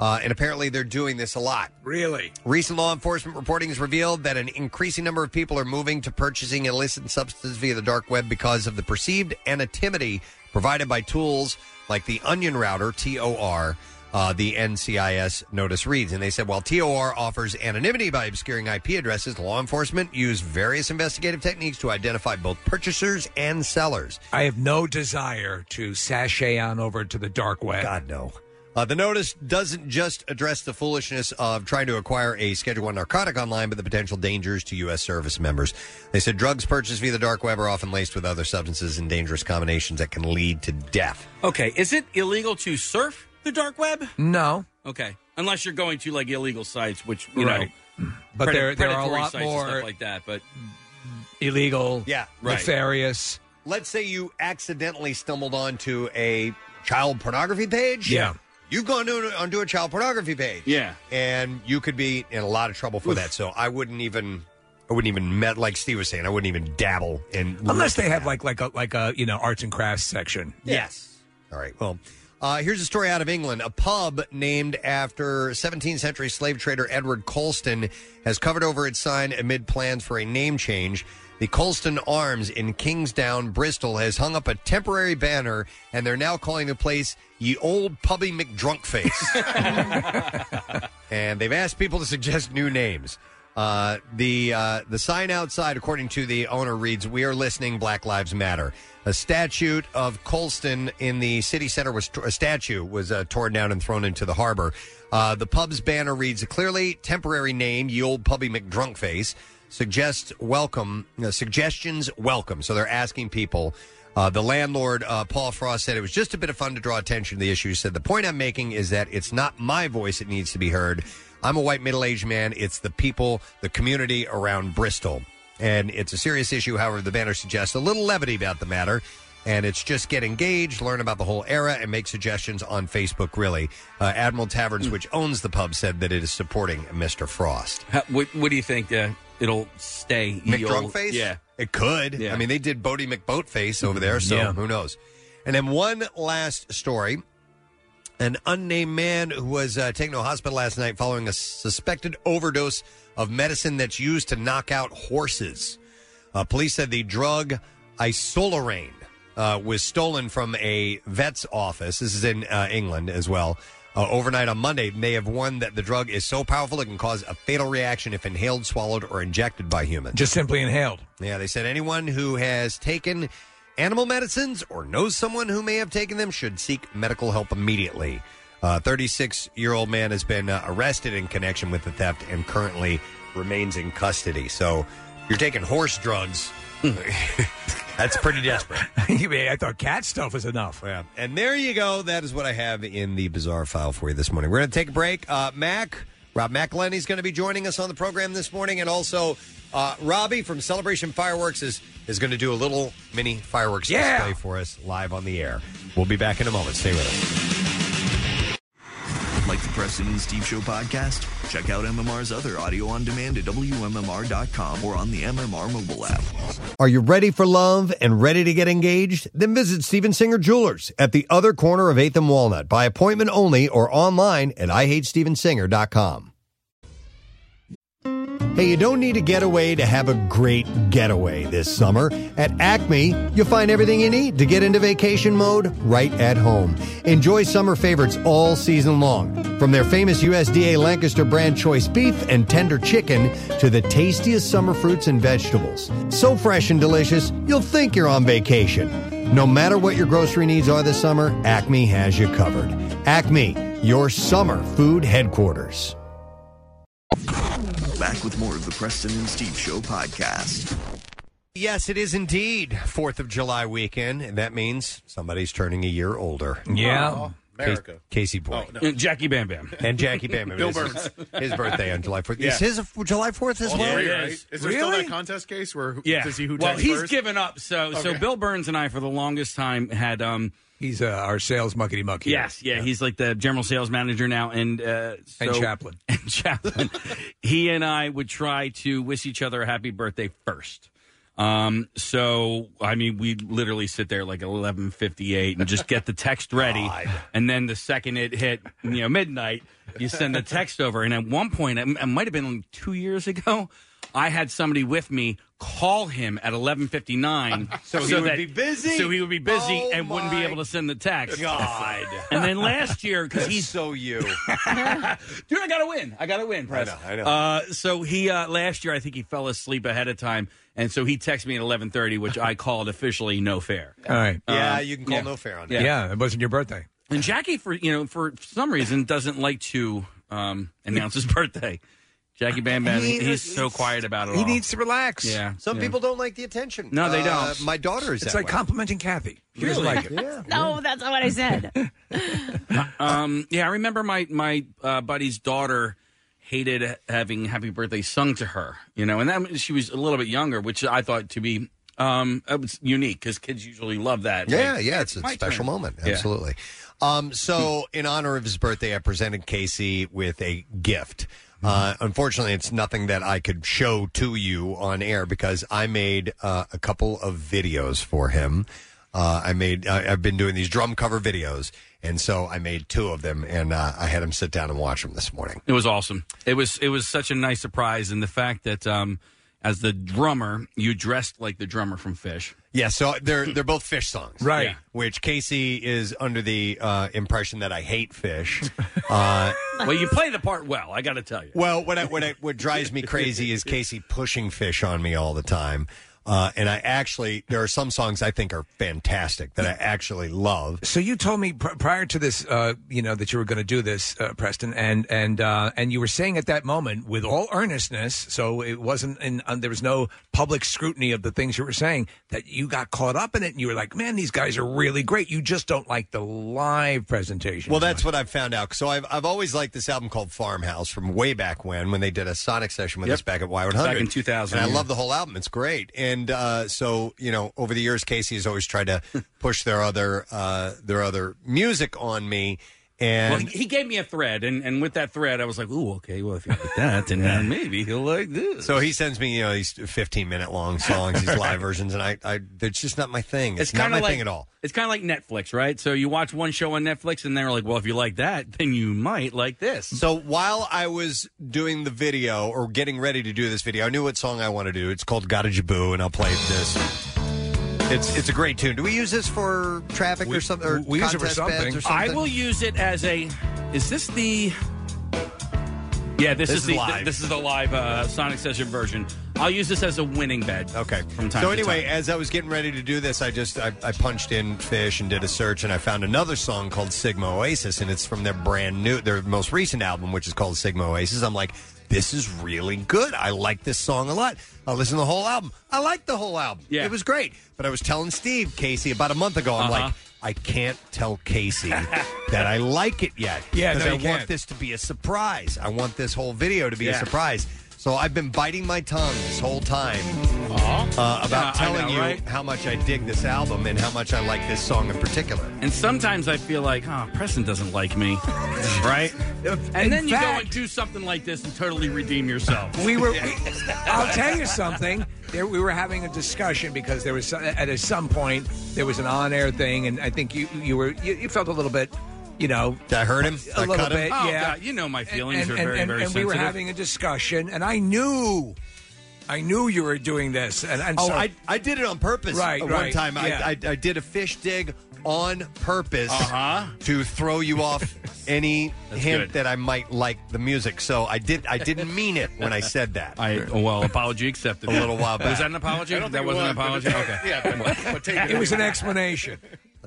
Uh, and apparently, they're doing this a lot.
Really?
Recent law enforcement reporting has revealed that an increasing number of people are moving to purchasing illicit substances via the dark web because of the perceived anonymity provided by tools like the Onion Router (TOR). Uh, the NCIS notice reads, and they said while TOR offers anonymity by obscuring IP addresses, law enforcement use various investigative techniques to identify both purchasers and sellers.
I have no desire to sashay on over to the dark web.
God no. Uh, the notice doesn't just address the foolishness of trying to acquire a Schedule One narcotic online, but the potential dangers to U.S. service members. They said drugs purchased via the dark web are often laced with other substances and dangerous combinations that can lead to death.
Okay, is it illegal to surf the dark web?
No.
Okay, unless you're going to like illegal sites, which you
Right.
know,
But
pred-
there- there are a
predatory
lot
sites and
more-
stuff like that. But
Illegal.
Yeah, right.
Nefarious.
Let's say you accidentally stumbled onto a child pornography page.
Yeah.
You've gone to onto a child pornography page.
Yeah.
and you could be in a lot of trouble for that. So I wouldn't even, I wouldn't even met like Steve was saying. I wouldn't even dabble in
Unless they have like like a like a you know arts and crafts section.
Yes. All right. Well, uh, here's a story out of England. A pub named after 17th century slave trader Edward Colston has covered over its sign amid plans for a name change. The Colston Arms in Kingsdown, Bristol, has hung up a temporary banner, and they're now calling the place Ye Old Pubby McDrunkface. and they've asked people to suggest new names. Uh, the uh, the sign outside, according to the owner, reads, "We are listening. Black Lives Matter." A statue of Colston in the city center was a statue was uh, torn down and thrown into the harbor. Uh, the pub's banner reads, "A "Clearly temporary name, ye old pubby McDrunkface." Suggests welcome uh, suggestions welcome. So they're asking people. Uh, the landlord, uh, Paul Frost, said it was just a bit of fun to draw attention to the issue. He said, The point I'm making is that it's not my voice that needs to be heard. I'm a white middle aged man. It's the people, the community around Bristol. And it's a serious issue. However, the banner suggests a little levity about the matter. And it's just get engaged, learn about the whole era, and make suggestions on Facebook, really. Uh, Admiral Taverns, which owns the pub, said that it is supporting Mr. Frost.
How, what, what do you think? Uh, it'll stay. ye old-
McDrunkface?
Yeah.
E It could.
Yeah.
I mean, they did Bodie McBoatface over there, so
Yeah.
who knows? And then one last story. An unnamed man who was uh, taken to a hospital last night following a suspected overdose of medicine that's used to knock out horses. Uh, police said the drug isolarain uh, was stolen from a vet's office. This is in uh, England as well. Uh, overnight on Monday, they have warned that the drug is so powerful it can cause a fatal reaction if inhaled, swallowed, or injected by humans.
Just simply inhaled.
Yeah, they said anyone who has taken animal medicines or knows someone who may have taken them should seek medical help immediately. A 36 year old man has been uh, arrested in connection with the theft and currently remains in custody. So you're taking horse drugs. That's pretty desperate.
I thought cat stuff was enough.
Yeah. And there you go. That is what I have in the bizarre file for you this morning. We're going to take a break. Uh, Mac, Rob McElhenney's going to be joining us on the program this morning. And also, uh, Robbie from Celebration Fireworks is, is going to do a little mini fireworks
Yeah.
display for us live on the air. We'll be back in a moment. Stay with us.
Like the Preston and Steve Show podcast? Check out MMR's other audio on demand at WMMR.com or on the MMR mobile app.
Are you ready for love and ready to get engaged? Then visit Steven Singer Jewelers at the other corner of 8th and Walnut by appointment only or online at E IHateStevenSinger.com. Hey, you don't need a getaway to have a great getaway this summer. At Acme, you'll find everything you need to get into vacation mode right at home. Enjoy summer favorites all season long, from their famous USDA Lancaster brand choice beef and tender chicken to the tastiest summer fruits and vegetables. So fresh and delicious, you'll think you're on vacation. No matter what your grocery needs are this summer, Acme has you covered. Acme, your summer food headquarters.
Back with more of the Preston and Steve Show podcast.
Yes, it is indeed 4th of July weekend, and that means somebody's turning a year older.
Yeah. Aw,
America. Oh,
Cas- Casey Boy.
And Jackie Bam Bam.
And Jackie Bam Bam.
Bill
It is
Burns.
His, his birthday on July 4th.
Yeah.
Is his a- July 4th as
All
well?
three, right? Is there still that contest case where who-
Yeah.
to see who
well,
texts
he's
first?
given up. Oh, So,
Okay.
so Bill Burns and I, for the longest time, had um.
He's uh, our sales muckety muck. here.
Yes, yeah, he's like the general sales manager now, and uh, so,
And chaplain.
and chaplain. he and I would try to wish each other a happy birthday first. Um, so I mean, we literally sit there like eleven fifty eight and just get the text ready, and then the second it hit, you know, midnight, you send the text over. And at one point, it, it might have been like two years ago. I had somebody with me call him at eleven fifty nine,
So he would be busy?
So he would be busy
Oh,
and wouldn't be
my
able to send the text.
God.
And then last year, because
That's
he's
so you, dude,
I gotta win. I gotta win. Press.
I know.
Uh, so he uh, last year, I think he fell asleep ahead of time, and so he texted me at eleven thirty, which I called officially no fair.
All right.
Um, yeah.
Yeah. it wasn't your birthday.
And Jackie, for you know, for some reason, doesn't like to um, announce his birthday. Jackie Bam Bam,
He-
he's so quiet about it. all.
relax.
Yeah.
Some
Yeah.
people don't like the attention.
No, they
Uh,
don't.
my daughter is
It's
that
like
way.
complimenting Kathy. She doesn't
Really?
like it.
Yeah.
No, that's not what I said.
Um, yeah, I remember my my uh, buddy's daughter hated having "Happy Birthday" sung to her. You know, and that she was a little bit younger, which I thought to be um, it was unique because kids usually love that.
Yeah,
Like,
yeah, it's a
my
special
turn.
moment.
Yeah.
Absolutely. Um, so, in honor of his birthday, I presented Casey with a gift.
Mm-hmm.
Uh, unfortunately, it's nothing that I could show to you on air because I made uh, a couple of videos for him. Uh, I made. I, I've been doing these drum cover videos, and so I made two of them, and uh, I had him sit down and watch them this morning.
It was awesome. It was it was such a nice surprise, and the fact that um, as the drummer, you dressed like the drummer from Fish.
Yeah, so they're they're both fish songs,
Right. Yeah.
Which Casey is under the uh, impression that I hate fish. Uh,
Well, you play the part well. I got to tell you.
well, what I, what I, what drives me crazy is Casey pushing fish on me all the time, uh, and I actually there are some songs I think are fantastic that I actually love.
So you told me pr- prior to this, uh, you know, that you were going to do this, uh, Preston, and and uh, and you were saying at that moment with all earnestness, so it wasn't, in, uh, there was no public scrutiny of the things you were saying. That you got caught up in it, and you were like, "Man, these guys are really great." You just don't like the live presentation.
Well, that's what I've found out. So I've I've always liked this album called Farmhouse from way back when when they did a Sonic session with
Yep.
us back at Y100
Back in 2000,
And I
yeah.
love the whole album; it's great. And uh, so you know, over the years, Casey has always tried to push their other uh, their other music on me. And
well, he he gave me a thread, and, and with that thread, I was like, "Ooh, okay. Well, if you like that, then uh, maybe he'll like this."
So he sends me, you know, these 15 minute long songs, these live versions, and I, I, it's just not my thing. It's, not
kinda
my
like,
thing at all.
It's kind of like Netflix, right? So you watch one show on Netflix, and they're like, "Well, if you like that, then you might like this."
So while I was doing the video or getting ready to do this video, I knew what song I want to do. It's called "Gotta Jaboo," and I'll play this. It's it's a great tune. Do we use this for traffic or something? Or contest Bands or something?
I will use it as a. Is this the? Yeah, this, is, the
live.
this is the live uh, Sonic Session version. I'll use this as a winning bet.
Okay.
From time
so
to
anyway,
time.
as I was getting ready to do this, I just I, I punched in fish and did a search, and I found another song called Sigma Oasis, and it's from their brand new, their most recent album, which is called Sigma Oasis. I'm like, this is really good. I like this song a lot. I listened to the whole album. I liked the whole album. Yeah, it was great. But I was telling Steve Casey about a month ago. I'm
Uh-huh.
like. I can't tell Casey that I like it yet.
Yeah,
because
no,
I
you
want
can't.
this to be a surprise. I want this whole video to be a
Yeah.
surprise. So I've been biting my tongue this whole time uh, about
Uh-huh. Yeah, I
telling
know,
you
right?
how much I dig this album and how much I like this song in particular.
and sometimes I feel like, oh, Preston doesn't like me, right? And
In
then you go
fact-
and do something like this and totally redeem yourself.
We were. we- I'll tell you something. There, we were having a discussion because there was some, at a- some point there was an on-air thing, and I think you you were you, you felt a little bit, you know.
Did I hurt him?
A
I
little
cut him?
bit.
Oh,
yeah.
God, you know my feelings
and,
are
and-
very,
and-
very
and we were
sensitive.
having a discussion, and I knew, I knew you were doing this, and, and
oh,
so
I, I did it on purpose.
Right,
uh, One
right,
time
yeah.
I, I, I did a fish dig on purpose to throw you off any hint
Uh-huh. good.
that I might like the music. So I did. I didn't mean it when I said that.
I well, apology accepted.
A little while back.
Was that an apology?
I don't
that
think it
wasn't an
was,
apology.
but
Okay.
Yeah, but, but take it.
it was an explanation.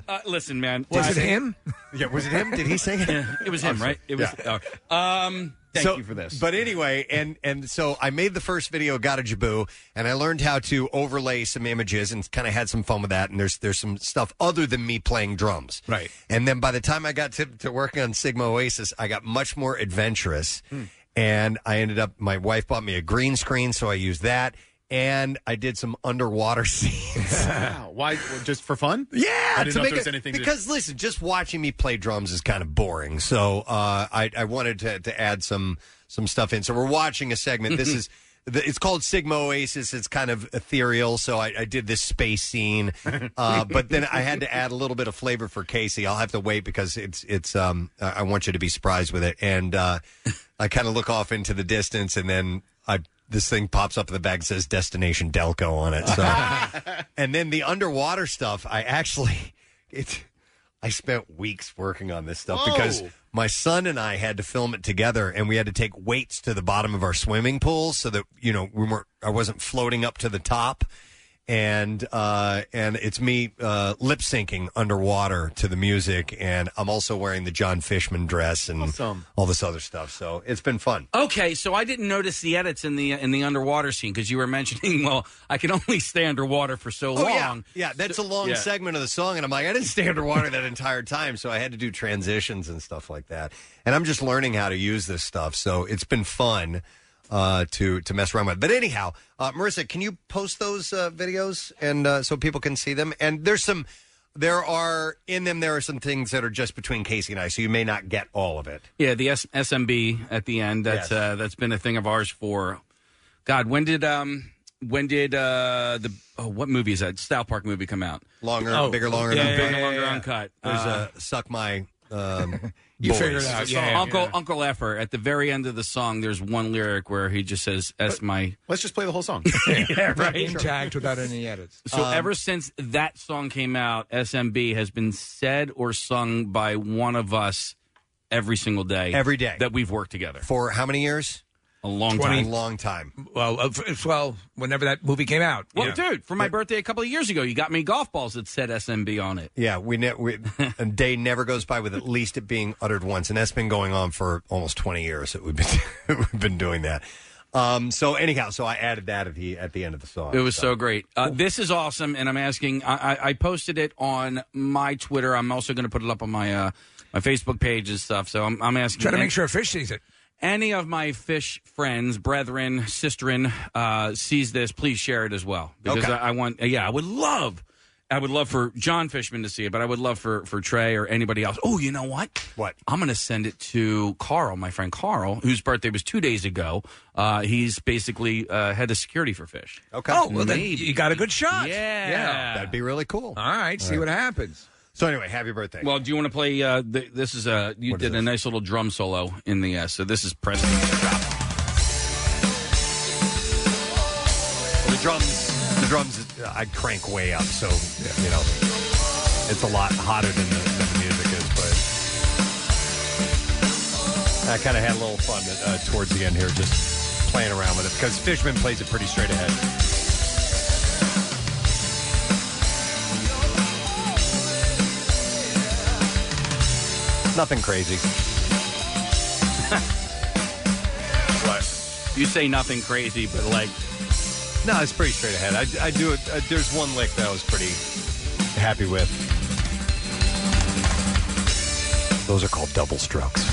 Uh, listen, man.
Was
I-
it him?
Yeah, was it him? Did he sing it?
It was him, right? It was. oh. um. Thank
So-
you for this.
But anyway, and and so I made the first video, got a jaboo, and I learned how to overlay some images and kind of had some fun with that. And there's there's some stuff other than me playing drums,
Right.
And then by the time I got to, to working on Sigma Oasis, I got much more adventurous,
Hmm.
and I ended up. My wife bought me a green screen, so I used that, and I did some underwater scenes.
Wow. Why? well, Just for fun?
Yeah,
I didn't
to
know if
make
there was
it-
anything to-
because listen, just watching me play drums is kind of boring. So uh, I, I wanted to, to add some some stuff in. So we're watching a segment.
Mm-hmm.
This is the, it's called Sigma Oasis. It's kind of ethereal. So I, I did this space scene, uh, but then I had to add a little bit of flavor for Casey. I'll have to wait because it's it's um I I want you to be surprised with it. And uh, I kind of look off into the distance, and then I. This thing pops up in the bag and says "Destination Delco" on it. So and then the underwater stuff, I actually it I spent weeks working on this stuff
Whoa.
because my son and I had to film it together and we had to take weights to the bottom of our swimming pool so that you know we weren't I wasn't floating up to the top and uh and it's me uh lip syncing underwater to the music and I'm also wearing the John Fishman dress and
Awesome.
all this other stuff so it's been fun.
Okay, so I didn't notice the edits in the uh, in the underwater scene because you were mentioning, well, I can only stay underwater for so
Oh,
long.
Yeah. yeah, that's a long
yeah.
segment of the song, and I'm like, I didn't stay underwater that entire time, so I had to do transitions and stuff like that. And I'm just learning how to use this stuff, so it's been fun uh, to to mess around with. But anyhow, uh, Marissa, can you post those uh, videos and uh, so people can see them? And there's some. there are in them there are some things that are just between Casey and I, so you may not get all of it.
Yeah, the S- SMB at the end. That's
Yes.
uh, that's been a thing of ours for God. When did um when did uh the oh, what movie is that South Park movie come out?
Longer,
Oh.
bigger, longer,
yeah,
uncut.
bigger, longer, uncut.
There's
Uh,
a suck my. Um,
You
boys.
figured out, yeah, Uncle Uncle Effer. At the very end of the song, there's one lyric where he just says, "S my."
Let's just play the whole song.
yeah, right.
Intact without any edits.
So
Um,
ever since that song came out, SMB has been said or sung by one of us every single day,
Every day.
that we've worked together
for how many years?
A long
20.
time,
long time.
well, uh, f- well, whenever that movie came out.
Well,
Yeah.
dude, for my birthday a couple of years ago, you got me golf balls that said SMB on it.
Yeah, we, ne- we a day never goes by with at least it being uttered once, and that's been going on for almost twenty years that we've been we've been doing that. Um, so anyhow, so I added that at the at the end of the song.
It was so great. Uh, this is awesome, and I'm asking. I, I, I posted it on my Twitter. I'm also going to put it up on my uh, my Facebook page and stuff. So I'm, I'm asking.
Try to make sure a fish sees it.
any of my fish friends, brethren, sisterin, uh, sees this, please share it as well because
Okay.
I, I want. Yeah, I would love. I would love for John Fishman to see it, but I would love for, for Trey or anybody else. Oh, you know what?
What?
I'm going to send it to Carl, my friend Carl, whose birthday was two days ago. Uh, he's basically uh, head of security for Fish.
Okay.
Oh, well, then you got a good shot.
Yeah.
that'd be really cool.
All right, see what happens.
So anyway, happy birthday.
Well, do you want to play? Uh, th- this is a you did a nice little drum solo in the uh, so this is Preston.
The drums, the drums, I crank way up, so you know it's a lot hotter than the, than the music is. But I kind of had a little fun uh, towards the end here, just playing around with it because Fishman plays it pretty straight ahead. Nothing crazy.
what? You say nothing crazy, but like
No, it's pretty straight ahead. I, I do it. Uh, there's one lick that I was pretty happy with. Those are called double strokes.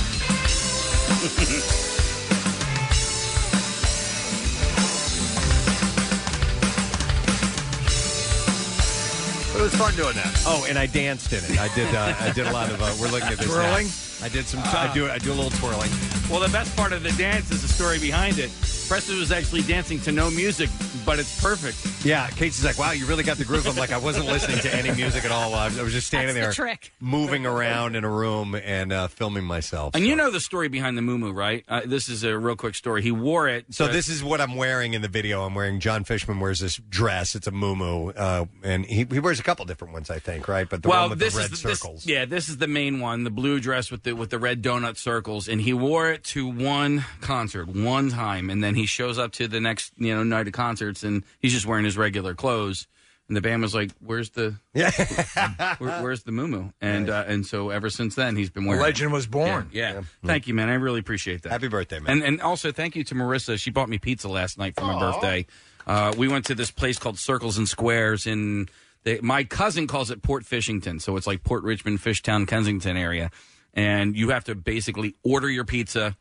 But it was fun doing that. Oh, and I danced in it. I did. Uh, I did a lot of. Uh, we're looking at this now.
Twirling?
I did some. I do. I do a little twirling.
Well, the best part of the dance is the story behind it. Preston was actually dancing to no music, but it's perfect.
Yeah, Casey's like, "Wow, you really got the groove." I'm like, I wasn't listening to any music at all. uh, I was I was just standing
That's the
there,
trick.
moving around in a room and uh, filming myself.
And you know the story behind the Moo Moo, right? Uh, this is a real quick story. He wore it.
So this is what I'm wearing in the video. I'm wearing John Fishman wears this dress. It's a muumuu, uh, and he, he wears a couple different ones, I think, right? But the
well,
one with
this
the red
is this-
circles.
yeah, this is the main one, the blue dress with the with the red donut circles, and he wore it to one concert one time, and then he shows up to the next you know night of concerts, and he's just wearing his regular clothes. And the band was like, "Where's the
yeah,
where, where's the muumuu?" And uh, and so ever since then, he's been wearing. it.
Legend was born.
Yeah. Thank you, man. I really appreciate that.
Happy birthday,
And and also thank you to Marissa. She bought me pizza last night for my birthday. Uh, we went to this place called Circles and Squares in they, my cousin calls it Port Fishington, so it's like Port Richmond, Fishtown, Kensington area. And you have to basically order your pizza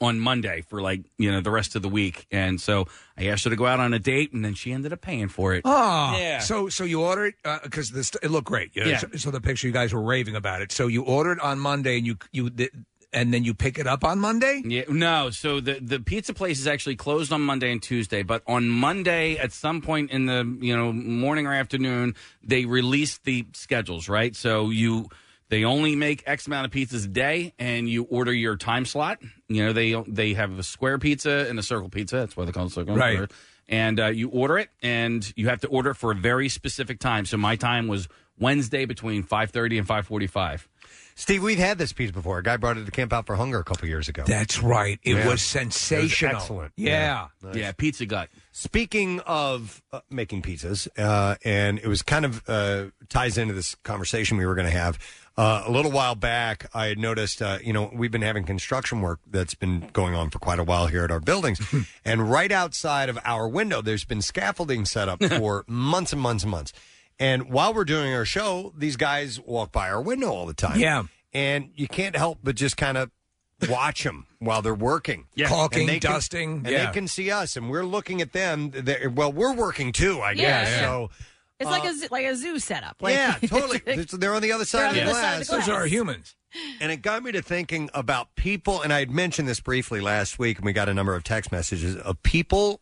on Monday for like you know the rest of the week. And so I asked her to go out on a date, and then she ended up paying for it.
Ah.
Oh,
yeah.
So, so you order it because this it looked great. You know,
Yeah.
So, so the picture you guys were raving about it. So you order it on Monday, and you you th- and then you pick it up on Monday.
Yeah, no. So the the pizza place is actually closed on Monday and Tuesday, but on Monday at some point in the you know morning or afternoon, they release the schedules. Right, so you they only make X amount of pizzas a day, and you order your time slot. You know they they have a square pizza and a circle pizza. That's why they call it circle.
Right.
Square. And uh, you order it, and you have to order it for a very specific time. So my time was Wednesday between five thirty and five forty five.
Steve, we've had this piece before. A guy brought it to Camp Out for Hunger a couple years ago.
That's right. It
Yeah.
was sensational.
It was excellent.
Yeah.
Nice.
Yeah, pizza gut.
Uh, Speaking of uh, making pizzas, uh, and it was kind of uh, ties into this conversation we were going to have. Uh, a little while back, I had noticed, uh, you know, we've been having construction work that's been going on for quite a while here at our buildings. and right outside of our window, there's been scaffolding set up for months and months and months. And while we're doing our show, these guys walk by our window all the time.
Yeah.
And you can't help but just kind of watch them while they're working.
Yeah. Caulking,
And they can-
dusting,
And
yeah.
they can see us, and we're looking at them. They're- well, we're working too, I
Yeah.
guess. So
It's like a zoo, like a zoo setup. Like,
Uh, yeah, totally. It's- They're on the other side, of, the
They're on the other side of the glass. Those are
humans.
And it got me to thinking about people, and I had mentioned this briefly last week, and we got a number of text messages of people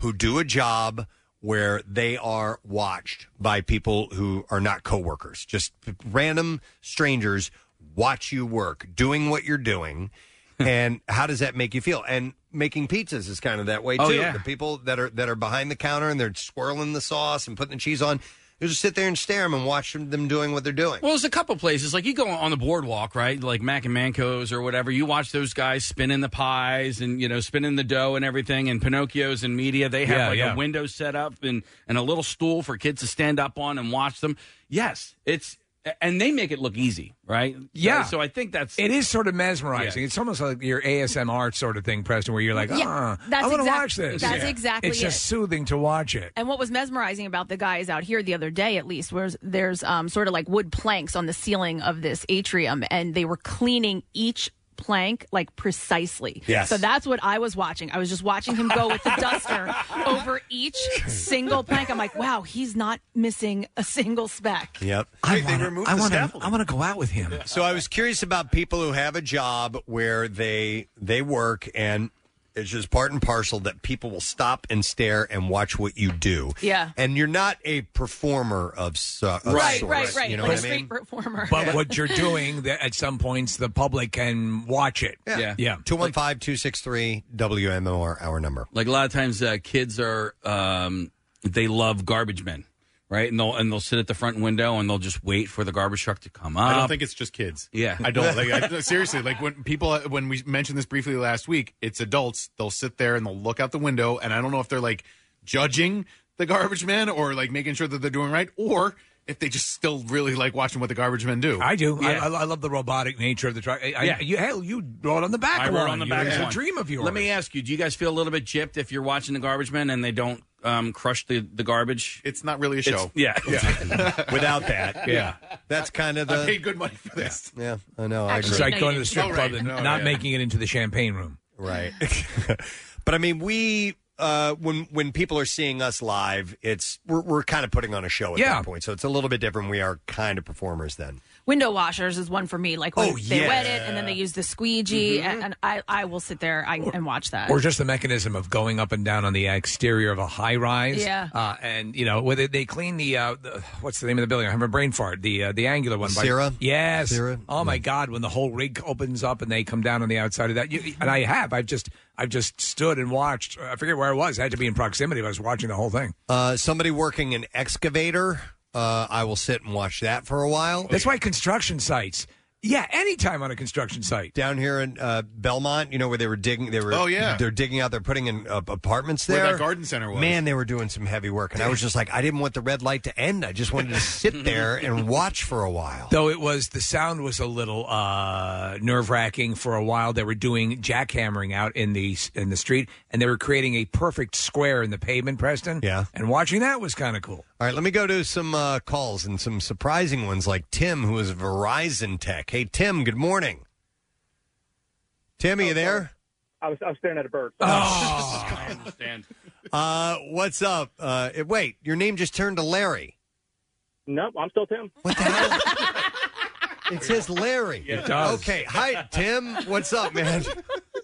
who do a job where they are watched by people who are not coworkers, just random strangers watch you work, doing what you're doing. and how does that make you feel? And making pizzas is kind of that way too.
Oh, yeah.
The people that are that are behind the counter and they're swirling the sauce and putting the cheese on, you just sit there and stare at them and watch them- them doing what they're doing.
Well, there's a couple places like you go on the boardwalk, right? Like Mac and Manco's or whatever. You watch those guys spinning the pies and you know spinning the dough and everything. And Pinocchio's and media, they have
Yeah,
like
yeah.
a window set up and and a little stool for kids to stand up on and watch them. Yes, it's and they make it look easy, right?
Yeah.
So I think that's
It is sort of mesmerizing. It's almost like your ASMR sort of thing, Preston, where you're like,
Yeah,
ah,
that's
I want to
exact-
watch this.
that's exactly
It's
it.
just soothing to watch it.
And what was mesmerizing about the guys out here the other day, at least, was there's um, sort of like wood planks on the ceiling of this atrium, and they were cleaning each plank like precisely.
Yes.
So that's what I was watching. I was just watching him go with the duster over each single plank. I'm like, wow, he's not missing a single speck.
Yep.
I
removed
want to.
the
I want to go out with him.
So I was curious about people who have a job where they they work and it's just part and parcel that people will stop and stare and watch what you do.
Yeah.
And you're not a performer of, so, of
right,
sorts,
right, right.
You know
like
what
a
I mean?
street performer.
But what you're doing, that at some points, the public can watch it. Yeah. yeah.
215-263 WMOR our number.
Like a lot of times, uh, kids are um, they love garbage men, right? And they'll and they'll sit at the front window and they'll just wait for the garbage truck to come up.
I don't think it's just kids.
Yeah.
I don't. Like, I, seriously, like when people, when we mentioned this briefly last week, it's adults. They'll sit there and they'll look out the window, and I don't know if they're like judging the garbage men or like making sure that they're doing right, or if they just still really like watching what the garbage men do.
I do. I, I, I love the robotic nature of the truck. I, I-
Yeah.
you, hell, you rode on the back
I
one.
wrote on the
You-
back
It's
one.
a dream of yours.
Let me ask you: Do you guys feel a little bit gypped if you're watching the garbage men and they don't um, crush the, the garbage?
It's not really a show.
yeah,
Without that.
Yeah.
That's kind of the
I paid good money for this.
Yeah. I
Oh,
know. I
It's
agree.
like going to the strip
Oh,
club
right.
and
No,
not
yeah.
making it into the champagne room.
Right. but I mean, we uh, when when people are seeing us live, it's we're, we're kind of putting on a show at
Yeah.
that point, so it's a little bit different. We are kind of performers then.
Window washers is one for me. Like when
Oh,
they wet it
yeah. Mm-hmm.
and then they use the squeegee, and, and I, I will sit there I, and watch that.
Or just the mechanism of going up and down on the exterior of a high rise.
Yeah.
Uh, and, you know, whether they clean the, uh, the, what's the name of the building? I have a brain fart. The uh, the angular one. by-
Sierra?
Yes.
Sierra?
Oh, my God. When the whole rig opens up and they come down on the outside of that. You, and I have. I've just I've just stood and watched. I forget where I was. I had to be in proximity, but I was watching the whole thing.
Uh, somebody working an excavator, uh, I will sit and watch that for a while.
That's why construction sites. Yeah, anytime on a construction site.
Down here in uh, Belmont, you know where they were digging. They were
Oh, yeah.
they're digging out. They're putting in uh, apartments
Where
there.
that garden center was.
Man, they were doing some heavy work, and I was just like, I didn't want the red light to end. I just wanted to sit there and watch for a while.
Though it was the sound was a little uh, nerve wracking for a while. They were doing jackhammering out in the in the street, and they were creating a perfect square in the pavement, Preston. Yeah, and watching that was kind of cool.
All right, let me go to some uh, calls and some surprising ones like Tim, who is Verizon Tech. Hey, Tim, good morning. Tim, are you there?
I was, I was staring at a bird.
I understand.
Uh, what's up? Uh, eh, wait, your name just turned to Larry.
Nope, I'm still Tim.
It says Larry.
Yeah, it does.
Okay, hi, Tim. What's up, man?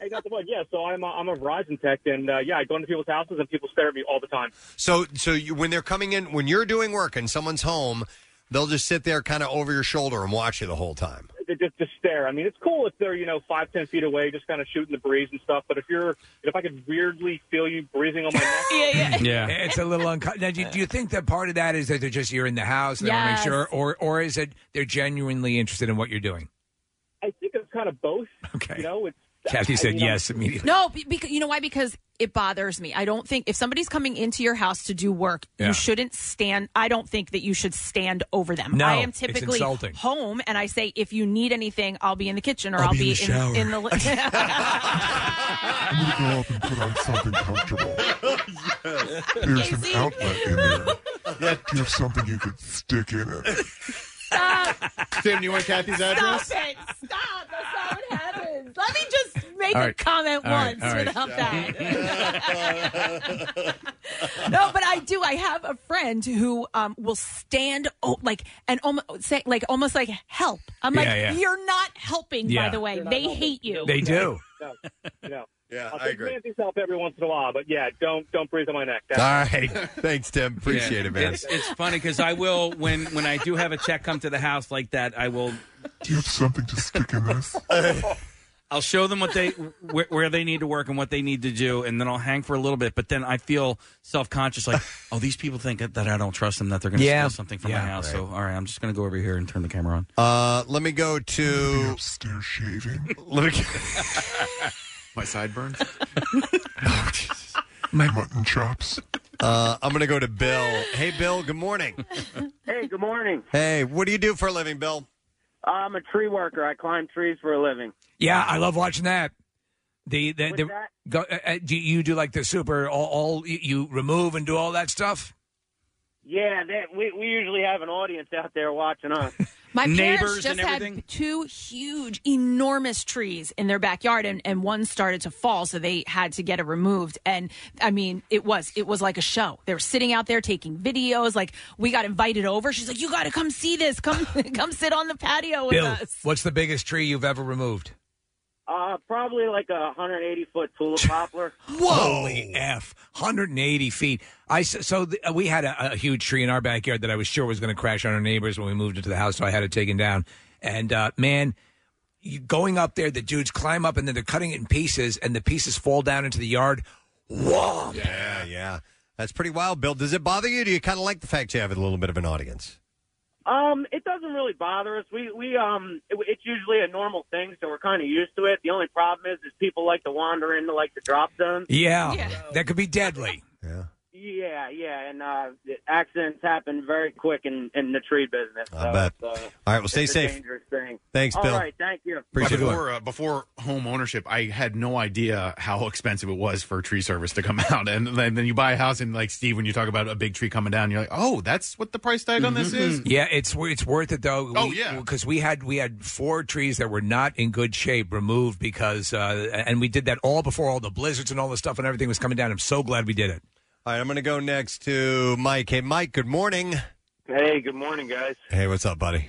Hey, got the bug. Yeah, so I'm a, I'm a Verizon tech, and uh, yeah, I go into people's houses, and people stare at me all the time.
So, so you, when they're coming in, when you're doing work and someone's home, they'll just sit there kind of over your shoulder and watch you the whole time.
They just just stare. I mean, it's cool if they're you know five ten feet away, just kind of shooting the breeze and stuff. But if you're if I could weirdly feel you breathing on my
yeah,
neck,
yeah. It's a little uncomfortable. Do, you- do you think that part of that is that they're just you're in the house, and they want to
Yes.
make sure, or or is it they're genuinely interested in what you're doing?
I think it's kind of both.
Okay.
You know, it's
Kathy
I
said
mean, I'm-
yes immediately.
No, because you know why? Because it bothers me. I don't think if somebody's coming into your house to do work,
Yeah.
you shouldn't stand. I don't think that you should stand over them.
No,
I am
it's
typically
insulting.
home, and I say if you need anything, I'll be in the kitchen or I'll,
I'll be in
in,
the shower.
in the.
I'm gonna go up and put on something comfortable. There's an
Casey.
outlet in there. You have something you could stick in it.
Tim, do you want Kathy's address?
Stop it! Stop! That's not what happens. Let me just
make
All
a
right.
comment
All right.
once
All right.
without that. no, but I do. I have a friend who um, will stand oh, like and almost say like almost like help. I'm like,
Yeah, yeah.
you're not helping.
Yeah.
By the way,
You're not
they
helping.
hate you.
They
Oh.
do.
Yeah,
I'll take Nancy's help every once in a while, but yeah, don't don't breathe on my neck.
All right. Thanks, Tim. Appreciate
Yeah.
it, man.
It's, it's funny because I will when when I do have a check come to the house like that, I will.
Do you have something to stick in this?
I'll show them what they where, where they need to work and what they need to do, and then I'll hang for a little bit. But then I feel self conscious, like, oh, these people think that I don't trust them, that they're going to
Yeah.
steal something from my
Yeah.
house.
Right.
So all right, I'm just going to go over here and turn the camera on.
Uh, let me go to
upstairs shaving.
Let me.
My sideburns.
My mutton chops.
Uh, I'm going to go to Bill. Hey, Bill. Good morning.
Hey, good morning.
Hey, what do you do for a living, Bill?
I'm a tree worker. I climb trees for a living.
Yeah, I love watching that. The, the,
What's
the
that?
Go, uh, uh, do you do like the super all, all you remove and do all that stuff?
Yeah, that, we we usually have an audience out there watching us.
My parents just had two huge, enormous trees in their backyard, and, and one started to fall, so they had to get it removed. And I mean, it was it was like a show. They were sitting out there taking videos. Like we got invited over. She's like, "You got to come see this. Come come sit on the patio with
Bill,
us."
what's the biggest tree you've ever removed?
Uh, probably like a 180 foot tulip poplar.
Holy
Oh.
f! 180 feet. I s- so th- uh, we had a, a huge tree in our backyard that I was sure was going to crash on our neighbors when we moved into the house, so I had it taken down. And uh, man, you, going up there, the dudes climb up and then they're cutting it in pieces, and the pieces fall down into the yard. Whoa!
Yeah, yeah. That's pretty wild, Bill. Does it bother you? Do you kind of like the fact you have a little bit of an audience?
Um, it doesn't really bother us. We we um, it, it's usually a normal thing, so we're kind of used to it. The only problem is, is people like to wander into like the drop zones.
Yeah, that could be deadly.
Yeah, yeah, and uh, the accidents happen very quick in in the tree business.
I
so
bet.
it's, uh,
All right, well, stay
it's a
safe.
dangerous thing.
Thanks, Bill.
All right, thank you.
before, uh, before home ownership, I had no idea how expensive it was for tree service to come out. And then, then you buy a house, and like Steve, when you talk about a big tree coming down, you're like, oh, that's what the price tag on
Mm-hmm.
this
Mm-hmm.
is?
Yeah, it's wor- it's worth it though.
Oh, yeah.
because we had we had four trees that were not in good shape removed because uh, and we did that all before all the blizzards and all the stuff and everything was coming down. I'm so glad we did it.
All right, I'm going to go next to Mike. Hey, Mike, good morning.
Hey, good morning, guys.
Hey, what's up, buddy?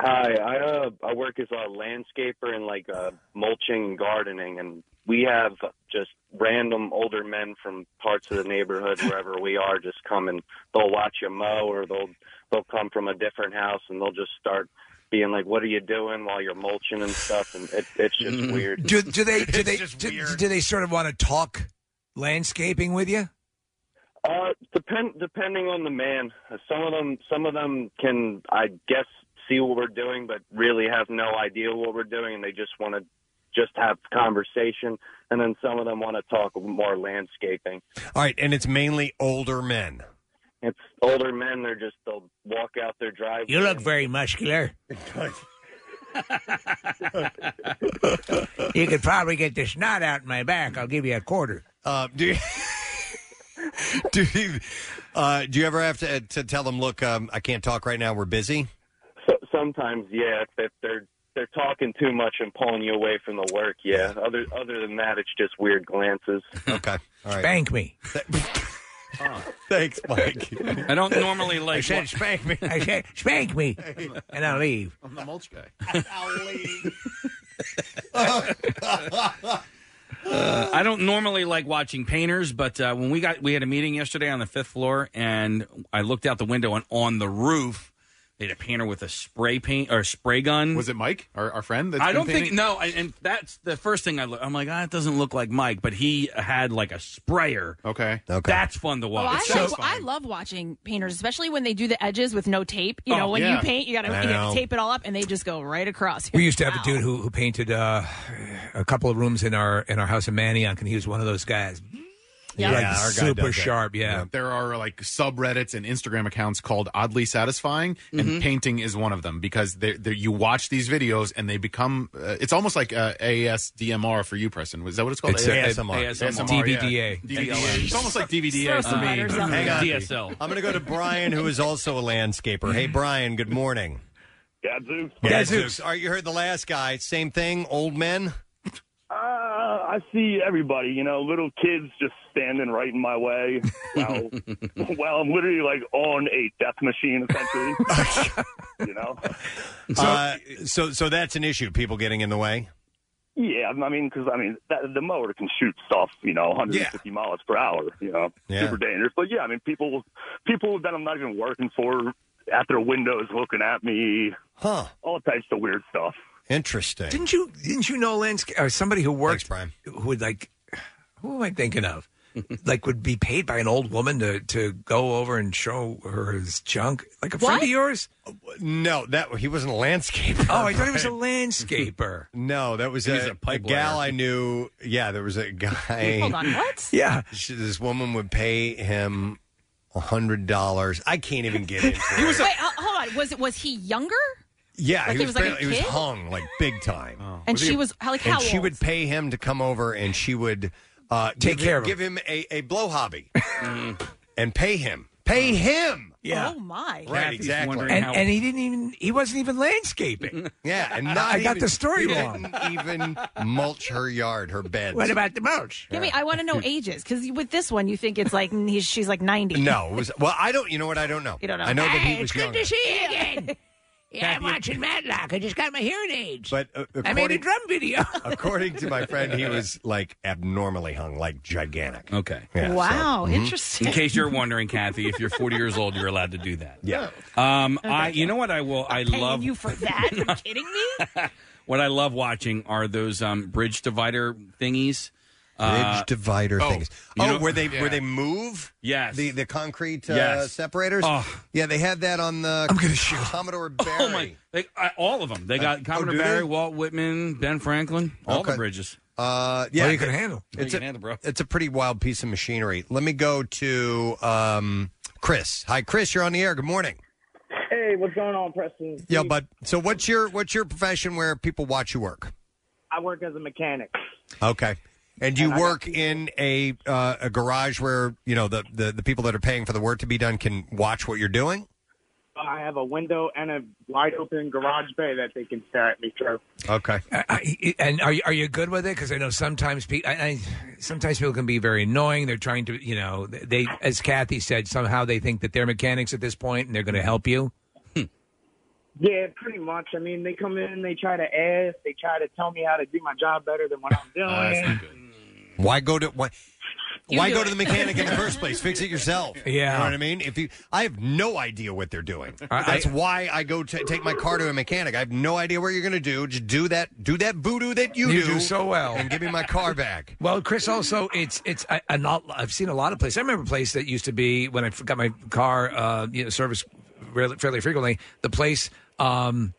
Hi, I uh, I work as a landscaper and like uh, mulching and gardening, and we have just random older men from parts of the neighborhood wherever we are just come and they'll watch you mow, or they'll they'll come from a different house and they'll just start being like, "What are you doing while you're mulching and stuff?" And it, it's just weird.
Do, do they do they do, do they sort of want to talk landscaping with you?
Uh, depend depending on the man. Some of them, some of them can, I guess, see what we're doing, but really have no idea what we're doing, and they just want to just have conversation. And then some of them want to talk more landscaping.
All right, and it's mainly older men.
It's older men; they're just they'll walk out their driveway.
You look very muscular. you could probably get this knot out in my back. I'll give you a quarter.
Uh, do you do you, uh, do you ever have to to tell them? Look, um, I can't talk right now. We're busy.
So, sometimes, yeah, if, if they're they're talking too much and pulling you away from the work, yeah. Other other than that, it's just weird glances.
Okay, all right.
Spank me.
Thanks, Mike.
I don't normally like.
I said, spank me. I said, spank me, and I'll leave.
I'm the mulch guy.
Uh, I don't normally like watching painters, but uh, when we got we had a meeting yesterday on the fifth floor, and I looked out the window and on the roof. They had a painter with a spray paint or spray gun. Was
it Mike, our, our friend? that's
I
been
don't think
painting?
no. I, and that's the first thing I look. I'm like, ah, it doesn't look like Mike, but he had like a sprayer.
Okay,
okay,
that's fun to
Oh,
watch.
I, love, I love watching painters, especially when they do the edges with no tape. You
Oh,
know, when
yeah.
you paint, you got to
I
you gotta
know.
tape it all up, and they just go right across.
We used to have a dude who, who painted uh, a couple of rooms in our in our house in Manioc, and he was one of those guys.
Yeah.
Like
Yeah, our guy
super
does that.
sharp. Yeah.
There are like subreddits and Instagram accounts called Oddly Satisfying,
Mm-hmm.
and painting is one of them because they they you watch these videos and they become. Uh, it's almost like uh, ASDMR for you, Preston. Is that what it's called?
It's, uh, ASMR.
yeah.
DVDA.
DVDA. It's almost like
Throw
DVDA
some
for me.
letters on
Hang
there.
on.
DSL.
I'm going to go to Brian, who is also a landscaper. Hey, Brian. Good morning.
Gadzooks.
All right, you heard the last guy. Same thing. Old men.
Uh,
I see everybody, you know, little kids just standing right in my way. Wow. well, I'm literally like on a death machine, essentially. you know?
So, uh, so, so that's an issue. People getting in the way.
Yeah, I mean, because I mean, that, the mower can shoot stuff, you know, 150 miles per hour, you know,
Yeah.
super dangerous. But yeah, I mean, people, people that I'm not even working for at their windows looking at me,
huh?
All types of weird stuff.
Interesting.
Didn't you didn't you know Lance or somebody who works Prime who would like who am I thinking of? like would be paid by an old woman to to go over and show her his junk like a friend of yours?
No, that he wasn't a landscaper.
Oh, I thought he was a
Brian.
landscaper.
No, that was
He
a,
was a pipe
gal
layer.
I knew. Yeah, there was a guy.
Hold on, what?
Yeah, she, this woman would pay him a hundred dollars. I can't even get it.
Wait, uh, hold on. Was it was he younger?
Yeah,
Like
he
he
was,
was like
barely-
a
he was
kid?
hung like big time.
Oh.
And Was she he- was- how- like,
and
how
she
old?
would pay him to come over, and she would uh,
Take
give
care
him,
of him.
give him a, a blow hobby, and pay him, pay him.
Yeah.
Oh my.
Right, exactly.
And, and he didn't even he wasn't even landscaping.
yeah, and not
I got
even-
the story
he
wrong.
Didn't even mulch her yard, her beds.
What about the mulch?
Give me. I want to know ages because with this one, you think it's like he's, she's like ninety.
No, it was well. I don't. You know what? I don't know.
You don't know.
I know that
Hey,
he was
it's good
younger.
to
see you again. Yeah, I'm
Matthew-
watching Matlock. I just got my hearing aids.
But uh,
I made a
according,
drum video.
according to my friend, he was like abnormally hung, like gigantic.
Okay.
Yeah, so- mm-hmm.
wow,
Mhm.
interesting.
In case you're wondering, Kathy, if you're 40 years old, you're allowed to do that.
Yeah.
Oh,
Um, I, you know what I will. I love
you for that. You're kidding me.
what I love watching are those um, bridge divider thingies. Uh,
Bridge divider things.
you
Oh,
know-
where they where
Yeah.
they move?
Yes.
The the concrete uh,
Yes.
separators.
Oh.
Yeah, they had that on the. I'm gonna shoot Commodore Barry.
Oh my! They, I, all of them. They got
Uh,
Commodore
oh, do
Barry,
they?
Walt Whitman, Ben Franklin, all the
Okay.
bridges.
Uh, yeah,
All you can
it-
handle. All
It's
you
a,
can handle, bro.
It's a pretty wild piece of machinery. Let me go to um, Chris. Hi, Chris. You're on the air. Good morning.
Hey, what's going on, Preston?
Yeah, bud. So what's your what's your profession where people watch you work?
I work as a mechanic.
Okay. And do you work in a uh, a garage where you know the, the the people that are paying for the work to be done can watch what you're doing?
I have a window and a wide open garage bay that they can stare at me through.
Okay.
I, and are you, are you good with it? Because I know sometimes people, I, I, sometimes people can be very annoying. They're trying to, you know, they, as Kathy said, somehow they think that they're mechanics at this point and they're going to help you.
Yeah, pretty much. I mean, they come in, they try to ask, they try to tell me how to do my job better than what I'm doing.
Ah,
Mm. Why go to why?
Oh, You
why
do
go
it.
to the mechanic in the first place? Fix it yourself.
Yeah.
you know what I mean. If you, I have no idea what they're doing.
I-
That's why I go to take my car to a mechanic. I have no idea what you're going to do. Just do that. Do that voodoo that you,
You do so well.
and give me my car back.
Well, Chris, also it's it's I, I not, I've seen a lot of places. I remember a place that used to be when I got my car, uh, you know, service fairly, fairly frequently. The place um,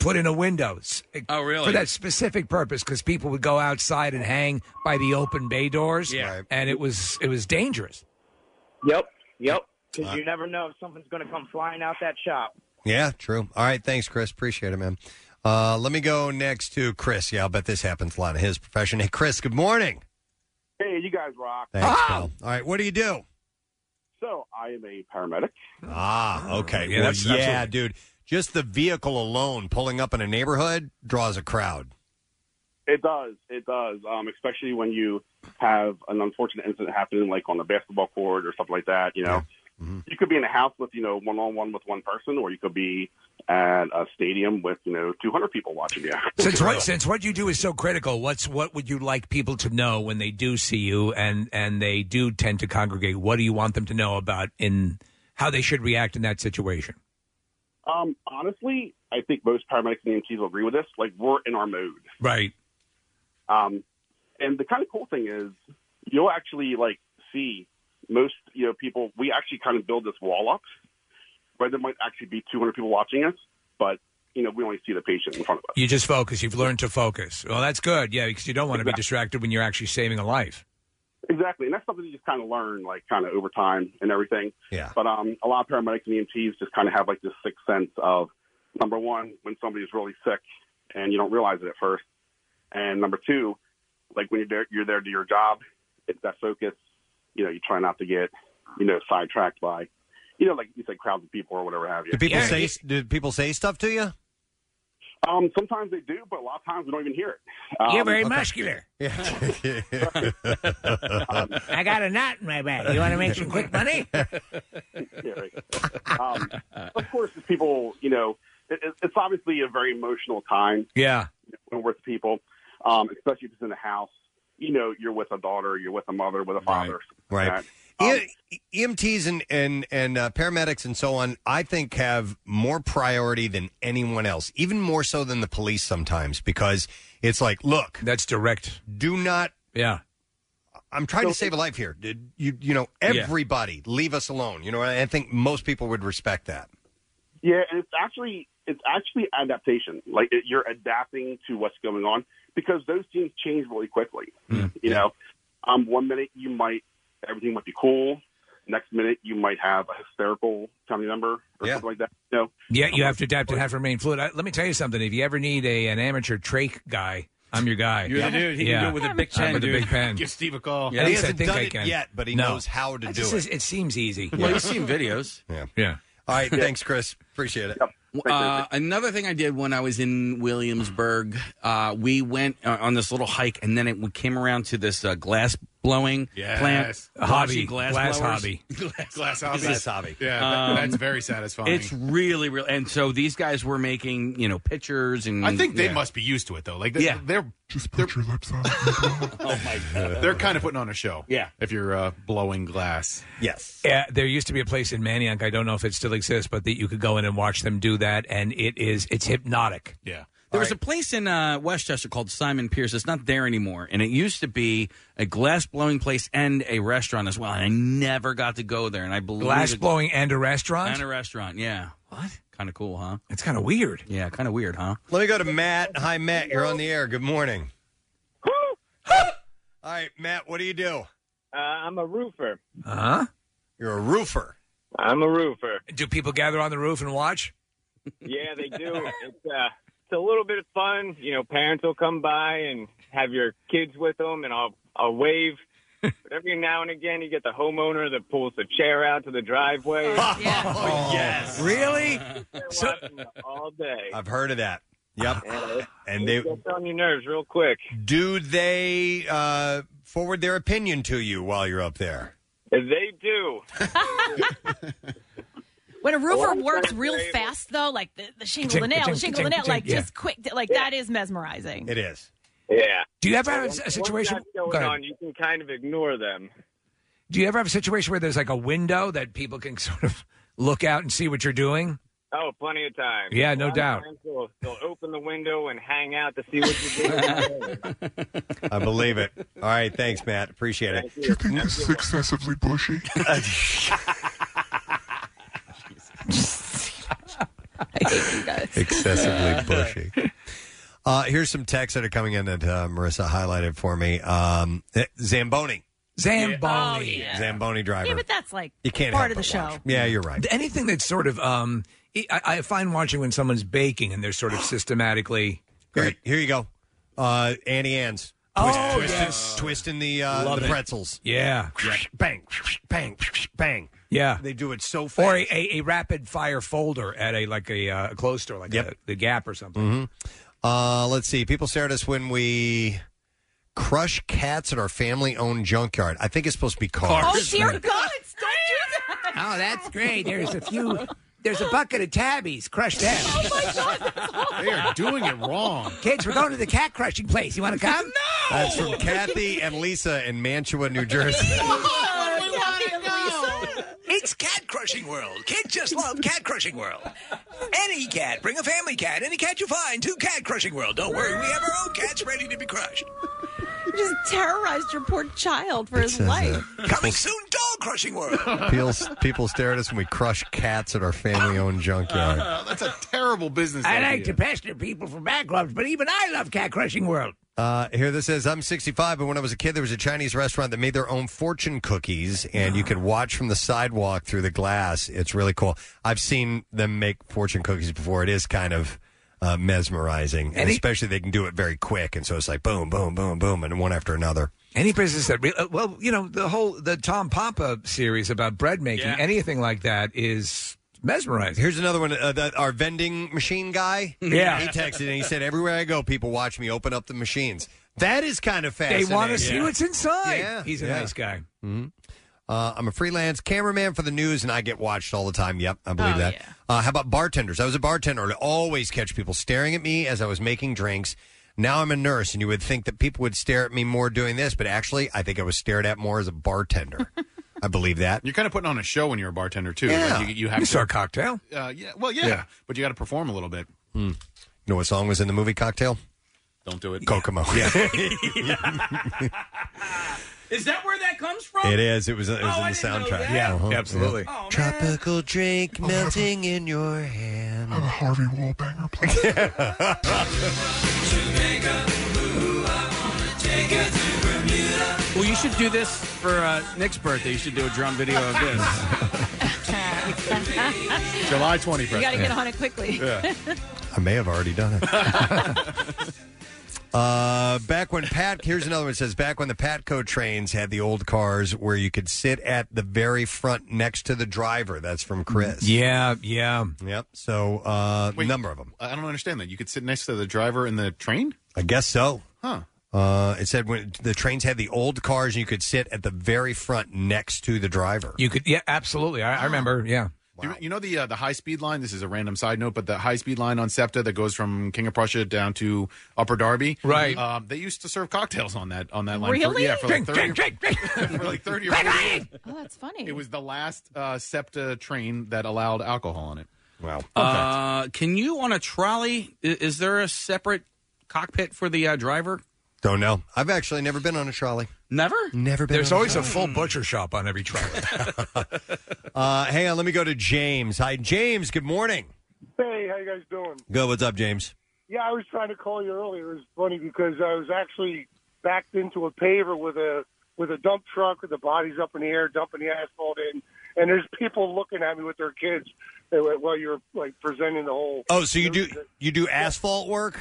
put in a windows.
Oh, really?
For that specific purpose, because people would go outside and hang by the open bay doors.
Yeah. Right.
and it was it was dangerous.
Yep, yep. Because
Uh,
you never know if something's going to come flying out that shop.
Yeah, true. All right, thanks, Chris. Appreciate it, man. Uh, let me go next to Chris. Yeah, I'll bet this happens a lot in his profession. Hey, Chris. Good morning.
Hey, you guys rock. Ah!
Thanks,
Ah!
pal. All right, what do you do?
So I am a paramedic.
Ah, okay.
Yeah,
Well,
that's-
yeah,
absolutely.
dude. Just the vehicle alone pulling up in a neighborhood draws a crowd.
It does. It does. Um, especially when you have an unfortunate incident happen, like on the basketball court or something like that. You know,
Mm-hmm.
you could be in a house with you know one on one with one person, or you could be at a stadium with you know two hundred people watching you.
Since what since what you do is so critical, what's what would you like people to know when they do see you and and they do tend to congregate? What do you want them to know about in how they should react in that situation?
Um, honestly, I think most paramedics and EMTs will agree with this. Like we're in our mode.
Right.
Um, and the kind of cool thing is you'll actually like see most you know people. We actually kind of build this wall up where there might actually be 200 people watching us, but you know we only see the patient in front of us.
You just focus. You've learned to focus. Well, that's good. Yeah, because you don't want to be distracted when you're actually saving a life.
Exactly, and that's something you just kind of learn like kind of over time and everything.
Yeah.
But um, a lot of paramedics and EMTs just kind of have like this sixth sense of number one when somebody's really sick and you don't realize it at first, and number two, like when you're there, you're there to your job. It's that focus. You know, you try not to get you know sidetracked by you know like you said crowds of people or whatever have you.
Do people say do people say stuff to you?
Um, sometimes they do, but a lot of times we don't even hear it.
You're
Um,
very muscular. I got a knot in my back. You want to make some quick money?
yeah, right. um, of course, as people, you know, it, it- it's obviously a very emotional time
Yeah.
when we're with people, um, especially if it's in the house. You know, you're with a daughter, you're with a mother, with a father.
Right.
something like
E- EMTs and and and uh, paramedics and so on, I think have more priority than anyone else, even more so than the police sometimes, because it's like, look,
that's direct.
Do not,
yeah.
I'm trying to save a life here. Did You you know, everybody, leave us alone. You know, and I think most people would respect that.
that. Yeah, and it's actually it's actually adaptation. Like it, you're adapting to what's going on because those things change really quickly. You know, um, one minute you might everything might be cool. Next minute you might have a hysterical family member or something like that. You know,
Yeah, you have to adapt and have to remain fluid. I, let me tell you something. If you ever need a an amateur trach guy, I'm your guy.
You're the dude. He can do it with a big
I'm
pen,
With a
dude.
big pen.
Give Steve a call.
Yeah, at
Oh. He
least I
hasn't
think
done
I
it
can.
yet, but he
No.
knows how to
It
do
just
it.
is- It seems easy.
Well, you've seen videos.
Yeah.
Yeah.
All right. Thanks, Chris. Appreciate it.
Uh, another thing I did when I was in Williamsburg, uh, we went uh, on this little hike, and then it, we came around to this uh, glass blowing
Yes.
plant.
A
Watching
hobby.
glass,
Glass
blowers.
hobby.
glass,
Glass hobby. Glass hobby. Yeah, that-
Um,
that's very satisfying.
It's really, real. And so these guys were making, you know, pictures and.
I think they
yeah.
must be used to it though. Like, they,
Yeah.
they're just put your lips on. oh my god, they're kind of putting on a show.
Yeah,
if you're uh, blowing glass.
Yes.
Yeah, there used to be a place in Maniac. I don't know if it still exists, but that you could go in and watch them do that, and it is it's hypnotic.
Yeah.
There was a place in uh, Westchester called Simon Pierce. It's not there anymore, and it used to be a glass blowing place and a restaurant as well. And I never got to go there, and I believe
Glass
it-
blowing and a restaurant.
and a restaurant. Yeah, what? Kind of cool, huh?
It's kind of weird.
Yeah, kind of weird, huh?
Let me go to Matt. Hi, Matt. You're on the air. Good morning. All right, Matt. What do you do?
Uh, I'm a roofer.
Huh?
You're a roofer.
I'm a roofer.
Uh-huh. Do people gather on the roof and watch?
Yeah, they do. it's, uh, it's a little bit of fun. You know, parents will come by and have your kids with them, and I'll I'll wave. But every now and again, you get the homeowner that pulls the chair out to the driveway.
Oh, yes.
Really?
all day.
I've heard of that. Yep. and they
It gets uh, on your nerves real quick.
do they uh, forward their opinion to you while you're up there?
They do.
When a roofer
Well, I'm
works
sorry,
real
Dave.
fast, though, like the, the shingle,
Ka-ching,
the nail, the
ka-ching,
shingle, the
ka-ching,
nail, like
ka-ching, yeah.
just quick, like that is mesmerizing.
It is.
Yeah.
Do you ever have a
Once-
s- a
once
situation-
that's going
Go ahead.
on, you can kind of ignore them.
Do you ever have a situation where there's like a window that people can sort of look out and see what you're doing?
Oh, plenty of times.
Yeah, no
A lot of
doubt.
times They'll, they'll open the window and hang out to see what you're doing.
I believe it. All right, thanks, Matt. Appreciate it.
Do you
think it's excessively bushy?
Excessively bushy. Uh, here's some texts that are coming in that uh, Marissa highlighted for me. Um, eh, Zamboni.
Zamboni.
Oh, yeah.
Zamboni driver.
Yeah, but that's like
you can't help
part of the
but
show.
watch. Yeah, you're right.
Anything that's sort of um, I, I find watching when someone's baking and they're sort of systematically.
Great. Here you go. Uh, Annie Ann's.
Oh,
Twist- twisting,
yes.
twisting the, uh,
Love
the
it.
pretzels.
Yeah.
Bang, bang, bang.
Yeah,
they do it so
Or a, a, a rapid fire folder at a like a uh, clothes store, like a, the Gap or something.
hmm Uh, let's see. People stare at us when we crush cats at our family owned junkyard. I think it's supposed to be cars.
Oh, dear
don't
God,
do
that.
Oh, that's
great. There's a few.
There's a bucket of tabbies. Crush them.
Oh, my God.
They are doing it wrong.
Kids, we're going to the cat crushing place. You want to come?
That's from Kathy and Lisa in Mantua, New Jersey.
It's cat crushing world. Kids just love cat crushing world. Any cat, bring a family cat, any cat you find to cat crushing world. Don't worry, we have our own cats ready to be crushed.
You just terrorized your poor child for his
says
life.
Coming soon, dog crushing world.
people, people stare at us when we crush cats at our family owned
Uh,
junkyard.
that's a terrible business.
I
idea.
like to pester people for backlubs, but even I love cat crushing world.
Uh, here this is. I'm 65, but when I was a kid, there was a Chinese restaurant that made their own fortune cookies, and you could watch from the sidewalk through the glass. It's really cool. I've seen them make fortune cookies before. It is kind of uh, mesmerizing, and,
Any-
especially they can do it very quick. And so it's like boom, boom, boom, boom, and one after another.
Any business that re- uh, well, you know, the whole the Tom Papa series about bread making, anything like that is mesmerizing.
Here's another one. Uh, that our vending machine guy.
Yeah.
he texted and he said, "Everywhere I go, people watch me open up the machines. That is kind of
They
fascinating.
want to see what's inside.
Yeah,
He's a
yeah.
nice guy.
hmm Uh, I'm a freelance cameraman for the news, and I get watched all the time. Yep, I
Oh,
believe that. Uh, how about bartenders? I was a bartender and I always catch people staring at me as I was making drinks. Now I'm a nurse, and you would think that people would stare at me more doing this, but actually, I think I was stared at more as a bartender. I believe that.
You're kind of putting on a show when you're a bartender too.
Yeah.
Like, you, you have
You
to,
saw Cocktail.
Uh, yeah. Well, yeah,
Yeah.
but you got to perform a little bit.
You know what song was in the movie Cocktail?
Don't do it.
Kokomo.
Is that where that comes from?
It is. It was. It was
Oh,
in the
I didn't know
soundtrack. Uh-huh.
that.
absolutely.
Oh,
Tropical drink
Oh,
melting in your hand.
And Harvey Wallbanger
Well, you should do this for uh, Nick's birthday. You should do a drum video of this.
July 20.
You got to get on it quickly.
Yeah. I may have already done it. uh, back when Pat, here's another one. It says back when the Patco trains had the old cars where you could sit at the very front next to the driver. That's from Chris.
Yeah, yeah,
yep. So
Mm-hmm.
uh, number of them.
I don't understand that. You could sit next to the driver in the train.
I guess so.
Huh.
Uh, it said when the trains had the old cars, you could sit at the very front next to the driver.
You could, yeah, absolutely. I, I remember. Yeah.
You, you know the uh, the high speed line. This is a random side note, but the high speed line on SEPTA that goes from King of Prussia down to Upper Derby.
Right.
Um, they used to serve cocktails on that on that line. For,
Really?
yeah. For like
Drink,
thirty.
drink,
for like thirty or 40 years.
Oh,
Uh,
that's funny.
It was the last uh, SEPTA train that allowed alcohol on it.
Wow.
Uh, can you on a trolley? i- Is there a separate cockpit for the uh, driver?
Don't know. I've actually never been on a trolley.
Never?
Never been.
There's
on
always a
trolley. Hmm.
full butcher shop on every truck.
Uh, hey, uh, let me go to James. Hi, James. Good morning.
Hey, how you guys doing?
Good. What's up, James?
Yeah, I was trying to call you earlier. It was funny because I was actually backed into a paver with a with a dump truck with the bodies up in the air, dumping the asphalt in, and there's people looking at me with their kids. They went, well, you're like presenting the whole.
Oh, so you do you do asphalt work?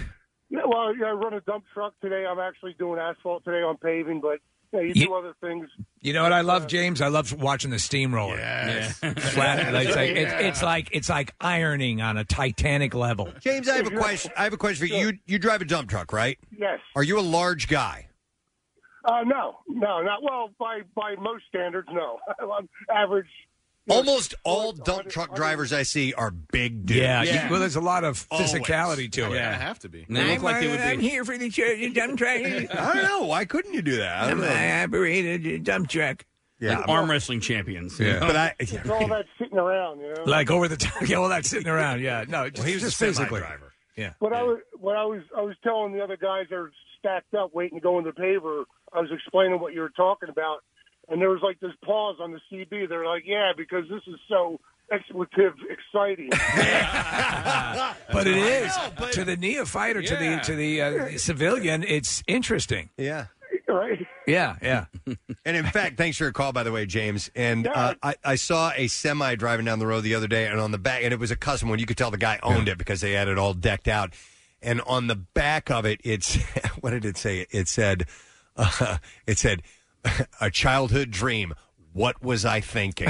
Yeah, well, yeah, I run a dump truck today. I'm actually doing asphalt today on paving, but yeah, you do other things.
You know what I love, James? I love watching the steamroller. Yeah. Flat, like, it's, like, it's, it's like it's like ironing on a Titanic level.
James, I have a question. I have a question for you. You you drive a dump truck, right?
Yes.
Are you a large guy?
Uh, no, no, not well by by most standards. No, I'm average. you know,
Almost all dump truck drivers I see are big dudes.
Yeah, you- well, there's a lot of physicality to it.
Yeah.
have to be.
They look like they would be. I'm here for the church and dump truck.
I don't know. Why couldn't you do that? I don't know.
operated a dump truck.
Like arm wrestling champions. you know?
But I-
It's all that sitting around, you know.
Like over the top. Yeah, all that sitting around. Yeah, no, just,
he was a
just
semi
physically.
What I was, what I was, I was telling the other guys that are stacked up waiting to go in the paver. I was explaining what you were talking about, and there was like this pause on the CB. They're like, "Yeah, because this is so expletive exciting."
Uh, But it is
I know, but-
to the neophyte or
Yeah.
to the to the uh, civilian. It's interesting.
Yeah.
right.
Yeah, yeah.
and in fact, thanks for your call, by the way, James. And uh, I, I saw a semi driving down the road the other day, and on the back, and it was a custom one. You could tell the guy owned it because they had it all decked out. And on the back of it, it's what did it say? It said, uh, it said, a childhood dream. What was I thinking?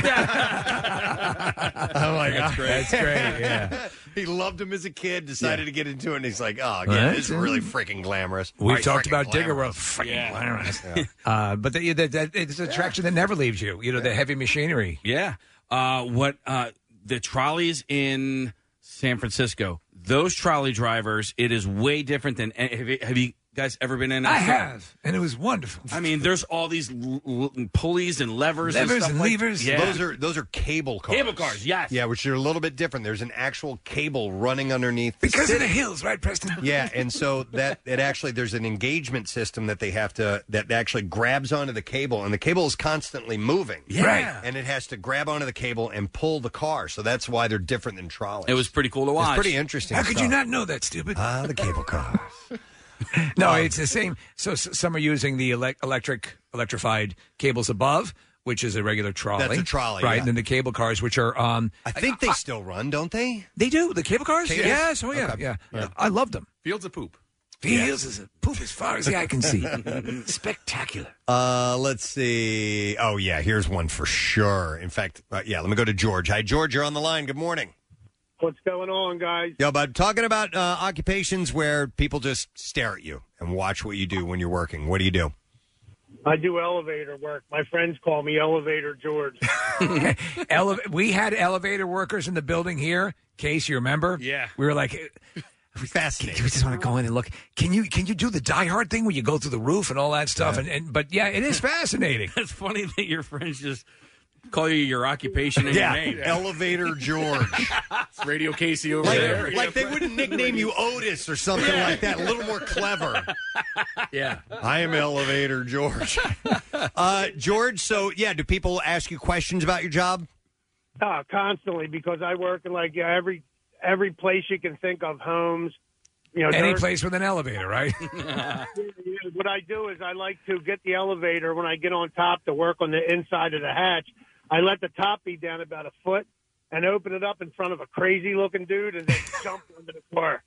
Oh,
I'm like, "Ah."
That's great. That's great, yeah.
he loved him as a kid, decided to get into it, and he's like, oh,
Well,
yeah, this is
that's-
really freaking glamorous.
We've
Right,
talked
freaking
about Digger World.
glamorous.
Freaking
Yeah.
glamorous.
Yeah.
Uh, but the, the, the, it's an attraction that never leaves you. You know, the heavy machinery.
Yeah. Uh, what uh, the trolleys in San Francisco? Those trolley drivers. It is way different than. Have you, have you guys ever been in? a
I
trolley?
have, and it was wonderful.
I mean, there's all these l- l- pulleys and levers, and,
Levers
stuff
and
like-
levers.
Yeah.
Those are those are cable cars.
Cable cars, yes.
Yeah, which are a little bit different. There's an actual cable running underneath the
Because of the
city.
hills, right, Preston?
Yeah, and so that it actually there's an engagement system that they have to that actually grabs onto the cable, and the cable is constantly moving.
Yeah. Right.
and it has to grab onto the cable and pull the car. So that's why they're different than trolleys.
It was pretty cool to
It's
watch.
pretty interesting
How could you
stuff.
not know that, stupid?
Ah, the cable Um, car.
no, it's the same. So, s some are using the elec electric electrified cables above, which is a regular trolley.
a trolley,
right?
yeah.
And then the cable cars, which are um, I
think they still run, don't they?
They do the cable cars.
Cables?
Yes. Oh yeah,
Okay.
yeah.
Yeah.
I loved them.
Fields of poop.
He heals as a poop as far as the eye can see. Spectacular.
Uh, let's see. Oh yeah, here's one for sure. In fact, uh, yeah, let me go to George. Hi, George. You're on the line. Good morning.
What's going on, guys?
Yeah, but talking about uh, occupations where people just stare at you and watch what you do when you're working. What do you do?
I do elevator work. My friends call me Elevator George.
Ele- we had elevator workers in the building here. Case, you remember?
Yeah.
We were like, fascinated. We just want to go in and look. Can you can you do the Die Hard thing where you go through the roof and all that stuff? And, and but yeah, it is fascinating.
It's funny that your friends just call you your occupation and
Yeah.
your name.
Elevator George.
It's Radio Casey over
Like,
there.
like they wouldn't nickname you Otis or something like that. A little more clever.
Yeah.
I am Elevator George. Uh, George, so yeah, do people ask you questions about your job?
Oh, constantly because I work in like every every place you can think of, homes. You know,
Any
dirt-
place with an elevator, right?
what I do is I like to get the elevator when I get on top to work on the inside of the hatch. I let the top be down about a foot and open it up in front of a crazy looking dude and then jump onto the floor.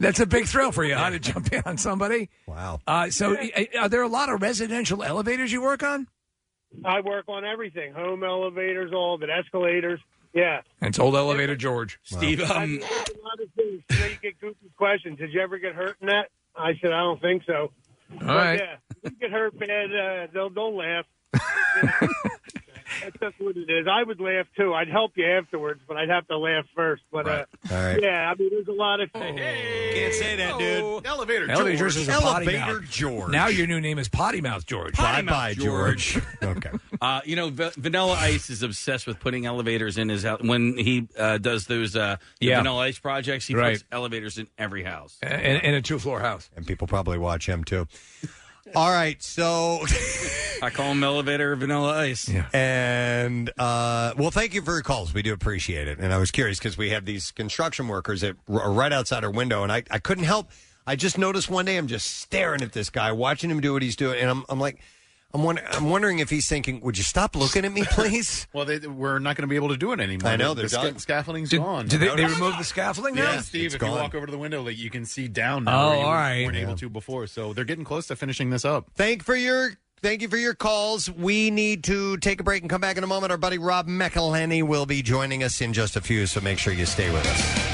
That's a big thrill for you, huh? To jump in on somebody.
Wow.
Uh, so, y- are there a lot of residential elevators you work on?
I work on everything home elevators, all of it, escalators. Yeah.
And it's old elevator George.
Steve, um,
A lot of things. You, know, you get goofy questions. Did you ever get hurt in that? I said, I don't think so. All right.
right.
Yeah, if you get hurt bad. Uh, they'll, they'll laugh. That's just what it is. I would laugh too. I'd help you afterwards, but I'd have to laugh first. But uh,
All right.
yeah, I mean, there's a lot of. Oh. Can't
say that, dude.
Elevator
Elevator George is a potty
Elevator
mouth.
George.
Now your new name is Potty Mouth George.
Potty Mouth
Bye-bye, George. okay.
Uh, you know, Va- Vanilla Ice is obsessed with putting elevators in his house. When he uh, does those uh, the
Yeah.
Vanilla Ice projects, he
Right.
puts elevators in every house.
And, and a two floor house.
And people probably watch him too. All right, so
I call him Elevator Vanilla Ice.
And uh, well, thank you for your calls. We do appreciate it. And I was curious because we have these construction workers that are right outside our window, and I, I couldn't help. I just noticed one day I'm just staring at this guy, watching him do what he's doing, and I'm I'm like, I'm wonder, I'm wondering if he's thinking, would you stop looking at me, please?
Well, they, we're not going to be able to do it anymore.
I
the,
know, they're
the sca-
done.
scaffolding's
Did-
gone.
did they- they
Notice?
removed the scaffolding now?
Yeah, Steve.
It's
if
gone.
you walk over to the window, like you can see down. Now
Oh,
where you
all right.
weren't able
Yeah.
to before, so they're getting close to finishing this up.
Thank for your thank you for your calls. We need to take a break and come back in a moment. Our buddy Rob McElhenney will be joining us in just a few, so make sure you stay with us.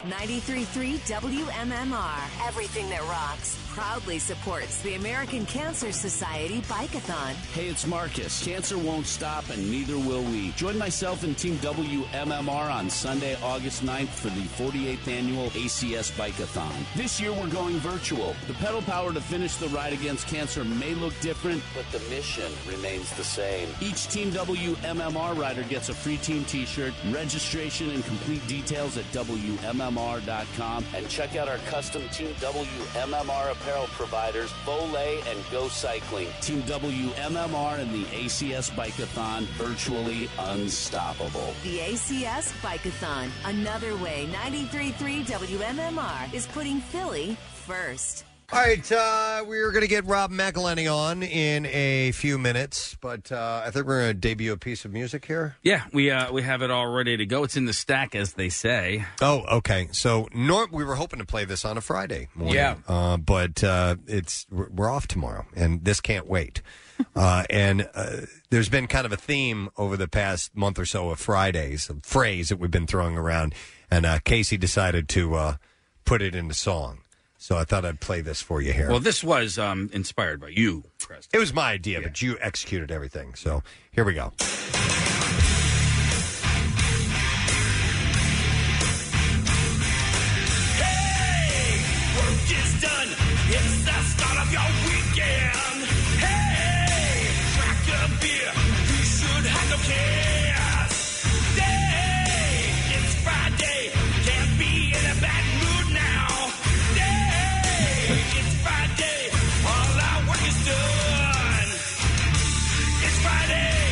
93.3 WMMR. Everything that rocks proudly supports the American Cancer Society Bikeathon.
Hey, it's Marcus. Cancer won't stop, and neither will we. Join myself and Team WMMR on Sunday, August 9th for the 48th annual ACS Bikeathon. This year, we're going virtual. The pedal power to finish the ride against cancer may look different, but the mission remains the same. Each Team WMMR rider gets a free team t shirt. Registration and complete details at WMMR.com. And check out our custom Team WMMR apparel providers, Volay and Go Cycling. Team WMMR and the ACS Bikeathon, virtually unstoppable.
The ACS Bikeathon. Another way 93.3 WMMR is putting Philly first.
All right, uh, we're going to get Rob McElhenney on in a few minutes, but uh, I think we're going to debut a piece of music here.
Yeah, we uh, we have it all ready to go. It's in the stack, as they say.
Oh, okay. So Norm, we were hoping to play this on a Friday morning,
Yeah.
uh, but uh, it's we're we're off tomorrow, and this can't wait. uh, and uh, there's been kind of a theme over the past month or so of Fridays, a phrase that we've been throwing around, and uh, Casey decided to uh, put it into song. So I thought I'd play this for you here.
Well, this was um, inspired by you.
It was my idea, but you executed everything. So here we go.
Hey, work is done. It's the start of your weekend. Hey, crack a beer. You should have no cares. Day, it's Friday. Can't be in a bad mood now. Day, it's Friday. All our work is done. It's Friday.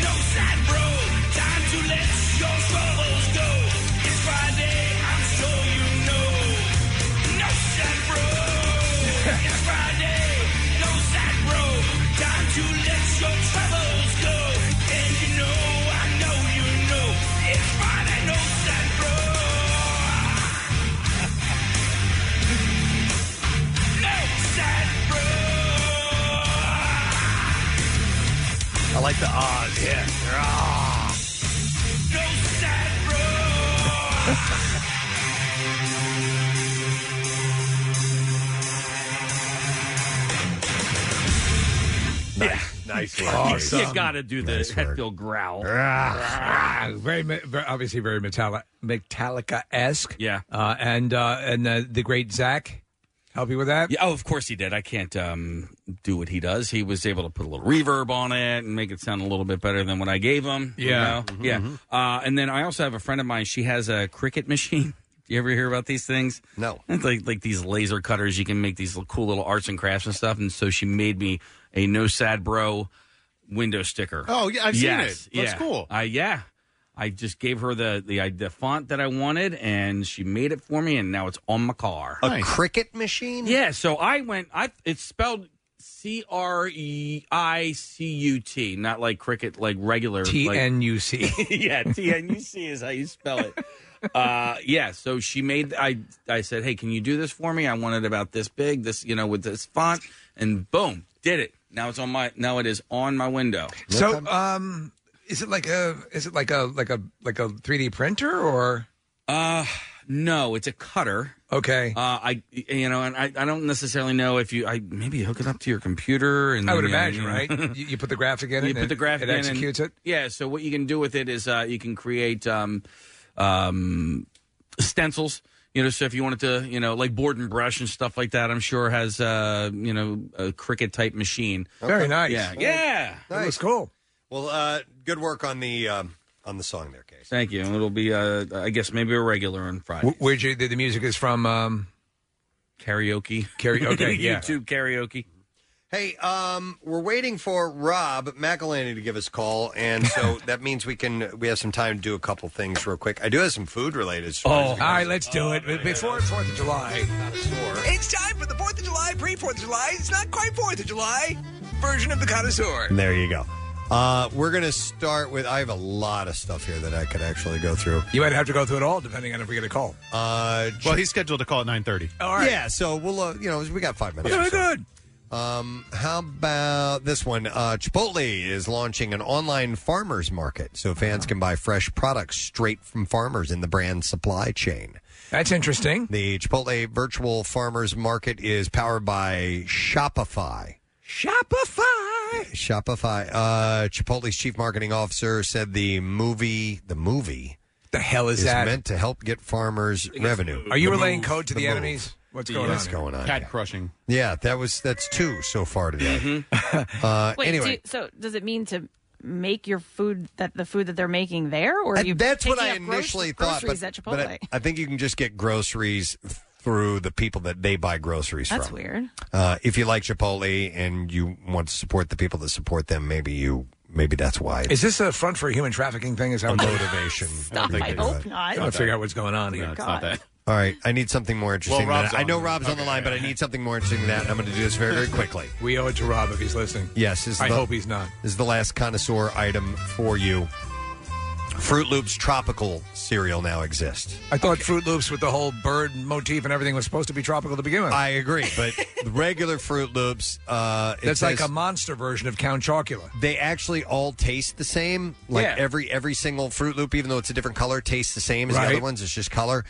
No sad bro. Time to let your troubles go. It's Friday. I'm sure you know. No sad bro. It's Friday. No sad bro. Time to let your troubles go. And you know, I know you know. It's Friday. No sad bro.
like the Oz. Yeah. ah. Nice, nice work.
Awesome.
You got to do the Hetfield growl.
Ah, very, me- very obviously very metallic, Metallica esque.
Yeah.
uh, and uh, and uh, the great Zach help you with that.
Yeah, oh, of course he did. I can't um, do what he does. He was able to put a little reverb on it and make it sound a little bit better than what I gave him. you
Yeah.
know?
Mm-hmm,
Mhm,
yeah.
mhm.
Uh, and then I also have a friend of mine. She has a cricket machine. Do you ever hear about these things?
No.
It's like like these laser cutters. You can make these little, cool little arts and crafts and stuff. And so she made me a no sad bro window sticker.
Oh, yeah, I've seen
Yes,
it. Looks
yeah.
cool.
I Uh, yeah. I just gave her the, the the font that I wanted, and she made it for me, and now it's on my car.
A cricket machine?
Yeah, so I went. I it's spelled C R E I C U T, not like cricket, like regular like-
T N U C.
yeah, T N U C is how you spell it. Uh, yeah, so she made. I I said, hey, can you do this for me? I want it about this big, this you know, with this font, and boom, did it. Now it's on my. Now it is on my window.
So, um, is it like a is it like a like a like a three D printer or?
Uh no, it's a cutter.
Okay.
Uh, I you know, and I, I don't necessarily know if you I maybe hook it up to your computer and
I would
you know,
imagine,
you know.
right? You, you put the graphic in.
you
it
put
and
the graph
It
in
executes
and,
it.
Yeah. So what you can do with it is uh, you can create um, um, stencils. You know, so if you wanted to, you know, like board and brush and stuff like that, I'm sure has uh, you know a cricket type machine.
Very nice.
Yeah. Yeah.
Nice. That was
cool.
Well, uh, good work on the um, on the song there, Case.
Thank you. And it'll be, uh, I guess, maybe a regular on Friday.
Wh- Where'd you? The, the music is from. Um,
karaoke.
Karaoke. Okay. Yeah.
YouTube karaoke.
Hey, um, we're waiting for Rob McElhaney to give us a call, and so that means we can we have some time to do a couple things real quick. I do have some food related stories.
Oh.
all right, let's do it before Fourth of July.
It's time for the 4th of July, pre 4th of July. It's not quite 4th of July version of the
Oh.
connoisseur.
There you go. Uh, we're going to start with. I have a lot of stuff here that I could actually go through.
You might have to go through it all, depending on if we get a call.
Uh,
Well, he's scheduled to call at nine thirty.
All right.
Yeah, so we'll, uh, you know, we got five minutes.
Very good.
Um, how about this one? Uh, Chipotle is launching an online farmers market so fans can buy fresh products straight from farmers in the brand supply chain.
That's interesting.
The Chipotle virtual farmers market is powered by Shopify.
Shopify.
Shopify. Uh, Chipotle's chief marketing officer said the movie, the movie,
the hell is that?
meant to help get farmers revenue.
Are you
The
relaying
move,
code to the,
move.
enemies? What's
The-
going
What's
on?
going on?
Cat crushing.
Yeah, that was that's two so far today.
Mm-hmm.
uh,
Wait,
anyway,
do, so does it mean to make your food that the food that they're making there, or are
And
you
that's what
picking
I
up groceries-
initially thought,
groceries
but,
at Chipotle.
but I, I think you can just get groceries through the people that they buy groceries
That's
from.
weird.
Uh, if you like Chipotle and you want to support the people that support them, maybe you maybe that's why.
Is this a front for a human trafficking thing? Is that
A motivation. Stop, I hope
I'm
not.
trying to figure out what's going on
Oh
here.
All right, I need something more interesting.
Well,
than
Rob's
that. I
on
know
the-
Rob's on the line, but I need something more interesting than that, and I'm going to do this very, very quickly.
We owe it to Rob if he's listening.
Yes, this is
I
the-
hope he's not.
This is the last connoisseur item for you. Fruit Loops tropical cereal now exists.
I thought Fruit Loops with the whole bird motif and everything was supposed to be tropical to begin with.
I agree, but the regular Fruit Loops, uh, it
That's like
says-
a monster version of Count Chocula.
they actually all taste the same. Like
Yeah.
every every single Fruit Loop, even though it's a different color, tastes the same as the
Right.
other ones. It's just color.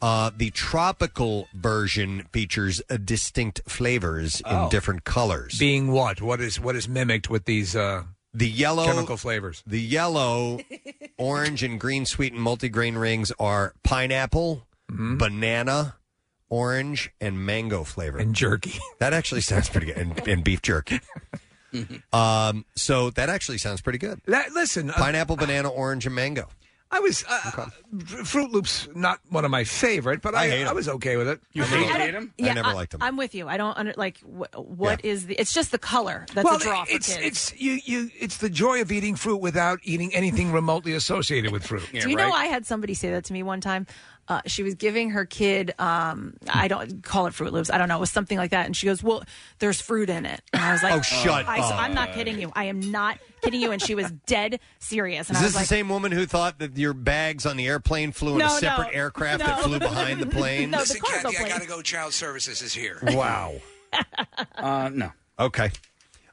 Uh, the tropical version features uh, distinct flavors in
Oh.
different colors.
Being what? What is what is mimicked with these uh,
the yellow
chemical flavors?
The yellow, orange, and green sweetened multigrain rings are pineapple,
Mm-hmm.
banana, orange, and mango flavor. And
jerky.
That actually sounds pretty good. And, and beef jerky. um, so that actually sounds pretty good.
That, listen, uh,
Pineapple, banana, orange, and mango.
I was uh, Fr- Fruit Loops not one of my favorite, but I I, was okay with it. You
I don't- Yeah,
them.
I'm with you. I don't under, like wh- what is the? It's just the color that's
well,
a draw for
it's
kids.
it's you you it's the joy of eating fruit without eating anything remotely associated with fruit.
Do you know I had somebody say that to me one time? Uh, she was giving her kid, um, I don't call it Fruit Loops, I don't know, it was something like that. And she goes, Well, there's fruit in it. And I was like,
Oh, shut
I,
up.
am not kidding you. I am not kidding you. And she was dead serious. And
Is
I
this
was
the
like,
same woman who thought that your bags on the airplane flew in
No,
a separate
no.
aircraft that
No.
flew behind the plane?
No, the
Listen,
cargo
Kathy, I
plane.
gotta go. Child services is here.
Wow.
Uh, no.
Okay.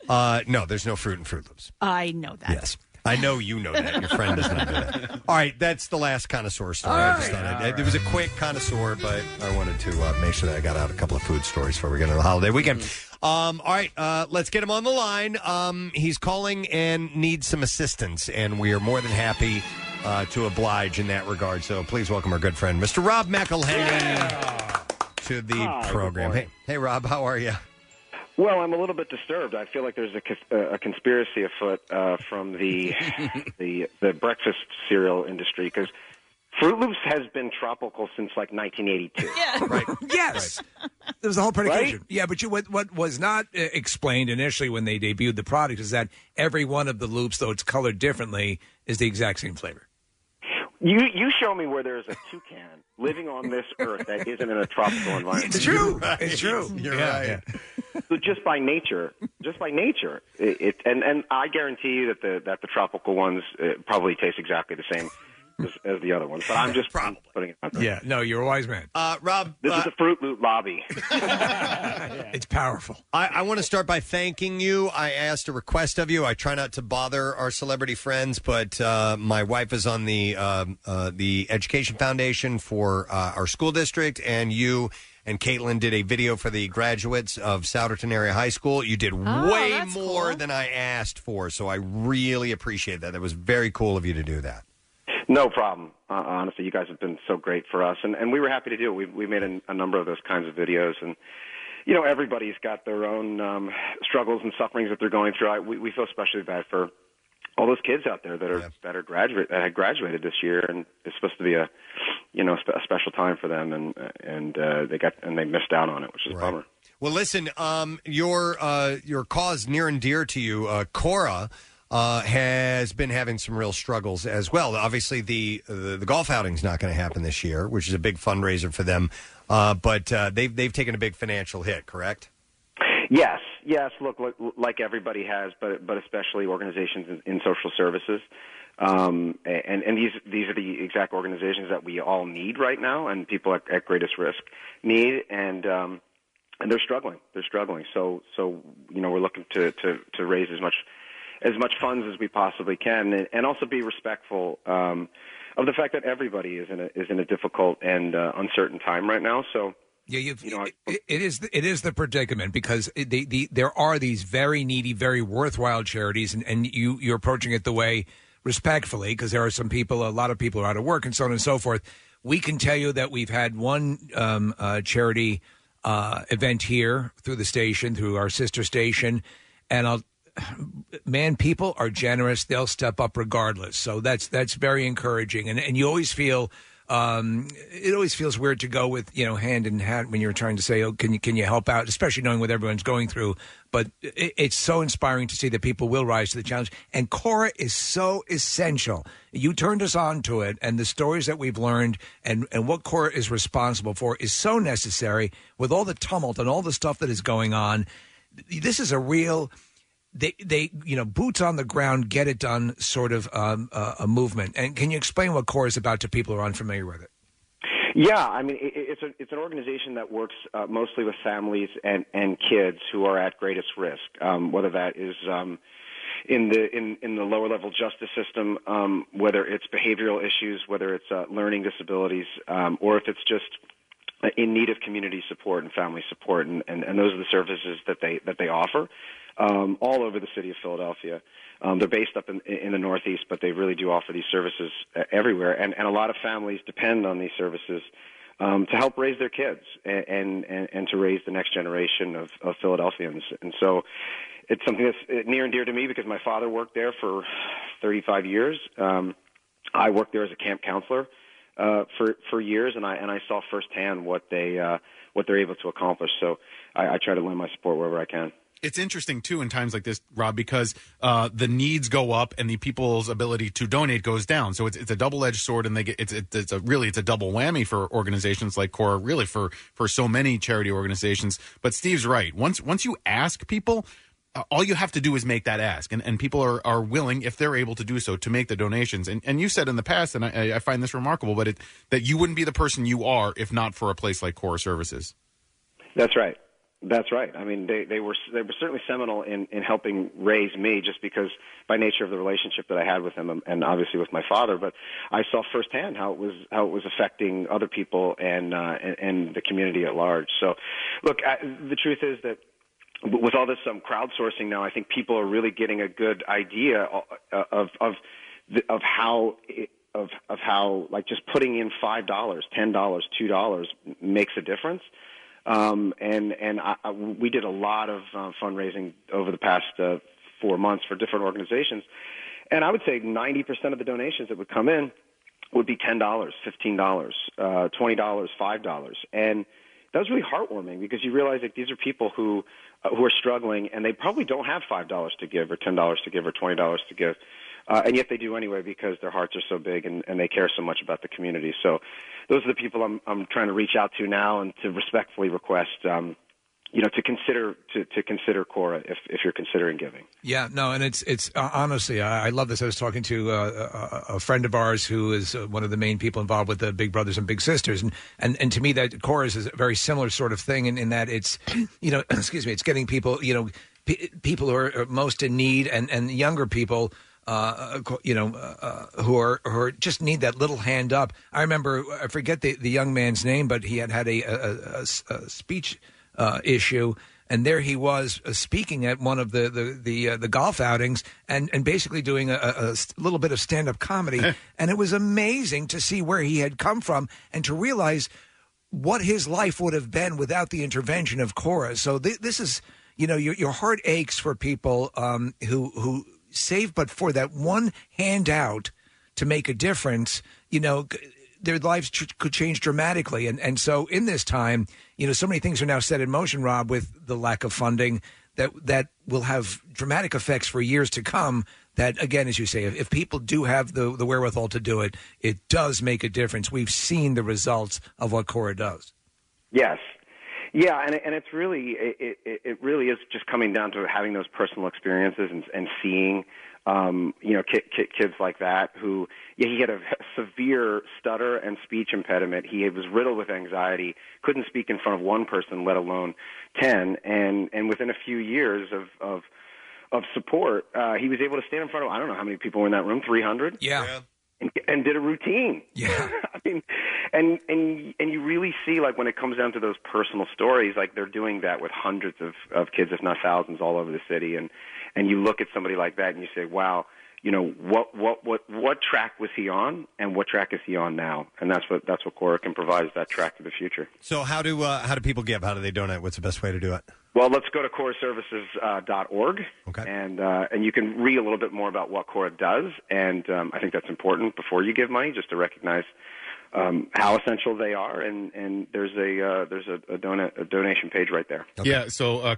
Uh, no, there's no fruit in Fruit Loops.
I know that.
Yes. I know you know that. Your friend does not know that. All right, that's the last connoisseur story. I just thought I'd- It was a quick connoisseur, but I wanted to uh, make sure that I got out a couple of food stories before we get into the holiday weekend. Um, all right, uh, let's get him on the line. Um, he's calling and needs some assistance, and we are more than happy uh, to oblige in that regard. So please welcome our good friend, Mr. Rob McElhenney, to the
Hi, good
program. Hey,
morning.
hey, Rob, how are you?
Well, I'm a little bit disturbed. I feel like there's a, cons- uh, a conspiracy afoot uh, from the, the the breakfast cereal industry because Fruit Loops has been tropical since like 1982.
Yes, there was the whole predication. Yeah, but you what, what was not uh, explained initially when they debuted the product is that every one of the loops, though it's colored differently, is the exact same flavor.
You you show me where there is a toucan living on this earth that isn't in a tropical environment.
It's true. It's true. You're right.
So just by nature, just by nature, it, it and and I guarantee you that the that the tropical ones uh, probably taste exactly the same as, as the other ones. But I'm just probably. putting it out there.
Yeah. No, you're a wise man.
Uh, Rob,
This is
uh,
the Fruit Loop lobby.
It's powerful.
I, I want to start by thanking you. I asked a request of you. I try not to bother our celebrity friends, but uh, my wife is on the um uh, the Education Foundation for uh, our school district, and you and Caitlin did a video for the graduates of Souderton Area High School. You did
Oh,
way
that's
more than I asked for, so I really appreciate that. That was very cool of you to do that.
No problem. Uh, honestly, you guys have been so great for us, and, and we were happy to do it. We we made a, a number of those kinds of videos, and you know everybody's got their own um, struggles and sufferings that they're going through. I, we we feel especially bad for all those kids out there that are that are graduate that had graduated this year, and it's supposed to be a you know spe- a special time for them, and and uh, they got and they missed out on it, which is a bummer.
Well, listen, um, your uh, your cause near and dear to you, uh, Cora, uh, has been having some real struggles as well. Obviously, the the, the golf outing's not going to happen this year, which is a big fundraiser for them. Uh, but uh, they've they've taken a big financial hit, correct?
Yes, yes. Look, like, like everybody has, but but especially organizations in, in social services, um, and and these these are the exact organizations that we all need right now, and people at, at greatest risk need, and um, and they're struggling. They're struggling. So so you know we're looking to to to raise as much as much funds as we possibly can, and, and also be respectful um, of the fact that everybody is in a is in a difficult and uh, uncertain time right now. So.
Yeah, you've, it, it is it is the predicament because it, the, the there are these very needy, very worthwhile charities, and, and you you're approaching it the way respectfully because there are some people, a lot of people are out of work, and so on and so forth. We can tell you that we've had one um, uh, charity uh, event here through the station, through our sister station, and I'll man, people are generous. They'll step up regardless. So that's that's very encouraging. And and you always feel um, it always feels weird to go with you know hand in hand when you're trying to say, oh, can you can you help out, especially knowing what everyone's going through. But it, it's so inspiring to see that people will rise to the challenge. And Cora is so essential. You turned us on to it, and the stories that we've learned and and what Cora is responsible for is so necessary with all the tumult and all the stuff that is going on. This is a real they they you know boots on the ground get it done sort of um, uh, a movement and can you explain what core is about to people who are unfamiliar with it
Yeah, I mean, it, it's a, it's an organization that works uh, mostly with families and and kids who are at greatest risk. Um, whether that is um, in the in in the lower level justice system, um, whether it's behavioral issues, whether it's uh, learning disabilities, um, or if it's just uh, in need of community support and family support, and, and, and those are the services that they that they offer um, all over the city of Philadelphia. Um, they're based up in, in the Northeast, but they really do offer these services uh, everywhere, and, and a lot of families depend on these services um, to help raise their kids and and, and to raise the next generation of, of Philadelphians. And so, it's something that's uh, near and dear to me because my father worked there for 35 years. Um, I worked there as a camp counselor uh, for for years, and I and I saw firsthand what they uh, what they're able to accomplish. So I, I try to lend my support wherever I can.
It's interesting too in times like this, Rob, because uh, the needs go up and the people's ability to donate goes down. So it's it's a double edged sword, and they get it's it's it's a really it's a double whammy for organizations like Cora, really for for so many charity organizations. But Steve's right. Once once you ask people. Uh, all you have to do is make that ask, and, and people are, are willing, if they're able to do so, to make the donations. And and you said in the past, and I, I find this remarkable, but it, that you wouldn't be the person you are if not for a place like Cora Services.
That's right. That's right. I mean, they, they were they were certainly seminal in, in helping raise me, just because by nature of the relationship that I had with them, and obviously with my father. But I saw firsthand how it was how it was affecting other people and uh, and, and the community at large. So, look, I, the truth is that with all this um, crowdsourcing now, I think people are really getting a good idea uh, of of the- of how. It, of of how like just putting in five dollars, ten dollars, two dollars makes a difference, um, and and I, I, we did a lot of uh, fundraising over the past uh, four months for different organizations, and I would say ninety percent of the donations that would come in would be ten dollars, fifteen dollars, uh, twenty dollars, five dollars, and that was really heartwarming because you realize that these are people who uh, who are struggling and they probably don't have five dollars to give or ten dollars to give or twenty dollars to give. Uh, and yet they do anyway because their hearts are so big and, and they care so much about the community. So those are the people I'm, I'm trying to reach out to now and to respectfully request, um, you know, to consider to, to consider Cora if, if you're considering giving.
Yeah, no, and it's it's uh, honestly, I, I love this. I was talking to uh, a, a friend of ours who is uh, one of the main people involved with the Big Brothers and Big Sisters, and and, and to me that chorus is a very similar sort of thing in, in that it's, you know, excuse me, it's getting people, you know, p- people who are are most in need and and younger people. Uh, co- you know, uh, uh, who are who are just need that little hand up. I remember, I forget the, the young man's name, but he had had a, a, a- a s- a speech uh, issue, and there he was uh, speaking at one of the the the, uh, the golf outings, and and basically doing a, a- a s- little bit of stand up comedy, and it was amazing to see where he had come from and to realize what his life would have been without the intervention of Cora. So th- this is, you know, your your heart aches for people um, who who save, but for that one handout to make a difference, you know. g- Their lives ch- could change dramatically, and and so in this time, you know, so many things are now set in motion, Rob, with the lack of funding that that will have dramatic effects for years to come. That again, as you say, if, if people do have the the wherewithal to do it, it does make a difference. We've seen the results of what Cora does.
Yes. Yeah, and and it's really it, it, it really is just coming down to having those personal experiences and and seeing um you know ki ki kids like that who yeah, he had a severe stutter and speech impediment he was riddled with anxiety couldn't speak in front of one person let alone 10 and and within a few years of of of support uh he was able to stand in front of I don't know how many people were in that room 300
Yeah.
and, and did a routine.
Yeah.
I mean, and and and you really see like when it comes down to those personal stories, like they're doing that with hundreds of of kids, if not thousands, all over the city. And and you look at somebody like that and you say, wow, you know what what what what track was he on, and what track is he on now? And that's what that's what Cora can provide is that track for the future.
So how do uh, how do people give? How do they donate? What's the best way to do it?
Well, let's go to coraservices.org, okay. and uh, and you can read a little bit more about what Cora does, and um, I think that's important before you give money, just to recognize um, how essential they are, and, and there's a uh, there's a, a, dona- a donation page right there.
Yeah, so uh,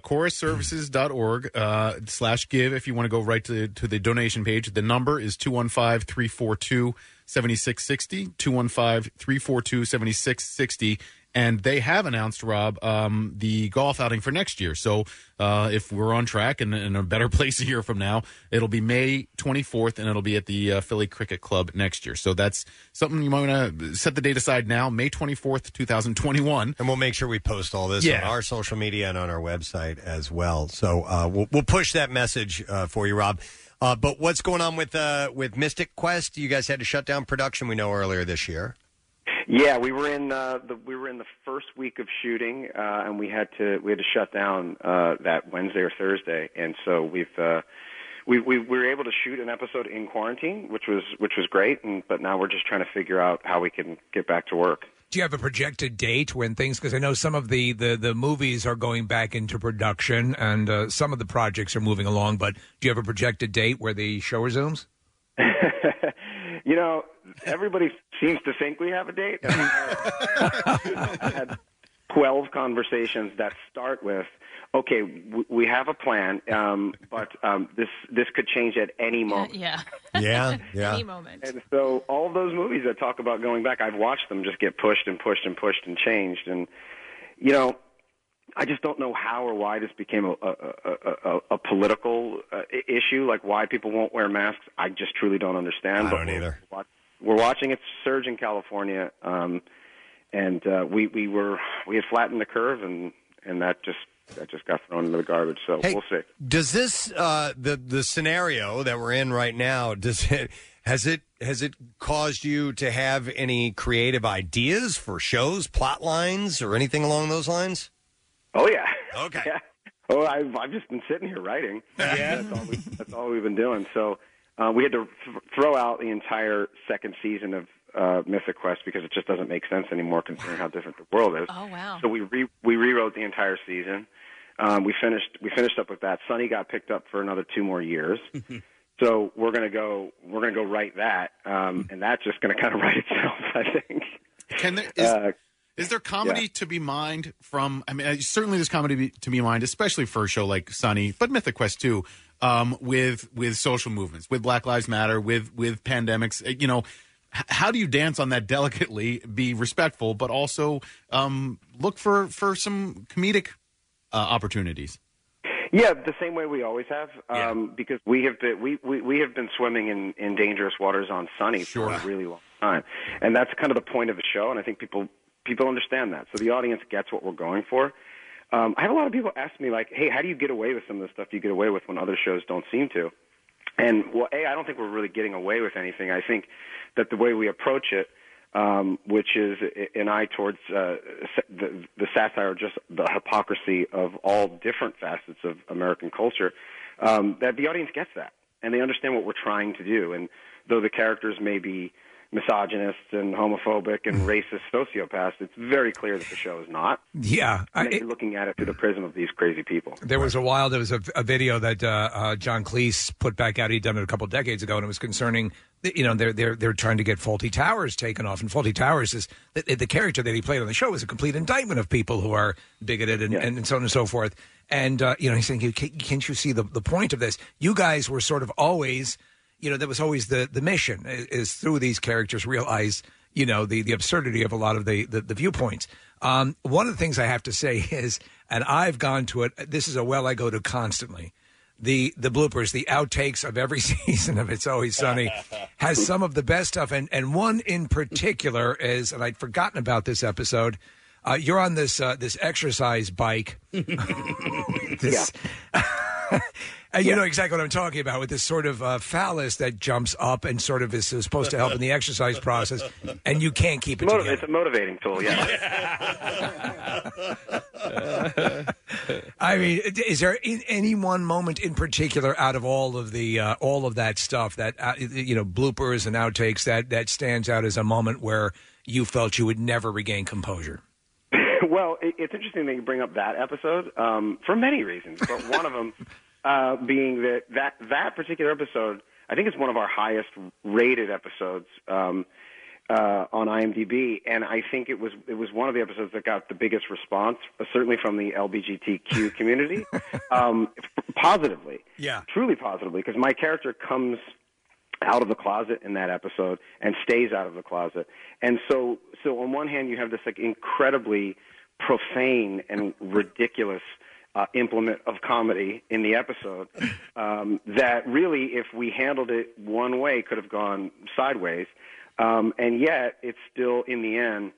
chorusservices.org uh, slash give if you want to go right to, to the donation page. The number is 215 342 7660. 215 342 7660. And they have announced, Rob, um, the golf outing for next year. So uh, if we're on track and in a better place a year from now, it'll be May 24th and it'll be at the uh, Philly Cricket Club next year. So that's something you might want to set the date aside now, May 24th, 2021.
And we'll make sure we post all this
Yeah.
on our social media and on our website as well. So uh, we'll, we'll push that message uh, for you, Rob. Uh, but what's going on with uh, with Mystic Quest? You guys had to shut down production. We know earlier this year.
Yeah, we were in uh, the we were in the first week of shooting, uh, and we had to we had to shut down uh, that Wednesday or Thursday, and so we've uh, we, we we were able to shoot an episode in quarantine, which was which was great, and but now we're just trying to figure out how we can get back to work.
Do you have a projected date when things? Because I know some of the, the the movies are going back into production, and uh, some of the projects are moving along. But do you have a projected date where the show resumes?
You know, everybody seems to think we have a date. I had 12 conversations that start with, okay, w- we have a plan, um, but um, this this could change at any moment.
Uh, Yeah.
Yeah,
yeah.
Any moment.
And so all those movies that talk about going back, I've watched them just get pushed and pushed and pushed and changed. And you know, I just don't know how or why this became a a, a, a, a political uh, i- issue. Like why people won't wear masks, I just truly don't understand.
I
but
don't
we're-
either.
wa- We're watching it surge in California, um, and uh, we we were we had flattened the curve, and and that just that just got thrown into the garbage. So
Hey.
we'll see.
Does this uh, the the scenario that we're in right now? Does it has it has it caused you to have any creative ideas for shows, plot lines, or anything along those lines?
Oh yeah.
Okay.
Oh, I've I've just been sitting here writing. Yeah. That's all, we, that's all we've been doing. So uh, we had to th- throw out the entire second season of uh, Mythic Quest because it just doesn't make sense anymore, considering how different the world is.
Oh, wow.
So we re- we rewrote the entire season. Um, we finished we finished up with that. Sunny got picked up for another two more years. So we're gonna go. We're gonna go write that, um, and that's just gonna kind of write itself. I think.
Can there is,
Uh,
is there comedy
yeah.
to be mined from? I mean, uh, certainly there's comedy be- to be mined, especially for a show like Sunny, but Mythic Quest too, um, with with social movements, with Black Lives Matter, with with pandemics. Uh, You know, h- how do you dance on that delicately, be respectful, but also um, look for for some comedic uh, opportunities?
Yeah, the same way we always have, um, because we have been we, we, we have been swimming in, in dangerous waters on Sunny for a really long time, and that's kind of the point of the show, and I think people people understand that, so the audience gets what we're going for. Um, I have a lot of people ask me like, "Hey, how do you get away with some of the stuff you get away with when other shows don't seem to?" And well, a I don't think we're really getting away with anything. I think that the way we approach it, um, which is i- an eye towards uh, sa- the, the satire, or just the hypocrisy of all different facets of American culture, um, that the audience gets that and they understand what we're trying to do. And though the characters may be misogynists and homophobic
Mm-hmm.
and racist sociopaths, it's very clear that the show is not.
Yeah, I-
and that you're looking at it through the prism of these crazy people.
There was a while. There was a, a video that uh, uh, John Cleese put back out. He'd done it a couple decades ago, and it was concerning. You know, they're they're they're trying to get Faulty Towers taken off, and Faulty Towers is the, the character that he played on the show was a complete indictment of people who are bigoted and, and, so on and so forth. And uh, you know, he's saying, "You- can't- "Can't you see the the point of this? You guys were sort of always." you know that was always the the mission is, is through these characters realize you know the the absurdity of a lot of the the, the viewpoints um, one of the things i have to say is and i've gone to it this is a well i go to constantly the the bloopers the outtakes of every season of it's always sunny has some of the best stuff and and one in particular is and i'd forgotten about this episode uh, you're on this uh, this exercise bike this and you know exactly what I'm talking about with this sort of uh, phallus that jumps up and sort of is supposed to help in the exercise process, and you can't keep it
Motiv-
together.
it's a motivating tool, yeah.
I mean, is there in any one moment in particular out of all of the uh, all of that stuff that uh, you know bloopers and outtakes that that stands out as a moment where you felt you would never regain composure?
well, it, it's interesting that you bring up that episode um, for many reasons, but one of them uh, being that, that that particular episode, I think it's one of our highest rated episodes um, uh, on IMDb, and I think it was it was one of the episodes that got the biggest response, uh, certainly from the LBGTQ community, um, f- positively,
Yeah.
truly positively, because my character comes out of the closet in that episode and stays out of the closet. And so so on one hand you have this like incredibly profane and ridiculous uh, implement of comedy in the episode um, that really if we handled it one way could have gone sideways. Um, and yet it's still in the end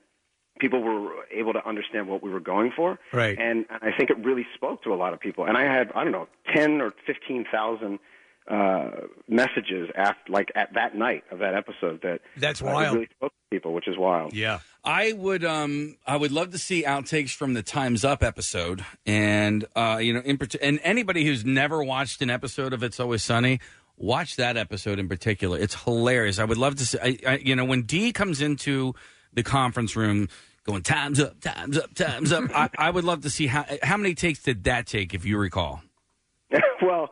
people were able to understand what we were going for
Right.
and and I think it really spoke to a lot of people. And I had I don't know ten or fifteen thousand uh, messages after like at that night of that episode that
That's
uh, it
wild.
really spoke to people, which is wild.
Yeah,
I would um I would love to see outtakes from the Times Up episode and uh you know in part- and anybody who's never watched an episode of It's Always Sunny watch that episode in particular it's hilarious I would love to see I, I, you know when D comes into the conference room going times up times up times up I, I would love to see how how many takes did that take if you recall
well,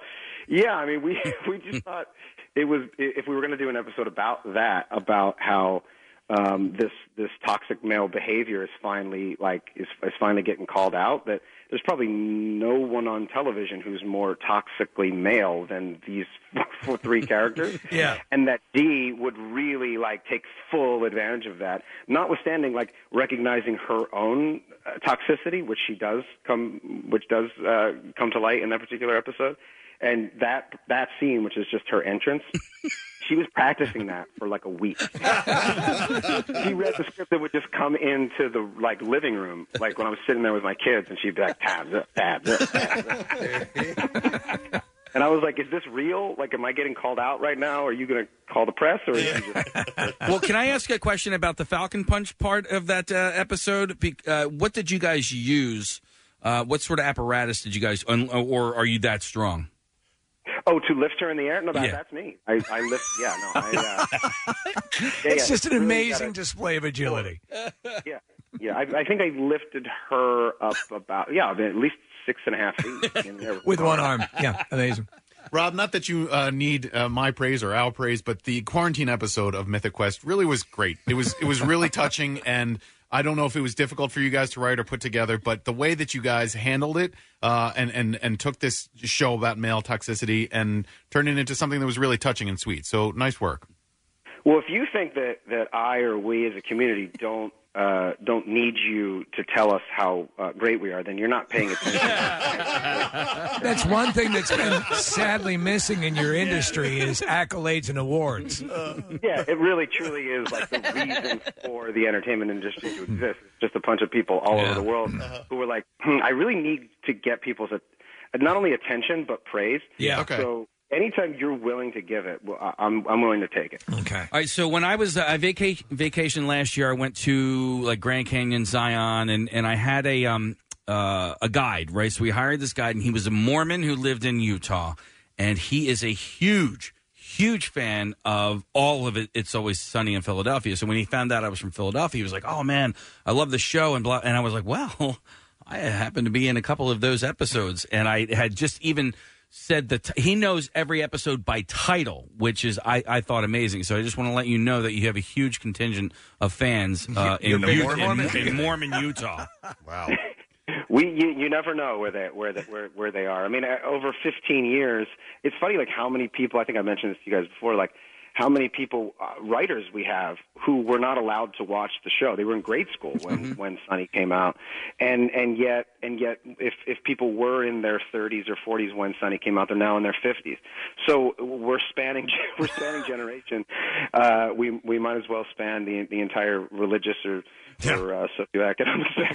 yeah, I mean we we just thought it was if we were going to do an episode about that about how um, this this toxic male behavior is finally like is is finally getting called out that there's probably no one on television who's more toxically male than these four, three characters.
Yeah.
and that Dee would really like take full advantage of that, notwithstanding like recognizing her own uh, toxicity, which she does come, which does uh, come to light in that particular episode, and that that scene, which is just her entrance, she was practicing that for like a week. she read the script and would just come into the like living room, like when I was sitting there with my kids, and she'd be like, "Tabs up, tabs up, tabs up." And I was like, "Is this real? Like, am I getting called out right now? Are you going to call the press, or is you just
well, can I ask a question about the Falcon Punch part of that uh, episode? Be- uh, what did you guys use? Uh, what sort of apparatus did you guys, un- or are you that strong?
oh to lift her in the air? No, that,
Yeah.
that's me. I, I lift. Yeah, no, I, uh, yeah,
it's
yeah,
just an
really
amazing
gotta-
display of agility.
yeah, yeah. I, I think I lifted her up about yeah, at least six and a half feet in there
With one arm. Yeah, amazing.
Rob, not that you uh, need uh, my praise or our praise, but the quarantine episode of Mythic Quest really was great. It was it was really touching, and I don't know if it was difficult for you guys to write or put together, but the way that you guys handled it uh, and and and took this show about male toxicity and turned it into something that was really touching and sweet. So nice work.
Well, if you think that that I or we as a community don't uh, don't need you to tell us how uh, great we are, then you're not paying attention.
That's one thing that's been sadly missing in your industry is accolades and awards.
yeah, it really truly is like the reason for the entertainment industry to exist. It's just a bunch of people all over the world who were like, hmm, I really need to get people's at- not only attention but praise.
Yeah. Okay.
So anytime you're willing to give it, well, I- I'm I'm willing to take it.
Okay.
All right. So when I was uh, I vaca- vacation last year, I went to like Grand Canyon, Zion, and and I had a um uh, a guide. Right. So we hired this guide, and he was a Mormon who lived in Utah, and he is a huge huge fan of all of it it's always sunny in philadelphia so when he found out i was from philadelphia he was like oh man i love the show and blah and i was like well I happened to be in a couple of those episodes, and I had just even said that he knows every episode by title, which is I, I thought amazing. So I just want to let you know that you have a huge contingent of fans uh, in,
You're
Ut-
Mormon?
in, in Mormon, Utah.
Wow. We you, you never know where they where they, where where they are. I mean, uh, over 15 years, it's funny like how many people. I think I mentioned this to you guys before. Like how many people uh, writers we have who were not allowed to watch the show. They were in grade school
Mm-hmm.
when when Sunny came out, and and yet and yet if if people were in their 30s or 40s when Sunny came out, they're now in their 50s. So we're spanning we're spanning generation. Uh, we we might as well span the the entire religious or or uh, socioeconomic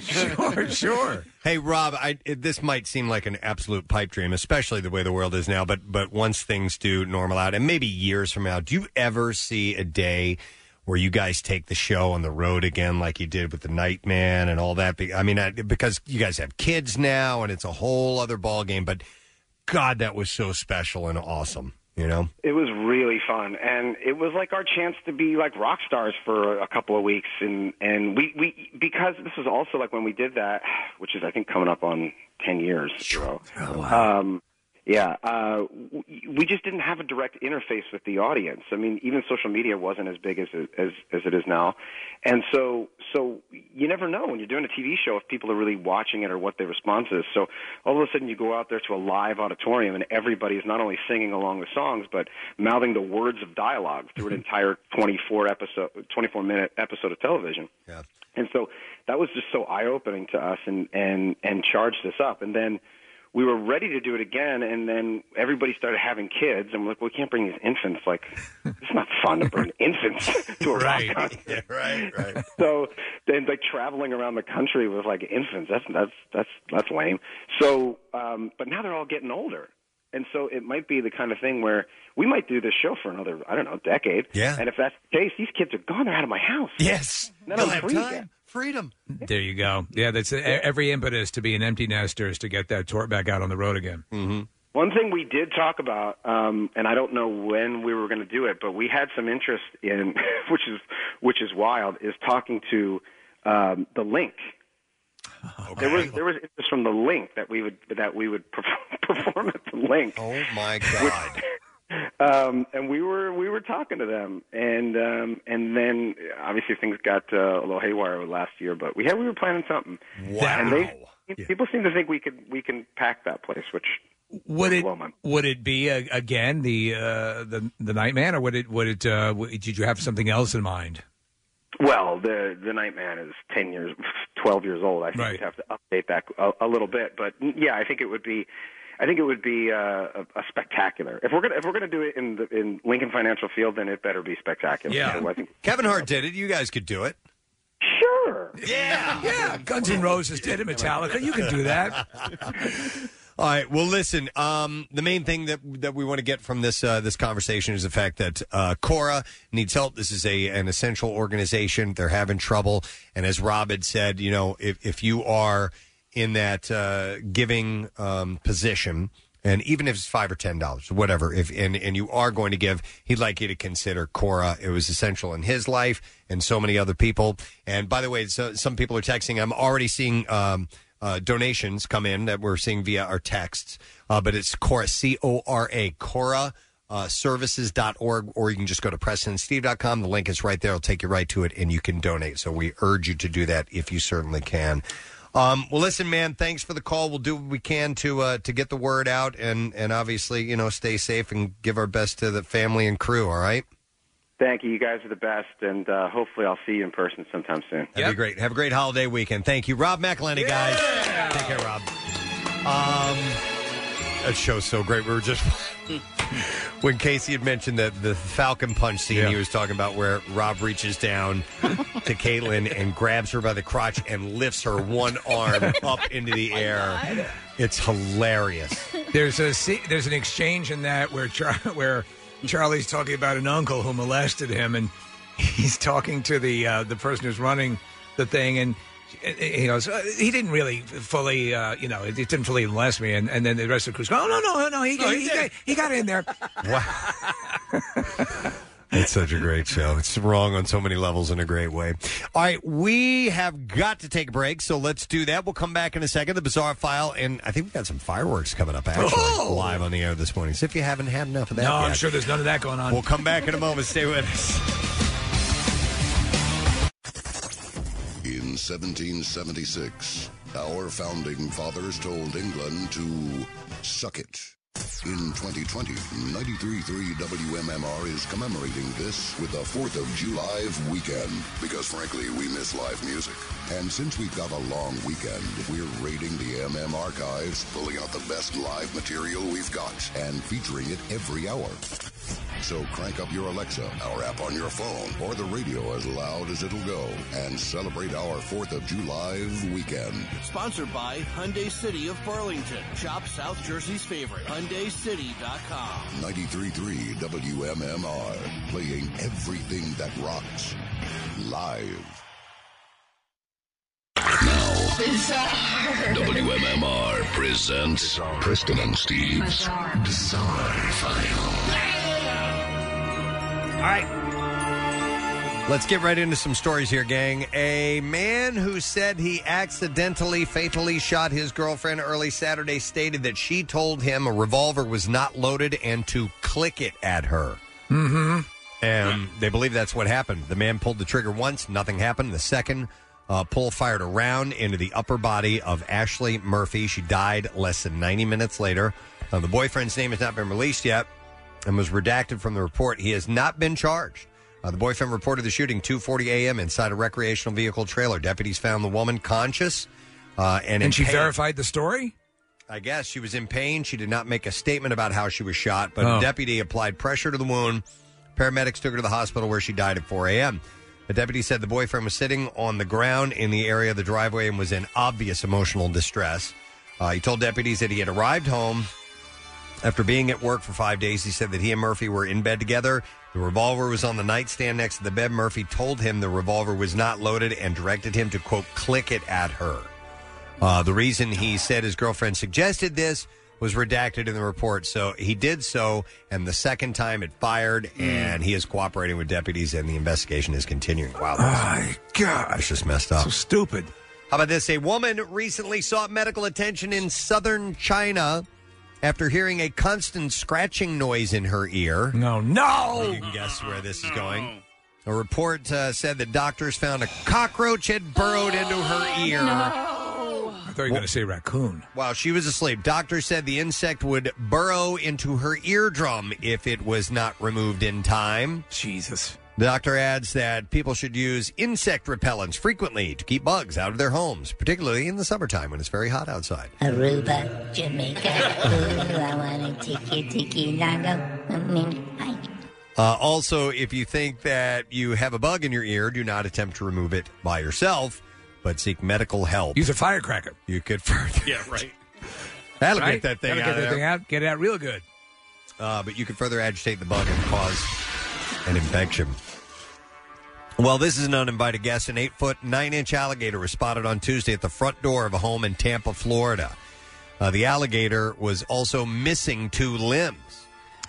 spectrum.
sure, sure. Hey, Rob, I, it, this might seem like an absolute pipe dream, especially the way the world is now. But but once things do normal out, and maybe years from now, do you ever see a day where you guys take the show on the road again, like you did with the Nightman and all that? Be- I mean, I, because you guys have kids now, and it's a whole other ballgame. But God, that was so special and awesome. You know.
It was really fun, and it was like our chance to be like rock stars for a couple of weeks, and and we we because this was also like when we did that, which is I think coming up on ten years. So, um, yeah, uh, we, we just didn't have a direct interface with the audience. I mean, even social media wasn't as big as it, as as it is now, and so so you never know when you're doing a TV show if people are really watching it or what their response is. So all of a sudden you go out there to a live auditorium and everybody's not only singing along with songs but mouthing the words of dialogue through an entire 24 episode 24 minute episode of television.
Yeah.
And so that was just so eye opening to us and, and, and charged us up. And then we were ready to do it again. And then everybody started having kids. And we're like, we can't bring these infants. Like, it's not fun to bring infants to a
Right.
rock concert.
Yeah, right, right.
So then like traveling around the country with like infants, that's, that's, that's, that's lame. So, um, but now they're all getting older. And so it might be the kind of thing where we might do this show for another, I don't know, decade.
Yeah.
And if that's the case, these kids are gone. They're out of my house.
Yes.
No,
You'll
no,
have
free
time.
again.
Freedom.
There you go. Yeah, that's e- every impetus to be an empty nester is to get that tort back out on the road again. Mm-hmm.
One thing we did talk about, um, and I don't know when we were going to do it, but we had some interest in, which is which is wild, is talking to um, the link. There was there was interest from the link that we would that we would perform, perform at the link.
Oh my god!
um, and we were we were talking to them, and um, and then obviously things got uh, a little haywire last year, but we had we were planning something.
Wow.
And they, people seem to think we could we can pack that place, which
Would it
blow my
would it be uh, again the uh, the the Nightman, or would it would it uh, w- did you have something else in mind?
Well, the the Nightman is ten years, twelve years old. I think we'd have to update that a, a little bit, but n- yeah, I think it would be. I think it would be uh, a, a spectacular. If we're gonna if we're gonna do it in the, in Lincoln Financial Field, then it better be spectacular.
Yeah.
So I think
Kevin Hart did it. You guys could do it.
Sure.
Yeah. Yeah. Guns N' Roses did it. Metallica. You can do that.
All right. Well, listen. Um, the main thing that that we want to get from this uh, this conversation is the fact that uh, Cora needs help. This is a an essential organization. They're having trouble, and as Rob had said, you know, if if you are in that uh, giving um, position, and even if it's five or ten dollars, whatever, if and and you are going to give, he'd like you to consider Cora. It was essential in his life and so many other people. And by the way, so, some people are texting. I'm already seeing. Um, uh, donations come in that we're seeing via our texts, uh, but it's Cora, C O R A, Cora. Uh, services.org, or you can just go to PrestonandSteve.com. The link is right there. It'll take you right to it, and you can donate. So we urge you to do that if you certainly can. Um, well, listen, man, thanks for the call. We'll do what we can to uh, to get the word out, and and obviously, you know, stay safe and give our best to the family and crew. All right,
Thank you. You guys are the best, and uh, hopefully, I'll see you in person sometime soon.
that'd be great. Have a great holiday weekend. Thank you, Rob McElhenney, guys. Take care, Rob. Um, that show's so great. We were just when Casey had mentioned that the Falcon Punch scene he was talking about, where Rob reaches down to Caitlin and grabs her by the crotch and lifts her one arm up into the air. It's hilarious.
There's a se- there's an exchange in that where Char- where Charlie's talking about an uncle who molested him, and he's talking to the uh, the person who's running the thing, and he goes, uh, he didn't really fully, uh, you know, it didn't fully molest me, and, and then the rest of the crew's going, oh no no no he
No, he
he, he,
did.
got, he got in there.
It's such a great show. It's wrong on so many levels in a great way. All right, we have got to take a break, so let's do that. We'll come back in a second. The bizarre file, and I think we've got some fireworks coming up actually live on the air this morning. So if you haven't had enough of that,
No, I'm
yet,
sure there's none of that going on.
We'll come back in a moment. Stay with us.
In 1776, our founding fathers told England to suck it. In 2020, 93.3 WMMR is commemorating this with a 4th of July weekend because frankly, we miss live music. And since we've got a long weekend, we're raiding the MM archives, pulling out the best live material we've got and featuring it every hour. So crank up your Alexa, our app on your phone, or the radio as loud as it'll go and celebrate our 4th of July weekend.
Sponsored by Hyundai City of Burlington. Shop South Jersey's favorite. HyundaiCity.com.
93.3 WMMR, playing everything that rocks live. WMMR presents Preston and Steve's Bizarre,
All right.
Let's get right into some stories here, gang. A man who said he accidentally fatally shot his girlfriend early Saturday stated that she told him a revolver was not loaded and to click it at her.
Mm-hmm.
And they believe that's what happened. The man pulled the trigger once, nothing happened. The second uh, pull fired a round into the upper body of Ashley Murphy. She died less than 90 minutes later. Uh, the boyfriend's name has not been released yet and was redacted from the report. He has not been charged. Uh, the boyfriend reported the shooting 2:40 a.m. inside a recreational vehicle trailer. Deputies found the woman conscious uh, and
And,
in
she
pain.
verified the story.
I guess she was in pain. She did not make a statement about how she was shot, but
Oh.
a deputy applied pressure to the wound. Paramedics took her to the hospital where she died at 4 a.m. The deputy said the boyfriend was sitting on the ground in the area of the driveway and was in obvious emotional distress. Uh, he told deputies that he had arrived home after being at work for five days, he said that he and Murphy were in bed together. The revolver was on the nightstand next to the bed. Murphy told him the revolver was not loaded and directed him to, quote, click it at her. Uh, the reason he said his girlfriend suggested this was redacted in the report. So he did so, and the second time it fired,
Hmm.
and he is cooperating with deputies, and the investigation is continuing. Wow. My
God.
That's just messed up.
So stupid.
How about this? A woman recently sought medical attention in southern China after hearing a constant scratching noise in her ear.
No, no.
You can guess where this is going. A report uh, said that doctors found a cockroach had burrowed into her ear.
I thought you were going to say raccoon.
While she was asleep, doctors said the insect would burrow into her eardrum if it was not removed in time.
Jesus.
The doctor adds that people should use insect repellents frequently to keep bugs out of their homes, particularly in the summertime when it's very hot outside.
Aruba, Jamaica. Ooh, I want a tiki tiki lago. I
Mm-hmm.
mean,
Uh, also, if you think that you have a bug in your ear, do not attempt to remove it by yourself, but seek medical help. Use
a firecracker.
You could further.
Yeah, right.
That'll get that thing
That'll
out
Get
of
that
there.
thing out. Get it out real good.
Uh, but you could further agitate the bug and cause an infection. Well, this is an uninvited guest. An eight foot, nine inch alligator was spotted on Tuesday at the front door of a home in Tampa, Florida. Uh, the alligator was also missing two limbs.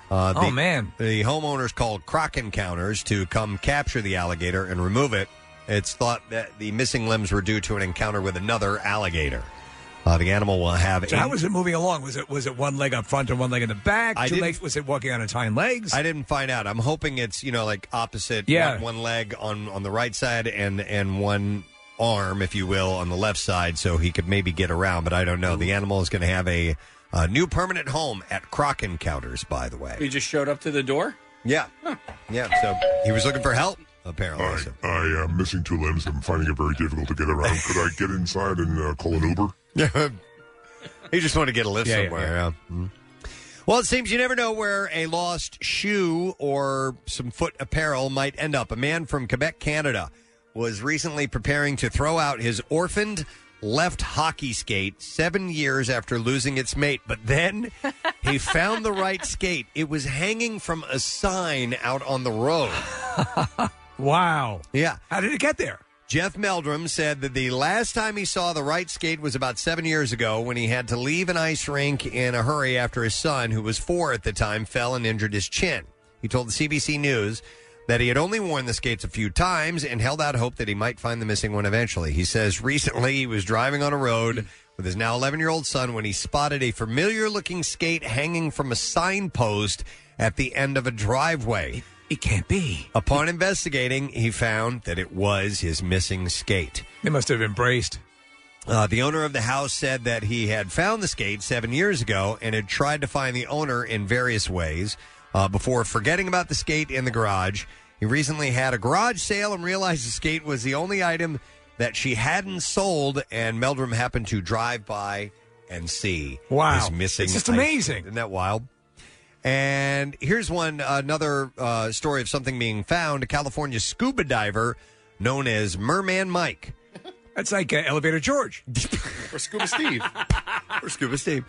Uh,
Oh, man.
The homeowners called Croc Encounters to come capture the alligator and remove it. It's thought that the missing limbs were due to an encounter with another alligator. Uh, the animal will have
So
eight-
how was it moving along? Was it was it one leg up front and one leg in the back?
I
Two
didn't-
legs? Was it walking on its hind legs?
I didn't find out. I'm hoping it's you know like opposite.
Yeah.
One, one leg on on the right side and and one arm, if you will, on the left side, so he could maybe get around. But I don't know. The animal is going to have a, a new permanent home at Croc Encounters. By the way,
He just showed up to the door.
yeah, yeah. So he was looking for help apparently.
I, I am missing two limbs. I'm finding it very difficult to get around. Could I get inside and uh, call an Uber?
Yeah. he just wanted to get a lift
Yeah, yeah,
somewhere. yeah. Mhm. Well, it seems you never know where a lost shoe or some foot apparel might end up. A man from Quebec, Canada, was recently preparing to throw out his orphaned left hockey skate seven years after losing its mate, but then he found the right skate. It was hanging from a sign out on the road.
wow.
Yeah.
How did it get there?
Jeff Meldrum said that the last time he saw the right skate was about seven years ago when he had to leave an ice rink in a hurry after his son, who was four at the time, fell and injured his chin. He told the CBC News that he had only worn the skates a few times and held out hope that he might find the missing one eventually. He says recently he was driving on a road with his now 11 year old son when he spotted a familiar looking skate hanging from a signpost at the end of a driveway.
It can't be.
Upon investigating, he found that it was his missing skate.
They must have embraced.
Uh, the owner of the house said that he had found the skate seven years ago and had tried to find the owner in various ways uh, before forgetting about the skate in the garage. He recently had a garage sale and realized the skate was the only item that she hadn't sold, and Meldrum happened to drive by and see.
Wow.
his missing.
It's just
ice skate.
amazing.
Isn't that wild? And here's one another uh, story of something being found. A California scuba diver known as Merman Mike.
That's like uh, Elevator George
or Scuba Steve.
or Scuba Steve,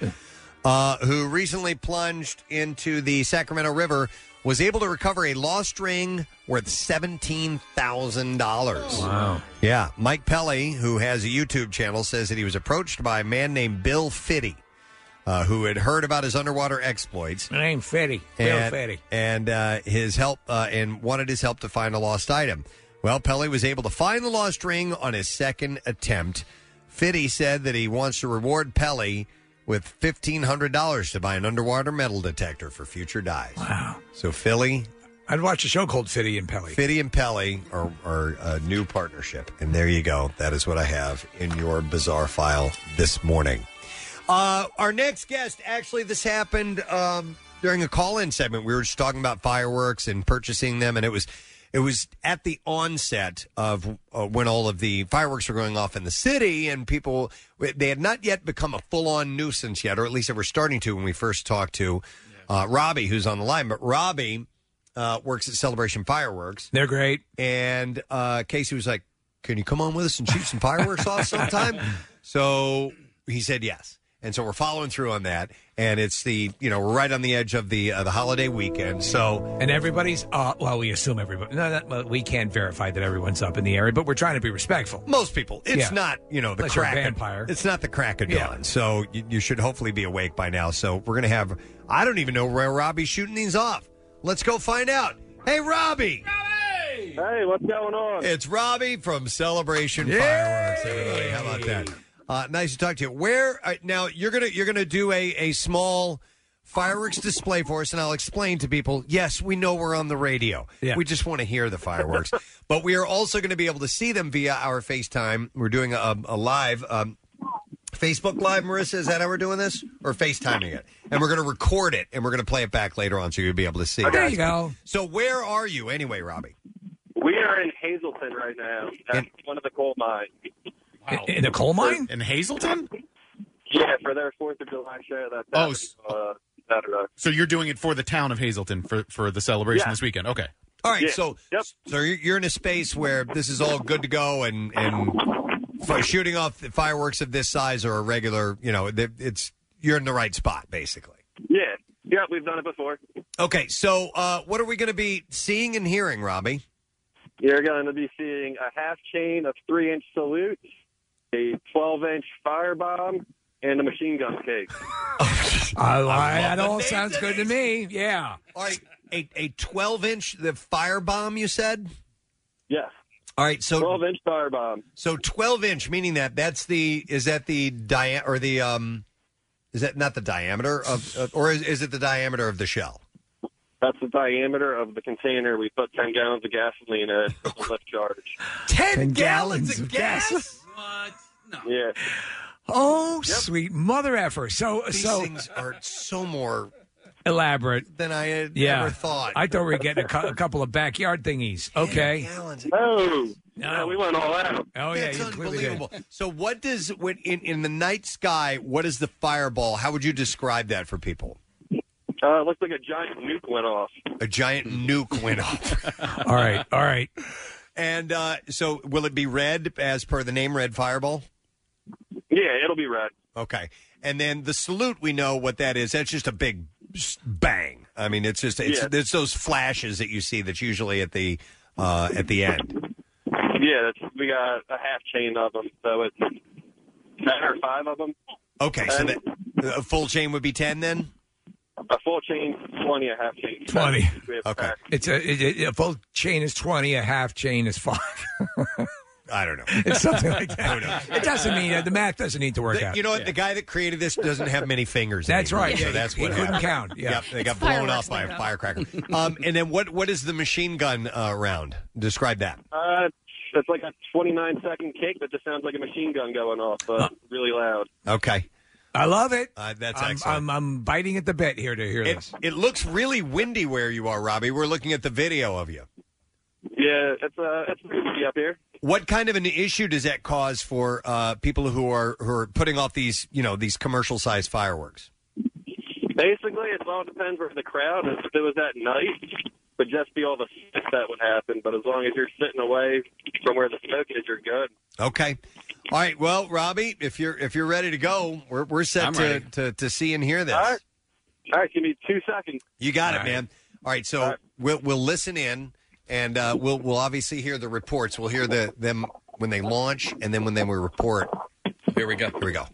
uh, who recently plunged into the Sacramento River, was able to recover a lost ring worth seventeen thousand dollars.
Wow.
Yeah, Mike Pelly, who has a YouTube channel, says that he was approached by a man named Bill Fitty, uh, who had heard about his underwater exploits.
My name Fetty. Bill
and,
Fetty.
and uh, his help uh, and wanted his help to find a lost item. Well, Pelly was able to find the lost ring on his second attempt. Fitty said that he wants to reward Pelly with fifteen hundred dollars to buy an underwater metal detector for future dives. Wow! So Philly,
I'd watch a show called Fitty and Pelly.
Fitty and Pelly are, are a new partnership, and there you go. That is what I have in your bizarre file this morning. Uh, our next guest, actually, this happened um, during a call-in segment. We were just talking about fireworks and purchasing them, and it was it was at the onset of uh, when all of the fireworks were going off in the city, and people they had not yet become a full-on nuisance yet, or at least they were starting to when we first talked to uh, Robbie, who's on the line. But Robbie uh, works at Celebration Fireworks.
They're great.
And uh, Casey was like, "Can you come on with us and shoot some fireworks off sometime?" So he said yes, and so we're following through on that. And it's the you know we're right on the edge of the uh, the holiday weekend, so
And everybody's uh, well, we assume everybody. No, that, well, we can't verify that everyone's up in the area, but we're trying to be respectful.
most people it's
Yeah.
not you know the
Unless you're a
crack
vampire.
It's not the crack of dawn,
Yeah.
so you, you should hopefully be awake by now. So we're gonna have I don't even know where Robbie's shooting these off. Let's go find out. Hey, Robbie.
Hey, what's going on?
It's Robbie from Celebration Fireworks. Everybody, how about that? Uh, nice to talk to you. Where uh, now? You're gonna you're gonna do a a small fireworks display for us, and I'll explain to people. Yes, we know we're on the radio.
Yeah.
We just want to hear the fireworks, but we are also going to be able to see them via our FaceTime. We're doing a, a live. Um, Facebook Live, Marissa, is that how we're doing this? Or FaceTiming it? And we're going to record it and we're going to play it back later on so you'll be able to see.
There
it.
you go.
So, where are you anyway, Robbie?
We are in Hazleton right now. That's one of the coal mines.
In, in a coal mine?
In Hazleton?
Yeah, for their Fourth of July show. That's
Oh,
happening, uh, Saturday.
So you're doing it for the town of Hazleton for for the celebration
Yeah.
this weekend. Okay.
All right, so so you're you're in a space where this is all good to go, and and fi- shooting off the fireworks of this size or a regular, you know, th- it's you're in the right spot basically.
Yeah, yeah, we've done it before.
Okay, so uh, what are we going to be seeing and hearing, Robbie?
You're going to be seeing a half chain of three inch salutes, a 12 inch firebomb, and a machine gun cake.
Uh,
I, I, that all sounds good to me. Yeah.
All right, a a 12 inch the firebomb you said.
Yes.
All right, so
12 inch firebomb.
So 12 inch, meaning that that's the is that the dia or the um is that not the diameter of of- or is, is it the diameter of the shell?
That's the diameter of the container. We put 10 gallons of gasoline in it for the lift charge.
10, gallons, of gas.
Yeah.
Oh, sweet mother effer. So,
These
so
things are so more
elaborate
than I had
yeah.
ever thought.
I thought we were getting a, cou- a couple of backyard thingies. Okay.
Oh, yeah, we went all out.
Oh
yeah,
you
that's
clearly did.
unbelievable. So what does when in in the night sky? What is the fireball? How would you describe that for people?
Uh, it looks like a giant nuke went off.
A giant nuke went off.
all right, all right.
And uh, so, will it be red as per the name, Red Fireball?
Yeah, it'll be red.
Okay. And then the salute, we know what that is. That's just a big s- bang. I mean, it's just it's,
Yeah.
it's those flashes that you see that's usually at the uh, at the end.
Yeah, that's, we got a half chain of them, so it's 10 or 5 of them.
Okay, so that, a full chain would be ten then.
A full chain, 20, a half chain.
20.
We have packed.
It's a, it- it- a full chain is 20, a half chain is five.
I don't know.
It's something like that.
I don't know.
It doesn't mean the math doesn't need to work
The-
out.
you know what? The guy that created this doesn't have many fingers.
That's
anymore,
right.
So
Yeah,
that's
he-
what
he couldn't
happened.
count. Yeah.
Yep, they got
It's
blown
fireworks
up by
they
a
got.
firecracker. um, and then what? What is the machine gun uh, round? Describe that.
Uh, it's like a 29 second kick that just sounds like a machine gun going off, but really loud.
Okay.
I love it.
Uh, that's
I'm,
excellent.
I'm, I'm biting at the bit here to hear this.
It looks really windy where you are, Robbie. We're looking at the video of you.
Yeah, it's uh, it's pretty up here.
What kind of an issue does that cause for uh, people who are who are putting off these you know these commercial sized fireworks?
Basically, it all depends where the crowd is. If it was at night, would just be all the smoke that would happen. But as long as you're sitting away from where the smoke is, you're good.
Okay, all right. Well, Robbie, if you're if you're ready to go, we're we're set
I'm
to,
ready.
to to see and hear this.
All right. All right, give me two seconds.
You got it, man. All right, so we'll we'll listen in, and uh, we'll we'll obviously hear the reports. We'll hear the them when they launch, and then when they will report.
Here we go.
Here we go.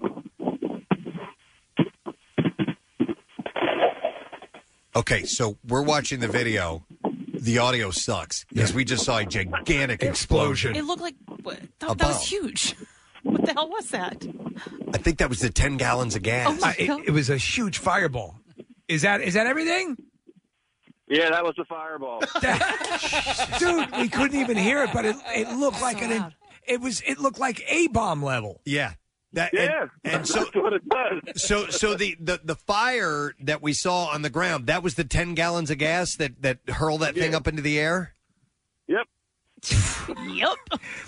Okay, so we're watching the video. The audio sucks because we just saw a gigantic explosion.
It looked like what,
A
that, that
bomb.
was huge. What the hell was that?
I think that was the ten gallons of gas.
Oh, my
I- it, it was a huge fireball. Is that is that everything?
Yeah, that was the fireball.
Dude, we couldn't even hear it, but it, it looked like an it was it looked like a bomb level.
Yeah. That, yeah, and, and so so so the, the the fire that we saw on the ground that was the ten gallons of gas that that hurled that thing up into the air.
Yep.
yep.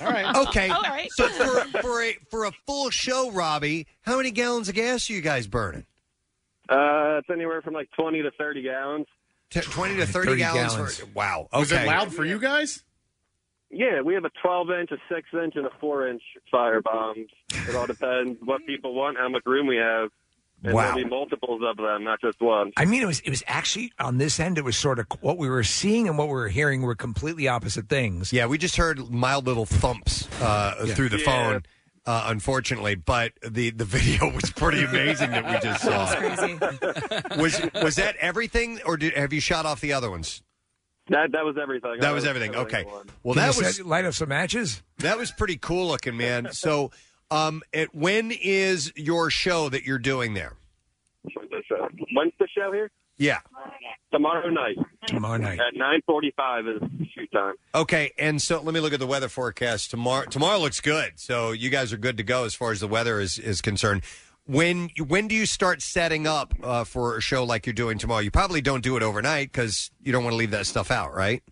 All right. Okay.
All right.
So for for a for a full show, Robbie, how many gallons of gas are you guys burning?
Uh, it's anywhere from like 20 to 30 gallons.
T- Twenty to thirty,
30
gallons.
gallons.
For, wow. Okay.
Was it loud for you guys?
Yeah, we have a 12 inch, a 6 inch, and a 4 inch firebomb. It all depends what people want, how much room we have. And
Wow.
there'll be multiples of them, not just one.
I mean, it was it was actually on this end. It was sort of what we were seeing and what we were hearing were completely opposite things.
Yeah, we just heard mild little thumps uh,
Yeah.
through the
Yeah.
phone. Uh, unfortunately, but the, the video was pretty amazing that we just saw. was was that everything, or did, have you shot off the other ones?
That that was everything.
That was everything. Okay. Well,
Can
that
you
was
set- light up some matches.
that was pretty cool looking, man. So, um, it, when is your show that you're doing there?
When's the show here?
Yeah.
Tomorrow night.
Tomorrow night.
At 9.45 is shoot time.
Okay, and so let me look at the weather forecast tomorrow. Tomorrow looks good, so you guys are good to go as far as the weather is is concerned. When when do you start setting up uh, for a show like you're doing tomorrow? You probably don't do it overnight because you don't want to leave that stuff out, right?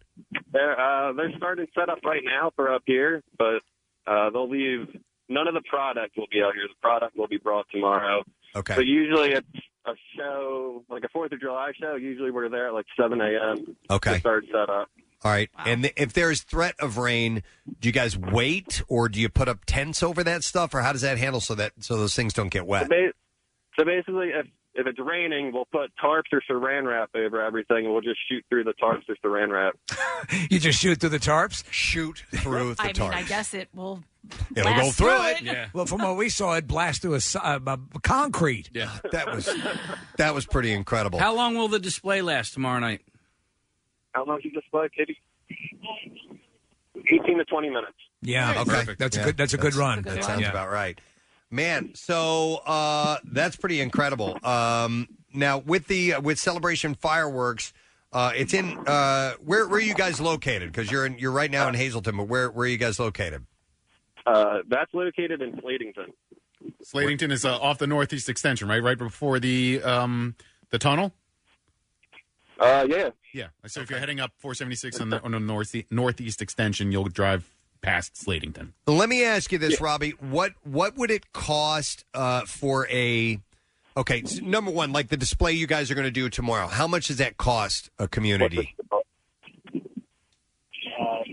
They're uh, they're starting setup right now for up here, but uh, they'll leave. None of the product will be out here. The product will be brought tomorrow.
Okay.
But usually it's a show, like a Fourth of July show. Usually we're there at like seven a.m.
Okay.
To start setup.
All right. And th- if there's threat of rain, do you guys wait or do you put up tents over that stuff or how does that handle so that so those things don't get
So,
wet?
ba- so basically, if if it's raining, we'll put tarps or saran wrap over everything, and we'll just shoot through the tarps or saran wrap.
You just shoot through the tarps.
Shoot through
I mean, I guess it will.
It'll
blast
go through it.
Yeah.
Well, from what we saw, it blast through a, s- uh, uh, concrete.
Yeah, that was that was pretty incredible.
How long will the display last tomorrow night?
How long do you display, Kitty? Eighteen to twenty minutes.
Yeah,
okay.
That's a
Yeah.
good. That's a good run.
That sounds about right. Man, so uh, that's pretty incredible. Um, now with the uh, with celebration fireworks, uh, it's in uh, where where are you guys located? Because you're in, you're right now in Hazleton, but where where are you guys located?
Uh, that's located in Slatington.
Slatington is uh, off the northeast extension, right? Right before the um the tunnel.
Uh, yeah.
Yeah. So if you're heading up 476 on the on the northeast northeast extension, you'll drive past Slatington.
Let me ask you this, Robbie. What what would it cost uh, for a okay? s number one, like the display you guys are going to do tomorrow. How much does that cost a community?
Um,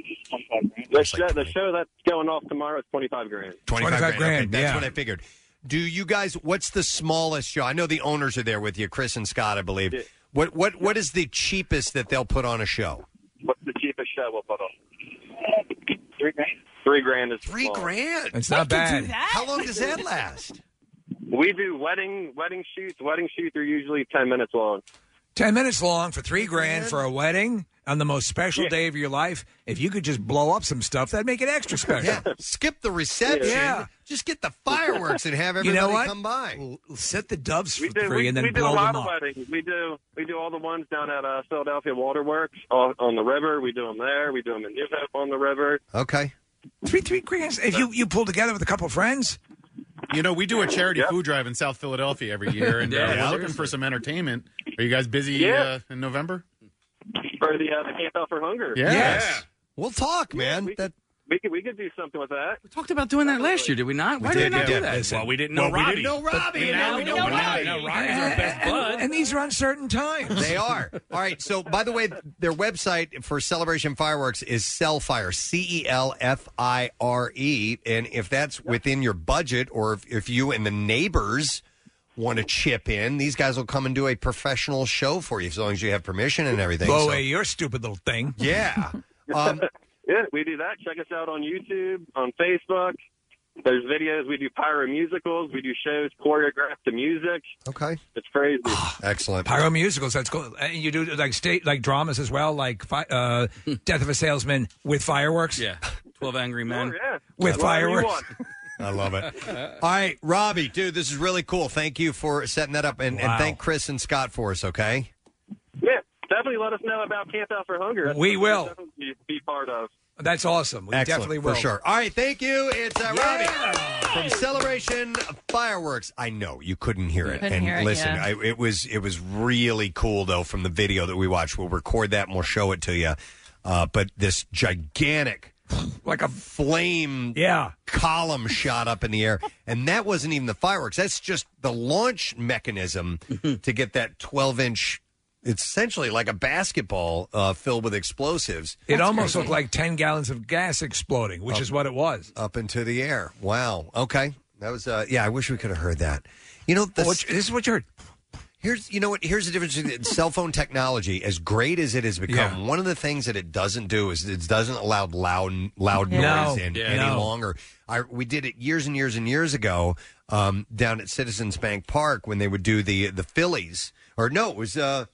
The, show, the show that's going off tomorrow is twenty five grand.
25,
25
grand. Okay,
grand,
that's
yeah.
what I figured. Do you guys? What's the smallest show? I know the owners are there with you, Chris and Scott, I believe. What what what is the cheapest that they'll put on a show?
What's the cheapest show we'll put on? Three grand. Three grand is three
grand.
It's not bad.
How long does that last?
We do wedding wedding shoots. Wedding shoots are usually ten minutes long.
Ten minutes long for three grand for a wedding on the most special day of your life. If you could just blow up some stuff, that'd make it extra special.
Skip the reception.
Yeah.
Just get the fireworks and have
You
everybody
know what?
come by.
L- Set the doves
We
for
did-
free
we-
and then
we did a
blow
lot
them
of
up.
Wedding. We do we do all the ones down at uh, Philadelphia Waterworks on, on the river. We do them there. We do them in New Hope on the river.
Okay.
Three three grand. If you you pull together with a couple friends.
You know, we do a charity food drive in South Philadelphia every year, and uh,
Yeah.
we're looking for some entertainment. Are you guys busy
Yeah.
uh, in November?
For the uh, the Camp Out for Hunger.
We'll talk, man. that
We could, we could do something with that.
We talked about doing that last year, did we not? Why did, we not do that?
Listen,
Well, we didn't know
But
Robbie, and now we know Robbie.
And- and- And these are uncertain times.
They are. All right. So, by the way, their website for Celebration Fireworks is Cellfire, C E L F I R E. And if that's within your budget or if, if you and the neighbors want to chip in, these guys will come and do a professional show for you as long as you have permission and everything.
Blow
So-
away your stupid little thing.
Yeah. Um,
Yeah, we do that. Check us out on YouTube, on Facebook. There's videos. We do pyro musicals. We do shows choreographed to music.
Okay.
It's crazy.
Excellent.
Pyro musicals. That's cool. And you do like state like dramas as well, like fi- uh, Death of a Salesman with fireworks.
Yeah. Twelve Angry Men
With
Whatever you
fireworks.
want.
I love it. All right, Robbie, dude, this is really cool. Thank you for setting that up and,
Wow.
and thank Chris and Scott for us, okay?
Yeah, definitely let us know about Camp Out for Hunger. That's
We
something
will.
we'll definitely Be part of.
That's awesome. We
Excellent,
definitely
for
will.
sure. All right, thank you. It's uh, Robbie from Celebration Fireworks. I know you couldn't hear it,
Couldn't
and
hear it,
listen,
yeah.
I, it was it was really cool though from the video that we watched. We'll record that and we'll show it to you. Uh, but this gigantic,
like a
flame,
yeah,
column shot up in the air, and that wasn't even the fireworks. That's just the launch mechanism
Mm-hmm.
to get that twelve inch. It's essentially like a basketball uh, filled with explosives.
It almost looked like ten gallons of gas exploding, which is what it was.
Up into the air. Wow. Okay. That was uh yeah, I wish we could have heard that. You know, this,
this is what you heard.
Here's you know what here's the difference in cell phone technology as great as it has become. One of the things that it doesn't do is it doesn't allow loud loud
Yeah.
noise
No.
in
Yeah.
any
No.
longer. I we did it years and years and years ago um, down at Citizens Bank Park when they would do the the Phillies or no, it was uh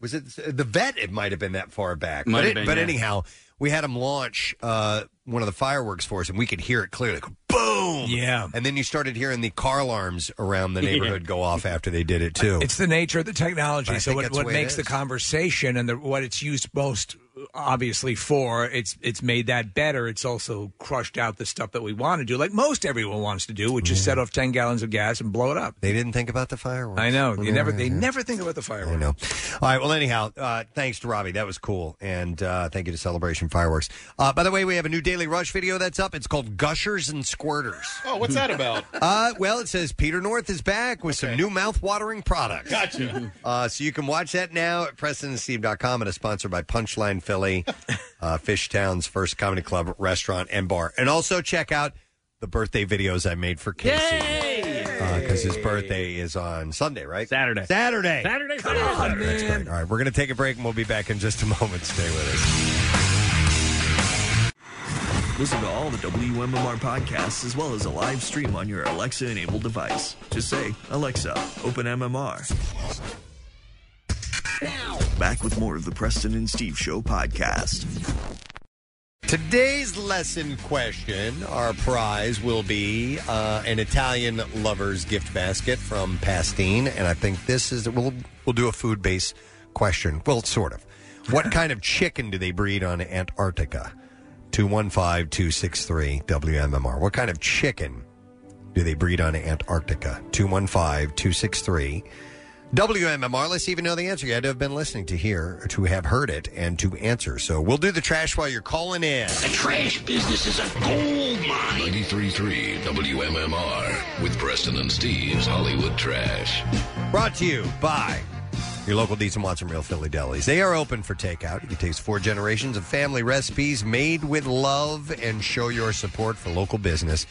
was it the vet it might have been that far back.
Might
but
have
it-
been,
but
yeah.
anyhow, we had them launch uh, one of the fireworks for us and we could hear it clearly. Like, boom.
Yeah.
And then you started hearing the car alarms around the neighborhood go off after they did it too.
It's the nature of the
But
technology.
I
So
think
what,
that's
what
the way it
makes the
is.
conversation and the, what it's used most obviously for it's it's made that better. It's also crushed out the stuff that we want to do, like most everyone wants to do, which is set off ten gallons of gas and blow it up.
They didn't think about the fireworks.
I know. They
Yeah,
never they
yeah.
never think about the fireworks.
I know. All right. Well, anyhow, uh, thanks to Robbie. That was cool. And uh, thank you to Celebration Fireworks. Uh, by the way, we have a new Daily Rush video that's up. It's called Gushers and Squirters.
Oh, what's that about?
Uh, well, it says Peter North is back with some new mouth-watering products. Gotcha. Uh, so you can watch that now at PrestonandSteve.com and is sponsored by Punchline Philly, uh, Fishtown's first comedy club, restaurant, and bar. And also check out the birthday videos I made for Casey. Because his birthday is on Sunday, right? Saturday. Saturday.
Saturday,
Come
Saturday,
on,
Saturday.
That's right. All right, we're going to take a break and we'll be back in just a moment. Stay with us.
Listen to all the WMMR podcasts as well as a live stream on your Alexa enabled device. Just say, Alexa, open MMR. Back with more of the Preston and Steve Show podcast.
Today's lesson question, our prize will be uh, an Italian lover's gift basket from Pastine, and I think this is we'll we'll do a food based question. Well, sort of. What kind of chicken do they breed on Antarctica? 215-263 WMMR. What kind of chicken do they breed on Antarctica? 215-263 WMMR. Let's even know the answer. You had to have been listening to hear, to have heard it, and to answer. So we'll do the trash while you're calling in.
The trash business is a gold mine.
93.3 WMMR with Preston and Steve's Hollywood Trash.
Brought to you by your local Decent Watson Real Philly Delis. They are open for takeout. You can taste four generations of family recipes made with love and show your support for local business.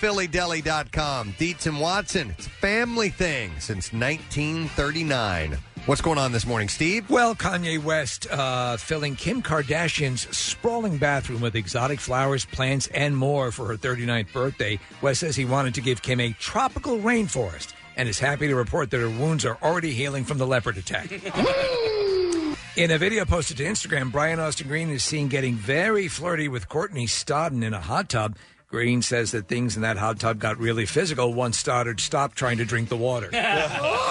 RealPhillyDeli.com. Dietz and Watson. It's a family thing since 1939. What's going on this morning, Steve?
Well, Kanye West uh, filling Kim Kardashian's sprawling bathroom with exotic flowers, plants, and more for her 39th birthday. West says he wanted to give Kim a tropical rainforest and is happy to report that her wounds are already healing from the leopard attack. In a video posted to Instagram, Brian Austin Green is seen getting very flirty with Courtney Stodden in a hot tub. Green says that things in that hot tub got really physical once Stoddard stopped trying to drink the water.
Uh,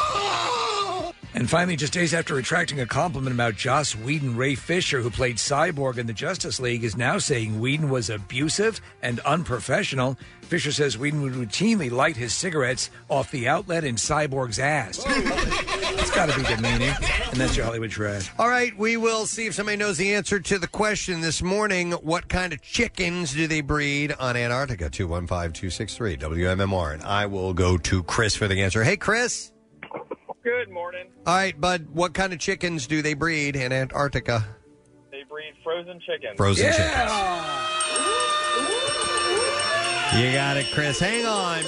And finally, just days after retracting a compliment about Joss Whedon, Ray Fisher, who played Cyborg in the Justice League, is now saying Whedon was abusive and unprofessional. Fisher says Whedon would routinely light his cigarettes off the outlet in Cyborg's ass. it's got to be demeaning. And that's your Hollywood trash.
All right, we will see if somebody knows the answer to the question this morning. What kind of chickens do they breed on Antarctica? 215-263 WMMR. And I will go to Chris for the answer. Hey, Chris.
Good morning.
All right, bud. What kind of chickens do they breed in Antarctica?
They breed frozen chicken.
Frozen chickens. You got it, Chris. Hang on.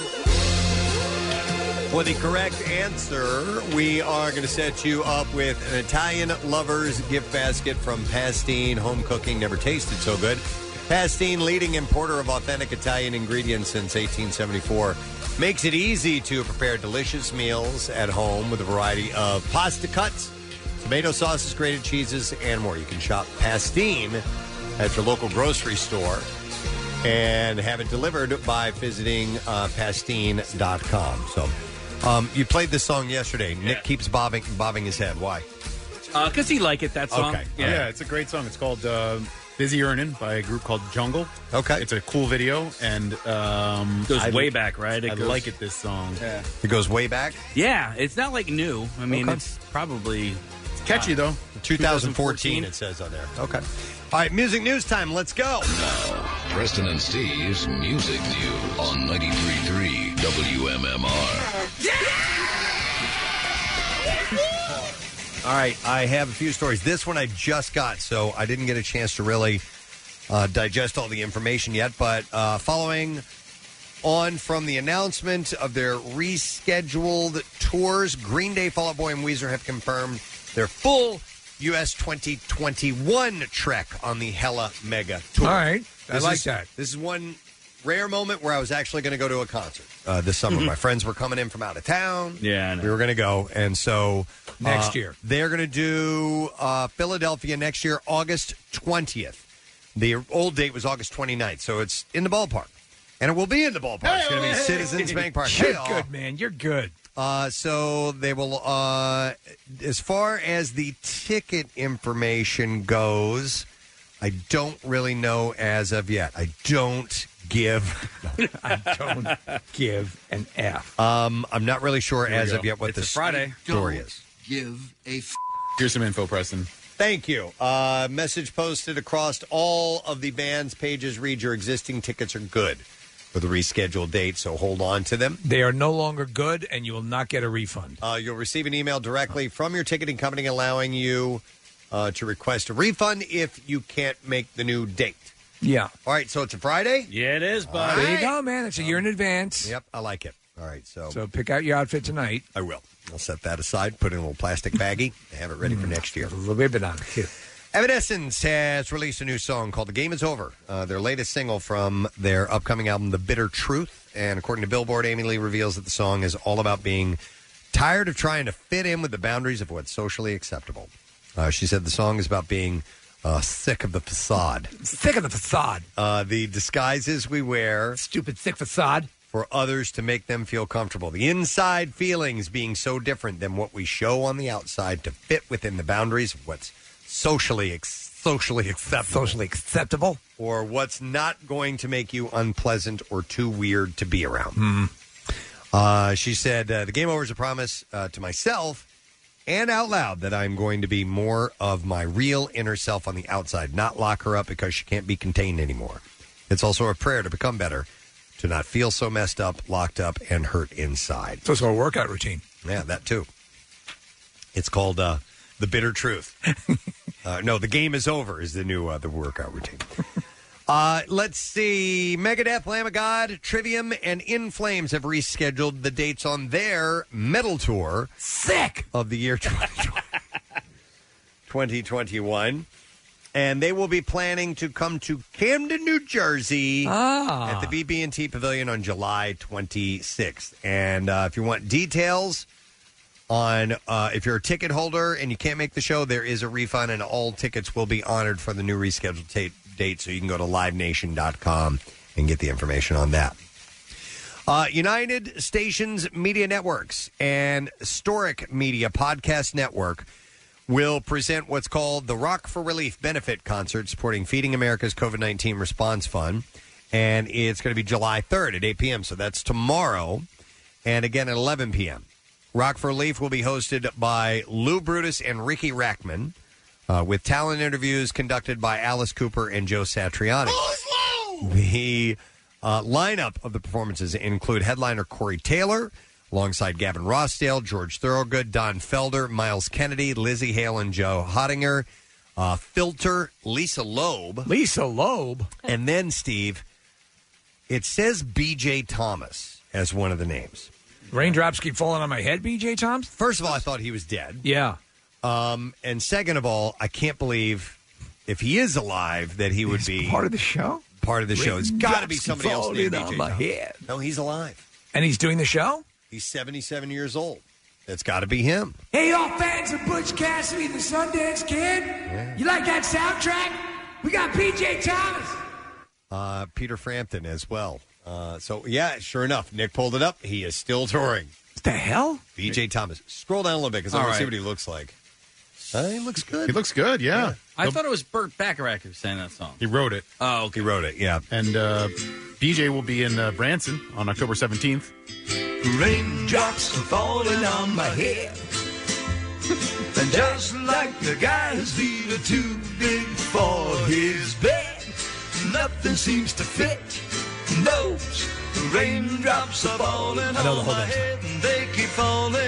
For the correct answer, we are going to set you up with an Italian lover's gift basket from Pastine. Home cooking never tasted so good. Pastine, leading importer of authentic Italian ingredients since 1874, makes it easy to prepare delicious meals at home with a variety of pasta cuts tomato sauces, grated cheeses, and more. You can shop Pastine at your local grocery store and have it delivered by visiting uh, pastine.com. So um, you played this song yesterday. Nick keeps bobbing bobbing his head. Why?
Because he like it, that
song. Okay.
Yeah.
Yeah.
it's a great song. It's called uh, Busy Earning by a group called Jungle.
Okay.
It's a cool video, and um,
Goes way back, right? It
I
goes-
like it, this song.
Yeah.
It goes way back?
Yeah, it's not like new. I mean,
Okay.
it's probably it's
catchy though.
2014, it says on there. Okay. All right, music news time. Let's go.
Preston and Steve's Music News on 93.3 WMMR.
All right, I have a few stories. This one I just got, so I didn't get a chance to really uh, digest all the information yet. But uh, following on from the announcement of their rescheduled tours, Green Day, Fall Out Boy, and Weezer have confirmed their full U.S. 2021 trek on the Hella Mega Tour.
All right. I
This
like
is-
that.
This is one rare moment where I was actually going to go to a concert uh, this
Mm-hmm.
summer. My friends were coming in from out of town.
Yeah, I know.
we were going to go, and so
Next
uh,
year.
they're going to do uh, Philadelphia next year, August twentieth. The old date was August 29th, so it's in the ballpark, and it will be in the ballpark. it's going to be Citizens Bank Park.
You're
Hey, all.
good, man. You're good.
Uh, so they will, uh, as far as the ticket information goes, I don't really know as of yet. I don't give. I don't give an F. Um, I'm not really sure
Here we
as of
go.
yet what
It's
the
a Friday.
story
Don't.
is.
Give a. F- Here's some info, Preston.
Thank you. Uh, message posted across all of the band's pages. Read your existing tickets are good for the rescheduled date, so hold on to them.
They are no longer good, and you will not get a refund.
Uh, you'll receive an email directly from your ticketing company allowing you uh, to request a refund if you can't make the new date.
Yeah.
All right, so it's a Friday?
Yeah, it is,
bud.
There you go, man. It's a year in advance.
Yep, I like it. All right, so.
So pick out your outfit tonight.
I will. I'll set that aside, put it in a little plastic baggie, and have it ready for next year. A
Mm, little bit on
Evanescence has released a new song called The Game Is Over, uh, their latest single from their upcoming album, The Bitter Truth. And according to Billboard, Amy Lee reveals that the song is all about being tired of trying to fit in with the boundaries of what's socially acceptable. Uh, she said the song is about being uh, sick of the facade.
Sick of the facade.
Uh, the disguises we wear.
Stupid, sick facade.
For others to make them feel comfortable. The inside feelings being so different than what we show on the outside to fit within the boundaries of what's socially ex- socially acceptable.
Socially acceptable.
Or what's not going to make you unpleasant or too weird to be around.
Mm-hmm.
Uh, she said, uh, The game over is a promise uh, to myself and out loud that I'm going to be more of my real inner self on the outside, not lock her up because she can't be contained anymore. It's also a prayer to become better, to not feel so messed up, locked up, and hurt inside.
So it's a workout routine.
Yeah, that too. It's called uh, The Bitter Truth. uh, no, The Game is Over is the new uh, the workout routine. Uh, let's see. Megadeth, Lamb of God, Trivium, and In Flames have rescheduled the dates on their metal tour.
Sick!
Of the year 2020 2021. And they will be planning to come to Camden, New Jersey
Ah.
at the BB&T Pavilion on July 26th. And uh, if you want details on uh, if you're a ticket holder and you can't make the show, there is a refund, and all tickets will be honored for the new rescheduled ta- date. So you can go to livenation.com and get the information on that. Uh, United Stations Media Networks and Storic Media Podcast Network will present what's called the Rock for Relief benefit concert supporting Feeding America's COVID 19 response fund. And it's going to be July 3rd at 8 p.m., so that's tomorrow. And again at 11 p.m. Rock for Relief will be hosted by Lou Brutus and Ricky Rackman uh, with talent interviews conducted by Alice Cooper and Joe Satriani. The uh, lineup of the performances include headliner Corey Taylor, alongside Gavin Rossdale, George Thorogood, Don Felder, Miles Kennedy, Lizzie Hale, and Joe Hottinger. Uh, Filter, Lisa Loeb.
Lisa Loeb.
And then, Steve, it says BJ Thomas as one of the names.
Raindrops keep falling on my head, BJ Thomas?
First of all, I thought he was dead.
Yeah.
Um, and second of all, I can't believe if he is alive that he would be part
of the show.
Part of the show. It's got to be
Raindrops
somebody else
falling
named
on
BJ
my
Thomas.
head.
No, he's alive.
And he's doing the show?
He's 77 years old. That's got to be him.
Hey, y'all fans of Butch Cassidy and the Sundance Kid? You like that soundtrack? We got PJ Thomas.
Uh, Peter Frampton as well. Uh, so, yeah, sure enough, Nick pulled it up. He is still touring. What
the hell?
BJ Thomas. Scroll down a little bit because I
All
want to see
right.
what he looks like. Uh, he looks good.
He looks good, yeah.
I thought it was Burt Bacharach who sang that song.
He wrote it.
Oh, okay.
He wrote it, yeah.
And uh, BJ will be in uh, Branson on October 17th.
Raindrops are falling on my head. and just like the guy whose feet are too big for his bed, nothing seems to fit. Those raindrops are falling
I know the
on
whole
my
dance.
head, and they keep falling.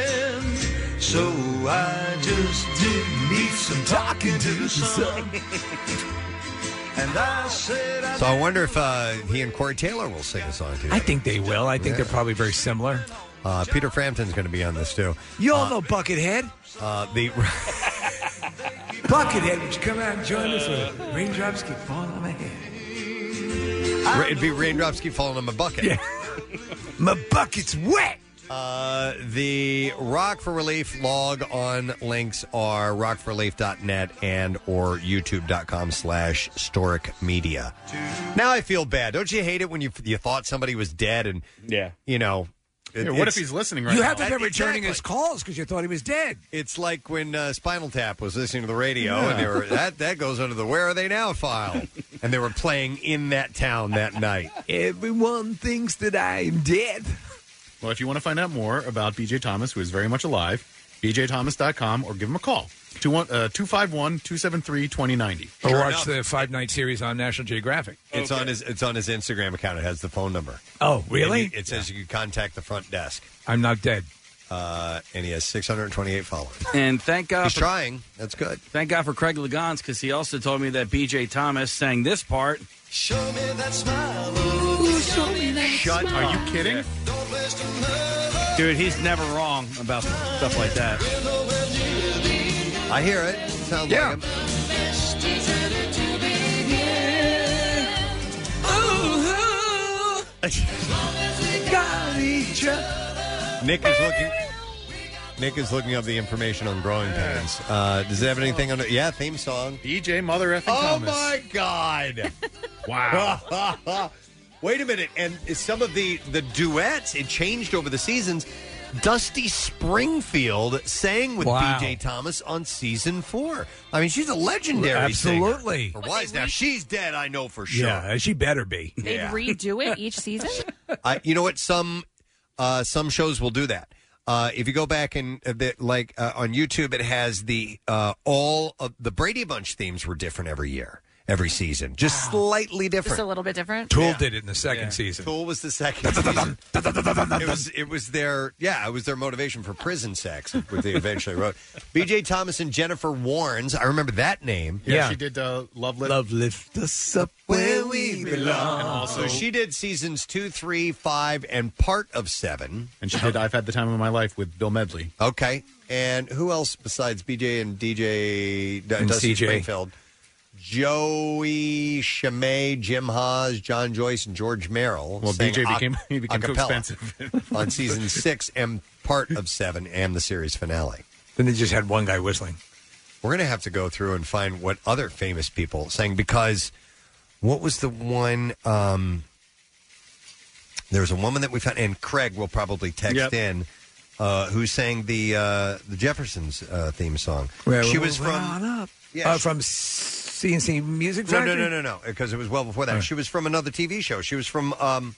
So I just did need some talking to the sun. and I said I
So I wonder if uh, he and Corey Taylor will sing a song together.
I think they will. I think they're probably very similar.
Uh, Peter Frampton's going to be on this too.
You all know Buckethead.
Uh, the
Buckethead, would you come out and join us? With raindrops keep falling on my head.
it'd be raindrops keep falling on my bucket.
my bucket's wet.
Uh, the Rock for Relief log on links are rockforrelief.net and or youtube.com slash storic media. Now I feel bad. Don't you hate it when you you thought somebody was dead and yeah. you know
Yeah, what if he's listening right
you
now?
haven't been returning his calls because you thought he was dead.
It's like when uh, Spinal Tap was listening to the radio,
Yeah.
and they were that that goes under the "Where Are They Now" file, and they were playing in that town that night.
Everyone thinks that I am dead.
Well, if you want to find out more about BJ Thomas, who is very much alive, bjthomas.com or give him a call. uh, 251 273 2090.
Or
Oh,
watch the five night series on National Geographic.
It's on his it's on his Instagram account. It has the phone number.
Oh, really?
And you- it says you can contact the front desk.
I'm not dead.
Uh, and he has 628 followers.
And thank God
He's
for-
trying. That's good.
Thank God for Craig Legans because he also told me that B.J. Thomas sang this part.
Show me that smile.
Shut-
smile.
are you kidding?
Yeah. Don't waste another
Dude, he's never wrong about stuff like that.
window when you leave.
I hear it. Sounds
Yeah.
like him.
The best is yet to begin. Ooh, as long as we got each other.
Nick is looking. Nick is looking up the information on growing pains. Uh, does it have anything on it? Yeah, theme song.
BJ Mother effing
Oh
Thomas.
my God! wow. Wait a minute. And some of the the duets it changed over the seasons. Dusty Springfield sang with
Wow.
BJ Thomas on season four. I mean, she's a legendary singer.
Absolutely.
Or was. Now, she's dead, I know for sure.
Yeah, she better be.
They'd
Yeah.
redo it each season.
I, you know what? Some uh, some shows will do that. Uh, if you go back and uh, the, like uh, on YouTube, it has the uh, all of the Brady Bunch themes were different every year, every season, just slightly different.
Just a little bit different.
Tool did it in the second
Yeah.
season.
Tool was the second. season. it was it was their yeah it was their motivation for prison sex, which they eventually wrote. B.J. Thomas and Jennifer Warnes, I remember that name.
Yeah, she did uh, Love Lift.
Love Lift Us Up
Where we belong.
And also,
so she did seasons two, three, five, and part of seven.
and she did I've Had the Time of My Life with Bill Medley.
Okay. And who else besides BJ and DJ D-
And
Dusty
CJ.
Springfield? Joey Chimay, Jim Haas, John Joyce, and George Merrill.
Well,
sang
BJ
a-
became, he became
a
too
cappella
expensive.
on season six and part of seven and the series finale.
Then they just had one guy whistling.
We're going to have to go through and find what other famous people sang because what was the one? Um, there was a woman that we found, and Craig will probably text
Yep.
in. Uh, who sang the uh, the Jeffersons uh, theme song? she was from
Yeah, uh, from CNC Music
no,
Factory.
no, no, no, no, because it was well before that. She was from another TV show. She was from um,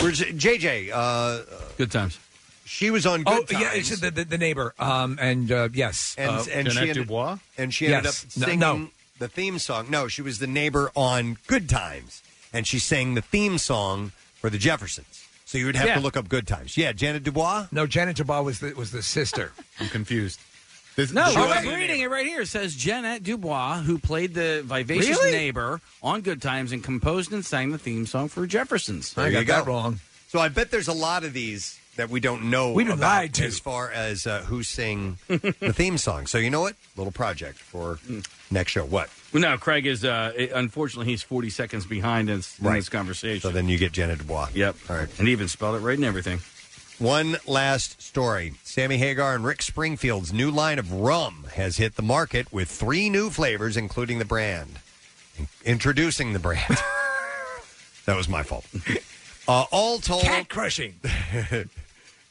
where's it- JJ? Uh,
Good times.
She was on. Good
Oh
times.
yeah, it's the, the, the neighbor. Um, and uh, yes,
and,
uh,
and she ended, and she ended
Yes.
up
No,
singing
no.
the theme song. No, she was the neighbor on Good Times, and she sang the theme song for the Jeffersons. So you would have
Yeah.
to look up Good Times. Yeah, Janet Dubois.
No, Janet Dubois was the, was the sister.
I'm confused.
No, I'm reading it right here. It says Jeanette Dubois, who played the vivacious
Really?
neighbor on Good Times and composed and sang the theme song for Jefferson's.
There you go. So I bet there's a lot of these that we don't know
We've been
about
lied to.
as far as uh, who sing the theme song. So you know what? Little project for next show. What?
Well, no, Craig is uh, unfortunately he's 40 seconds behind in, in
Right.
this conversation.
So then you get Janet Dubois.
Yep.
All right.
And he even spelled it right and everything.
One last story. Sammy Hagar and Rick Springfield's new line of rum has hit the market with three new flavors, including the brand. Introducing the brand. that was my fault. Uh, all told,
Cat crushing.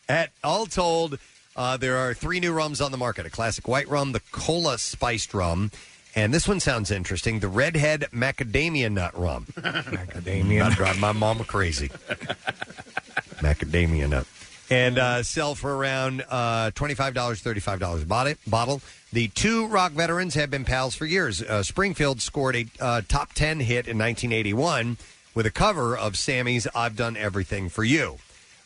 at all told, uh, there are three new rums on the market: a classic white rum, the cola spiced rum, and this one sounds interesting: the redhead macadamia nut rum. macadamia, I drive my mama crazy. macadamia nut. And uh, sell for around uh, $25, $35 a body- bottle. The two rock veterans have been pals for years. Uh, Springfield scored a uh, top 10 hit in 1981 with a cover of Sammy's I've Done Everything for You.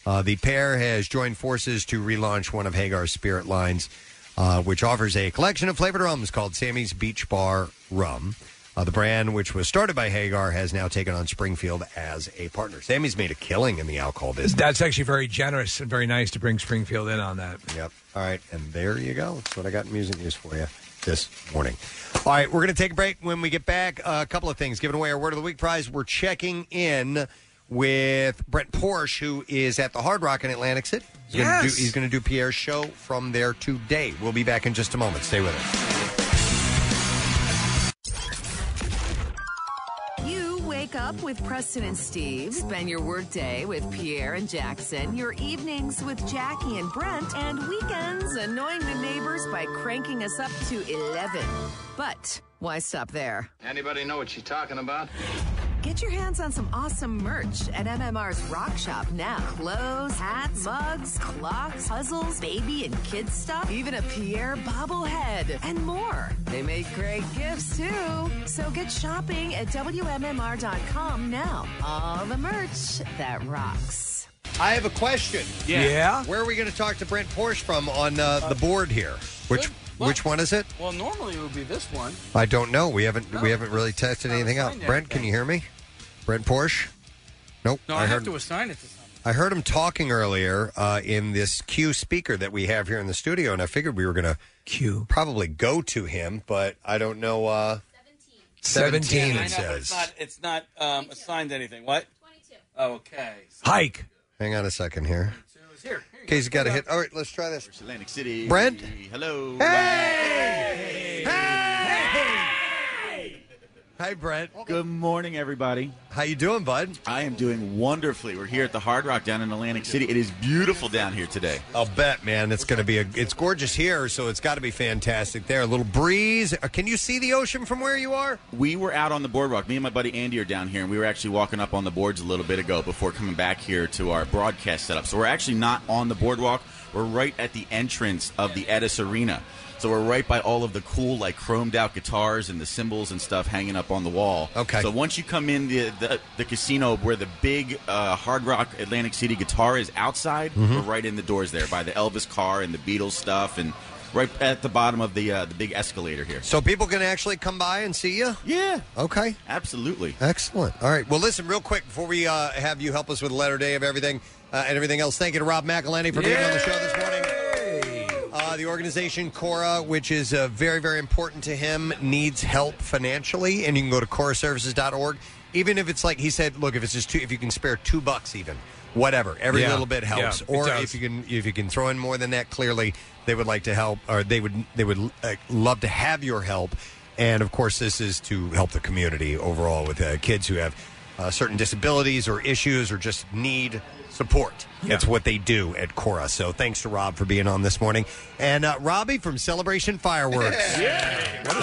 Uh, the pair has joined forces to relaunch one of Hagar's spirit lines, uh, which offers a collection of flavored rums called Sammy's Beach Bar Rum. Uh, the brand, which was started by Hagar, has now taken on Springfield as a partner. Sammy's made a killing in the alcohol business.
That's actually very generous and very nice to bring Springfield in on that.
Yep. All right, and there you go. That's what I got in music news for you this morning. All right, we're going to take a break. When we get back, uh, a couple of things. Giving away our Word of the Week prize. We're checking in with Brent Porsche, who is at the Hard Rock in Atlantic City. He's gonna
Yes.
do, he's going to do Pierre's show from there today. We'll be back in just a moment. Stay with us.
You wake up up with Preston and Steve. Spend your workday with Pierre and Jackson. Your evenings with Jackie and Brent. And weekends annoying the neighbors by cranking us up to 11. But why stop there?
Anybody know what she's talking about?
Get your hands on some awesome merch at MMR's Rock Shop now. Clothes, hats, mugs, clocks, puzzles, baby and kid stuff, even a Pierre bobblehead, and more. They make great gifts too. So get shopping at WMMR.com now. All the merch that rocks.
I have a question.
Yeah. Yeah?
Where are we going to talk to Brent Porsche from on uh, the board here? Which which one is it?
Well, normally it would be this one.
I don't know. We haven't we haven't really tested anything out.
find
Brent, can you hear me? Brent Porsche? Nope.
No, I, have
heard
to assign it to something.
I heard him talking earlier uh, in this Q speaker that we have here in the studio, and I figured we were going to Q probably go to him, but I don't know. Uh, Seventeen.
I
it
know, but It's
says.
not, it's not um, assigned to anything. What? 22. Okay.
Hike. Hang on a second here. In case you got a hit. All right, let's try this.
Atlantic City.
Brent?
Hello.
Hey! Hi, Brent.
Good morning, everybody.
How you doing, bud?
I am doing wonderfully. We're here at the Hard Rock down in Atlantic City. It is beautiful down here today.
I'll bet, man. It's going to be a. It's gorgeous here, so it's got to be fantastic there. A little breeze. Uh, Can you see the ocean from where you are?
We were out on the boardwalk. Me and my buddy Andy are down here, and we were actually walking up on the boards a little bit ago before coming back here to our broadcast setup. So we're actually not on the boardwalk. We're right at the entrance of the Edis Arena. So we're right by all of the cool, like chromed out guitars and the cymbals and stuff hanging up on the wall.
Okay.
So once you come in the the, the casino where the big uh, Hard Rock Atlantic City guitar is outside,
Mhm.
we're right in the doors there by the Elvis car and the Beatles stuff, and right at the bottom of the uh, the big escalator here.
So people can actually come by and see you?
Yeah.
Okay.
Absolutely.
Excellent. All right. Well, listen, real quick, before we uh, have you help us with the letter day of everything uh, and everything else, thank you to Rob McElhenney for being on the show this morning. Uh, the organization Cora, which is uh, very, very important to him, needs help financially, and you can go to coraservices.org. Even if it's like he said, look, if it's just two, if you can spare two bucks, even whatever, every
Yeah.
little bit helps.
Yeah, it
or
does.
if you can, if you can throw in more than that, clearly they would like to help, or they would, they would uh, love to have your help. And of course, this is to help the community overall with uh, kids who have uh, certain disabilities or issues or just need support. That's what they do at Cora. So thanks to Rob for being on this morning. And uh, Robbie from Celebration Fireworks.
What a
Uh,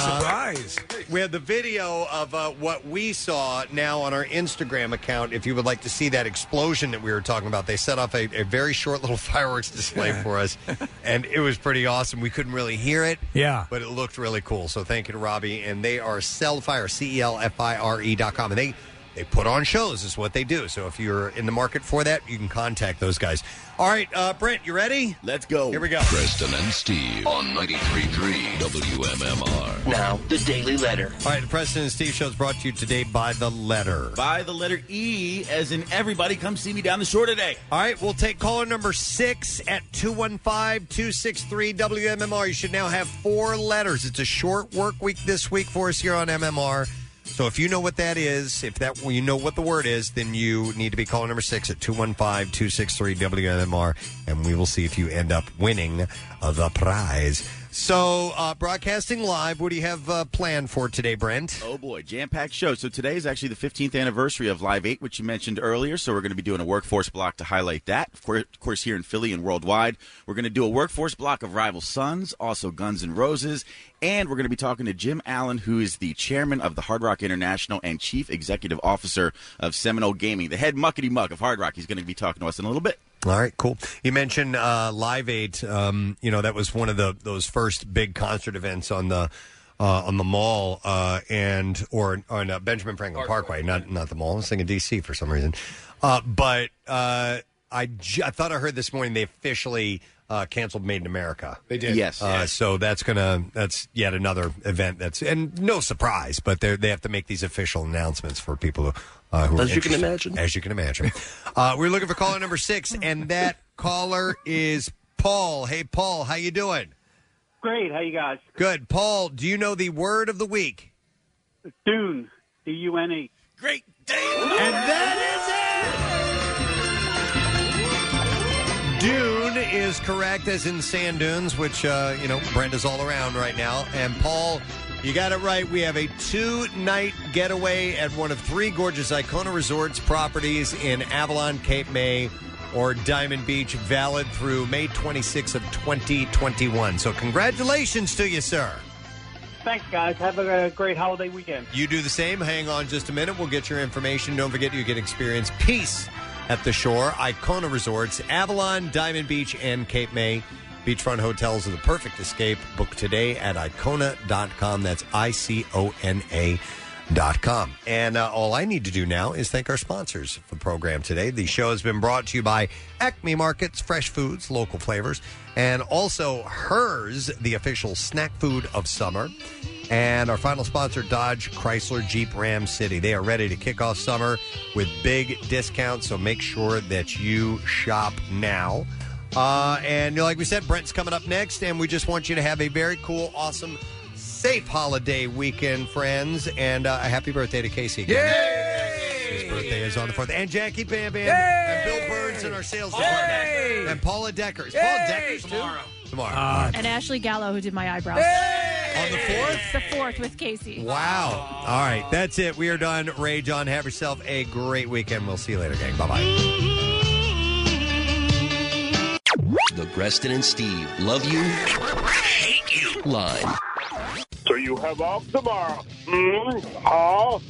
surprise.
we have the video of uh, what we saw now on our Instagram account. If you would like to see that explosion that we were talking about, they set off a, a very short little fireworks display for us, and it was pretty awesome. We couldn't really hear it,
Yeah.
but it looked really cool. So thank you to Robbie, and they are Cellfire, C E L F I R E dot com, and they they put on shows is what they do. So if you're in the market for that, you can contact those guys. All right, uh, Brent, you ready?
Let's go.
Here we go.
Preston and Steve on 93.3 WMMR.
Now,
the Daily Letter.
All right, the President and Steve show is brought to you today by the letter.
By the letter E, as in everybody, come see me down the shore today.
All right, we'll take caller number six at 215 263 WMMR. You should now have four letters. It's a short work week this week for us here on MMR. So if you know what that is, if that you know what the word is, then you need to be caller number six at 215 263 WMMR, and we will see if you end up winning uh, the prize. So, uh, broadcasting live, what do you have uh, planned for today, Brent?
Oh boy, jam packed show. So today is actually the 15th anniversary of Live 8, which you mentioned earlier. So we're going to be doing a workforce block to highlight that. Of cour- of course, here in Philly and worldwide, we're going to do a workforce block of Rival Sons, also Guns N' Roses, and we're going to be talking to Jim Allen, who is the chairman of the Hard Rock International and chief executive officer of Seminole Gaming, the head muckety muck of Hard Rock. He's going to be talking to us in a little bit.
All right, cool. You mentioned uh, Live Eight. Um, you know that was one of the those first big concert events on the uh, on the mall uh, and or on uh, Benjamin Franklin Parkway, not not the mall. I was thinking DC for some reason. Uh, but uh, I j- I thought I heard this morning they officially uh, canceled Made in America. They
did. Yes.
Uh, so that's gonna that's yet another event that's and no surprise, but they they have to make these official announcements for people who. Uh, who are
As you can
interested.
imagine.
As you can imagine. Uh, we're looking for caller number six, and that caller is Paul. Hey, Paul, how you doing?
Great. How you guys?
Good. Paul, do you know the word of the week?
Dune. D U N E.
Great.
And
Dune is correct, as in sand dunes, which uh, you know Brenda's all around right now. And Paul, You got it right. We have a two night getaway at one of three gorgeous Icona Resorts properties in Avalon, Cape May, or Diamond Beach, valid through May 26th of 2021. So, congratulations to you, sir.
Thanks, guys. Have a, uh, great holiday weekend.
You do the same. Hang on just a minute. We'll get your information. Don't forget you can experience peace at the shore. Icona Resorts, Avalon, Diamond Beach, and Cape May. Beachfront hotels are the perfect escape. Book today at icona.com. That's I C O N A. Dot com. And uh, all I need to do now is thank our sponsors for the program today. The show has been brought to you by Acme Markets, fresh foods, local flavors, and also HERS, the official snack food of summer. And our final sponsor, Dodge Chrysler Jeep Ram City. They are ready to kick off summer with big discounts, so make sure that you shop now. Uh, and you know, like we said, Brent's coming up next, and we just want you to have a very cool, awesome, safe holiday weekend, friends. And uh, a happy birthday to Casey. Again. His birthday is on the 4th. And Jackie Bam Bam and Bill Burns in our sales department. And Paula Decker. Is Paula Deckers tomorrow? Tomorrow.
Uh,
and Ashley Gallo, who did my eyebrows.
On the fourth?
The fourth with Casey.
Wow. All right, that's it. We are done. Rage on. Have yourself a great weekend. We'll see you later, gang. Bye bye.
The Preston and Steve love you, hate you line.
So you have off tomorrow. Mm, all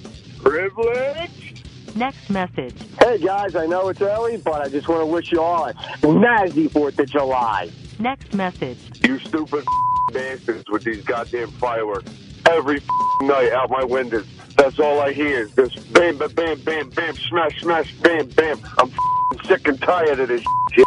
privilege. Next message. Hey guys, I know it's early, but I just want to wish you all a nasty Fourth of July.
Next message.
You stupid bastards with these goddamn fireworks every night out my windows. That's all I hear is this bam, bam, bam, bam, bam, smash, smash, bam, bam. I'm sick and tired of this shit.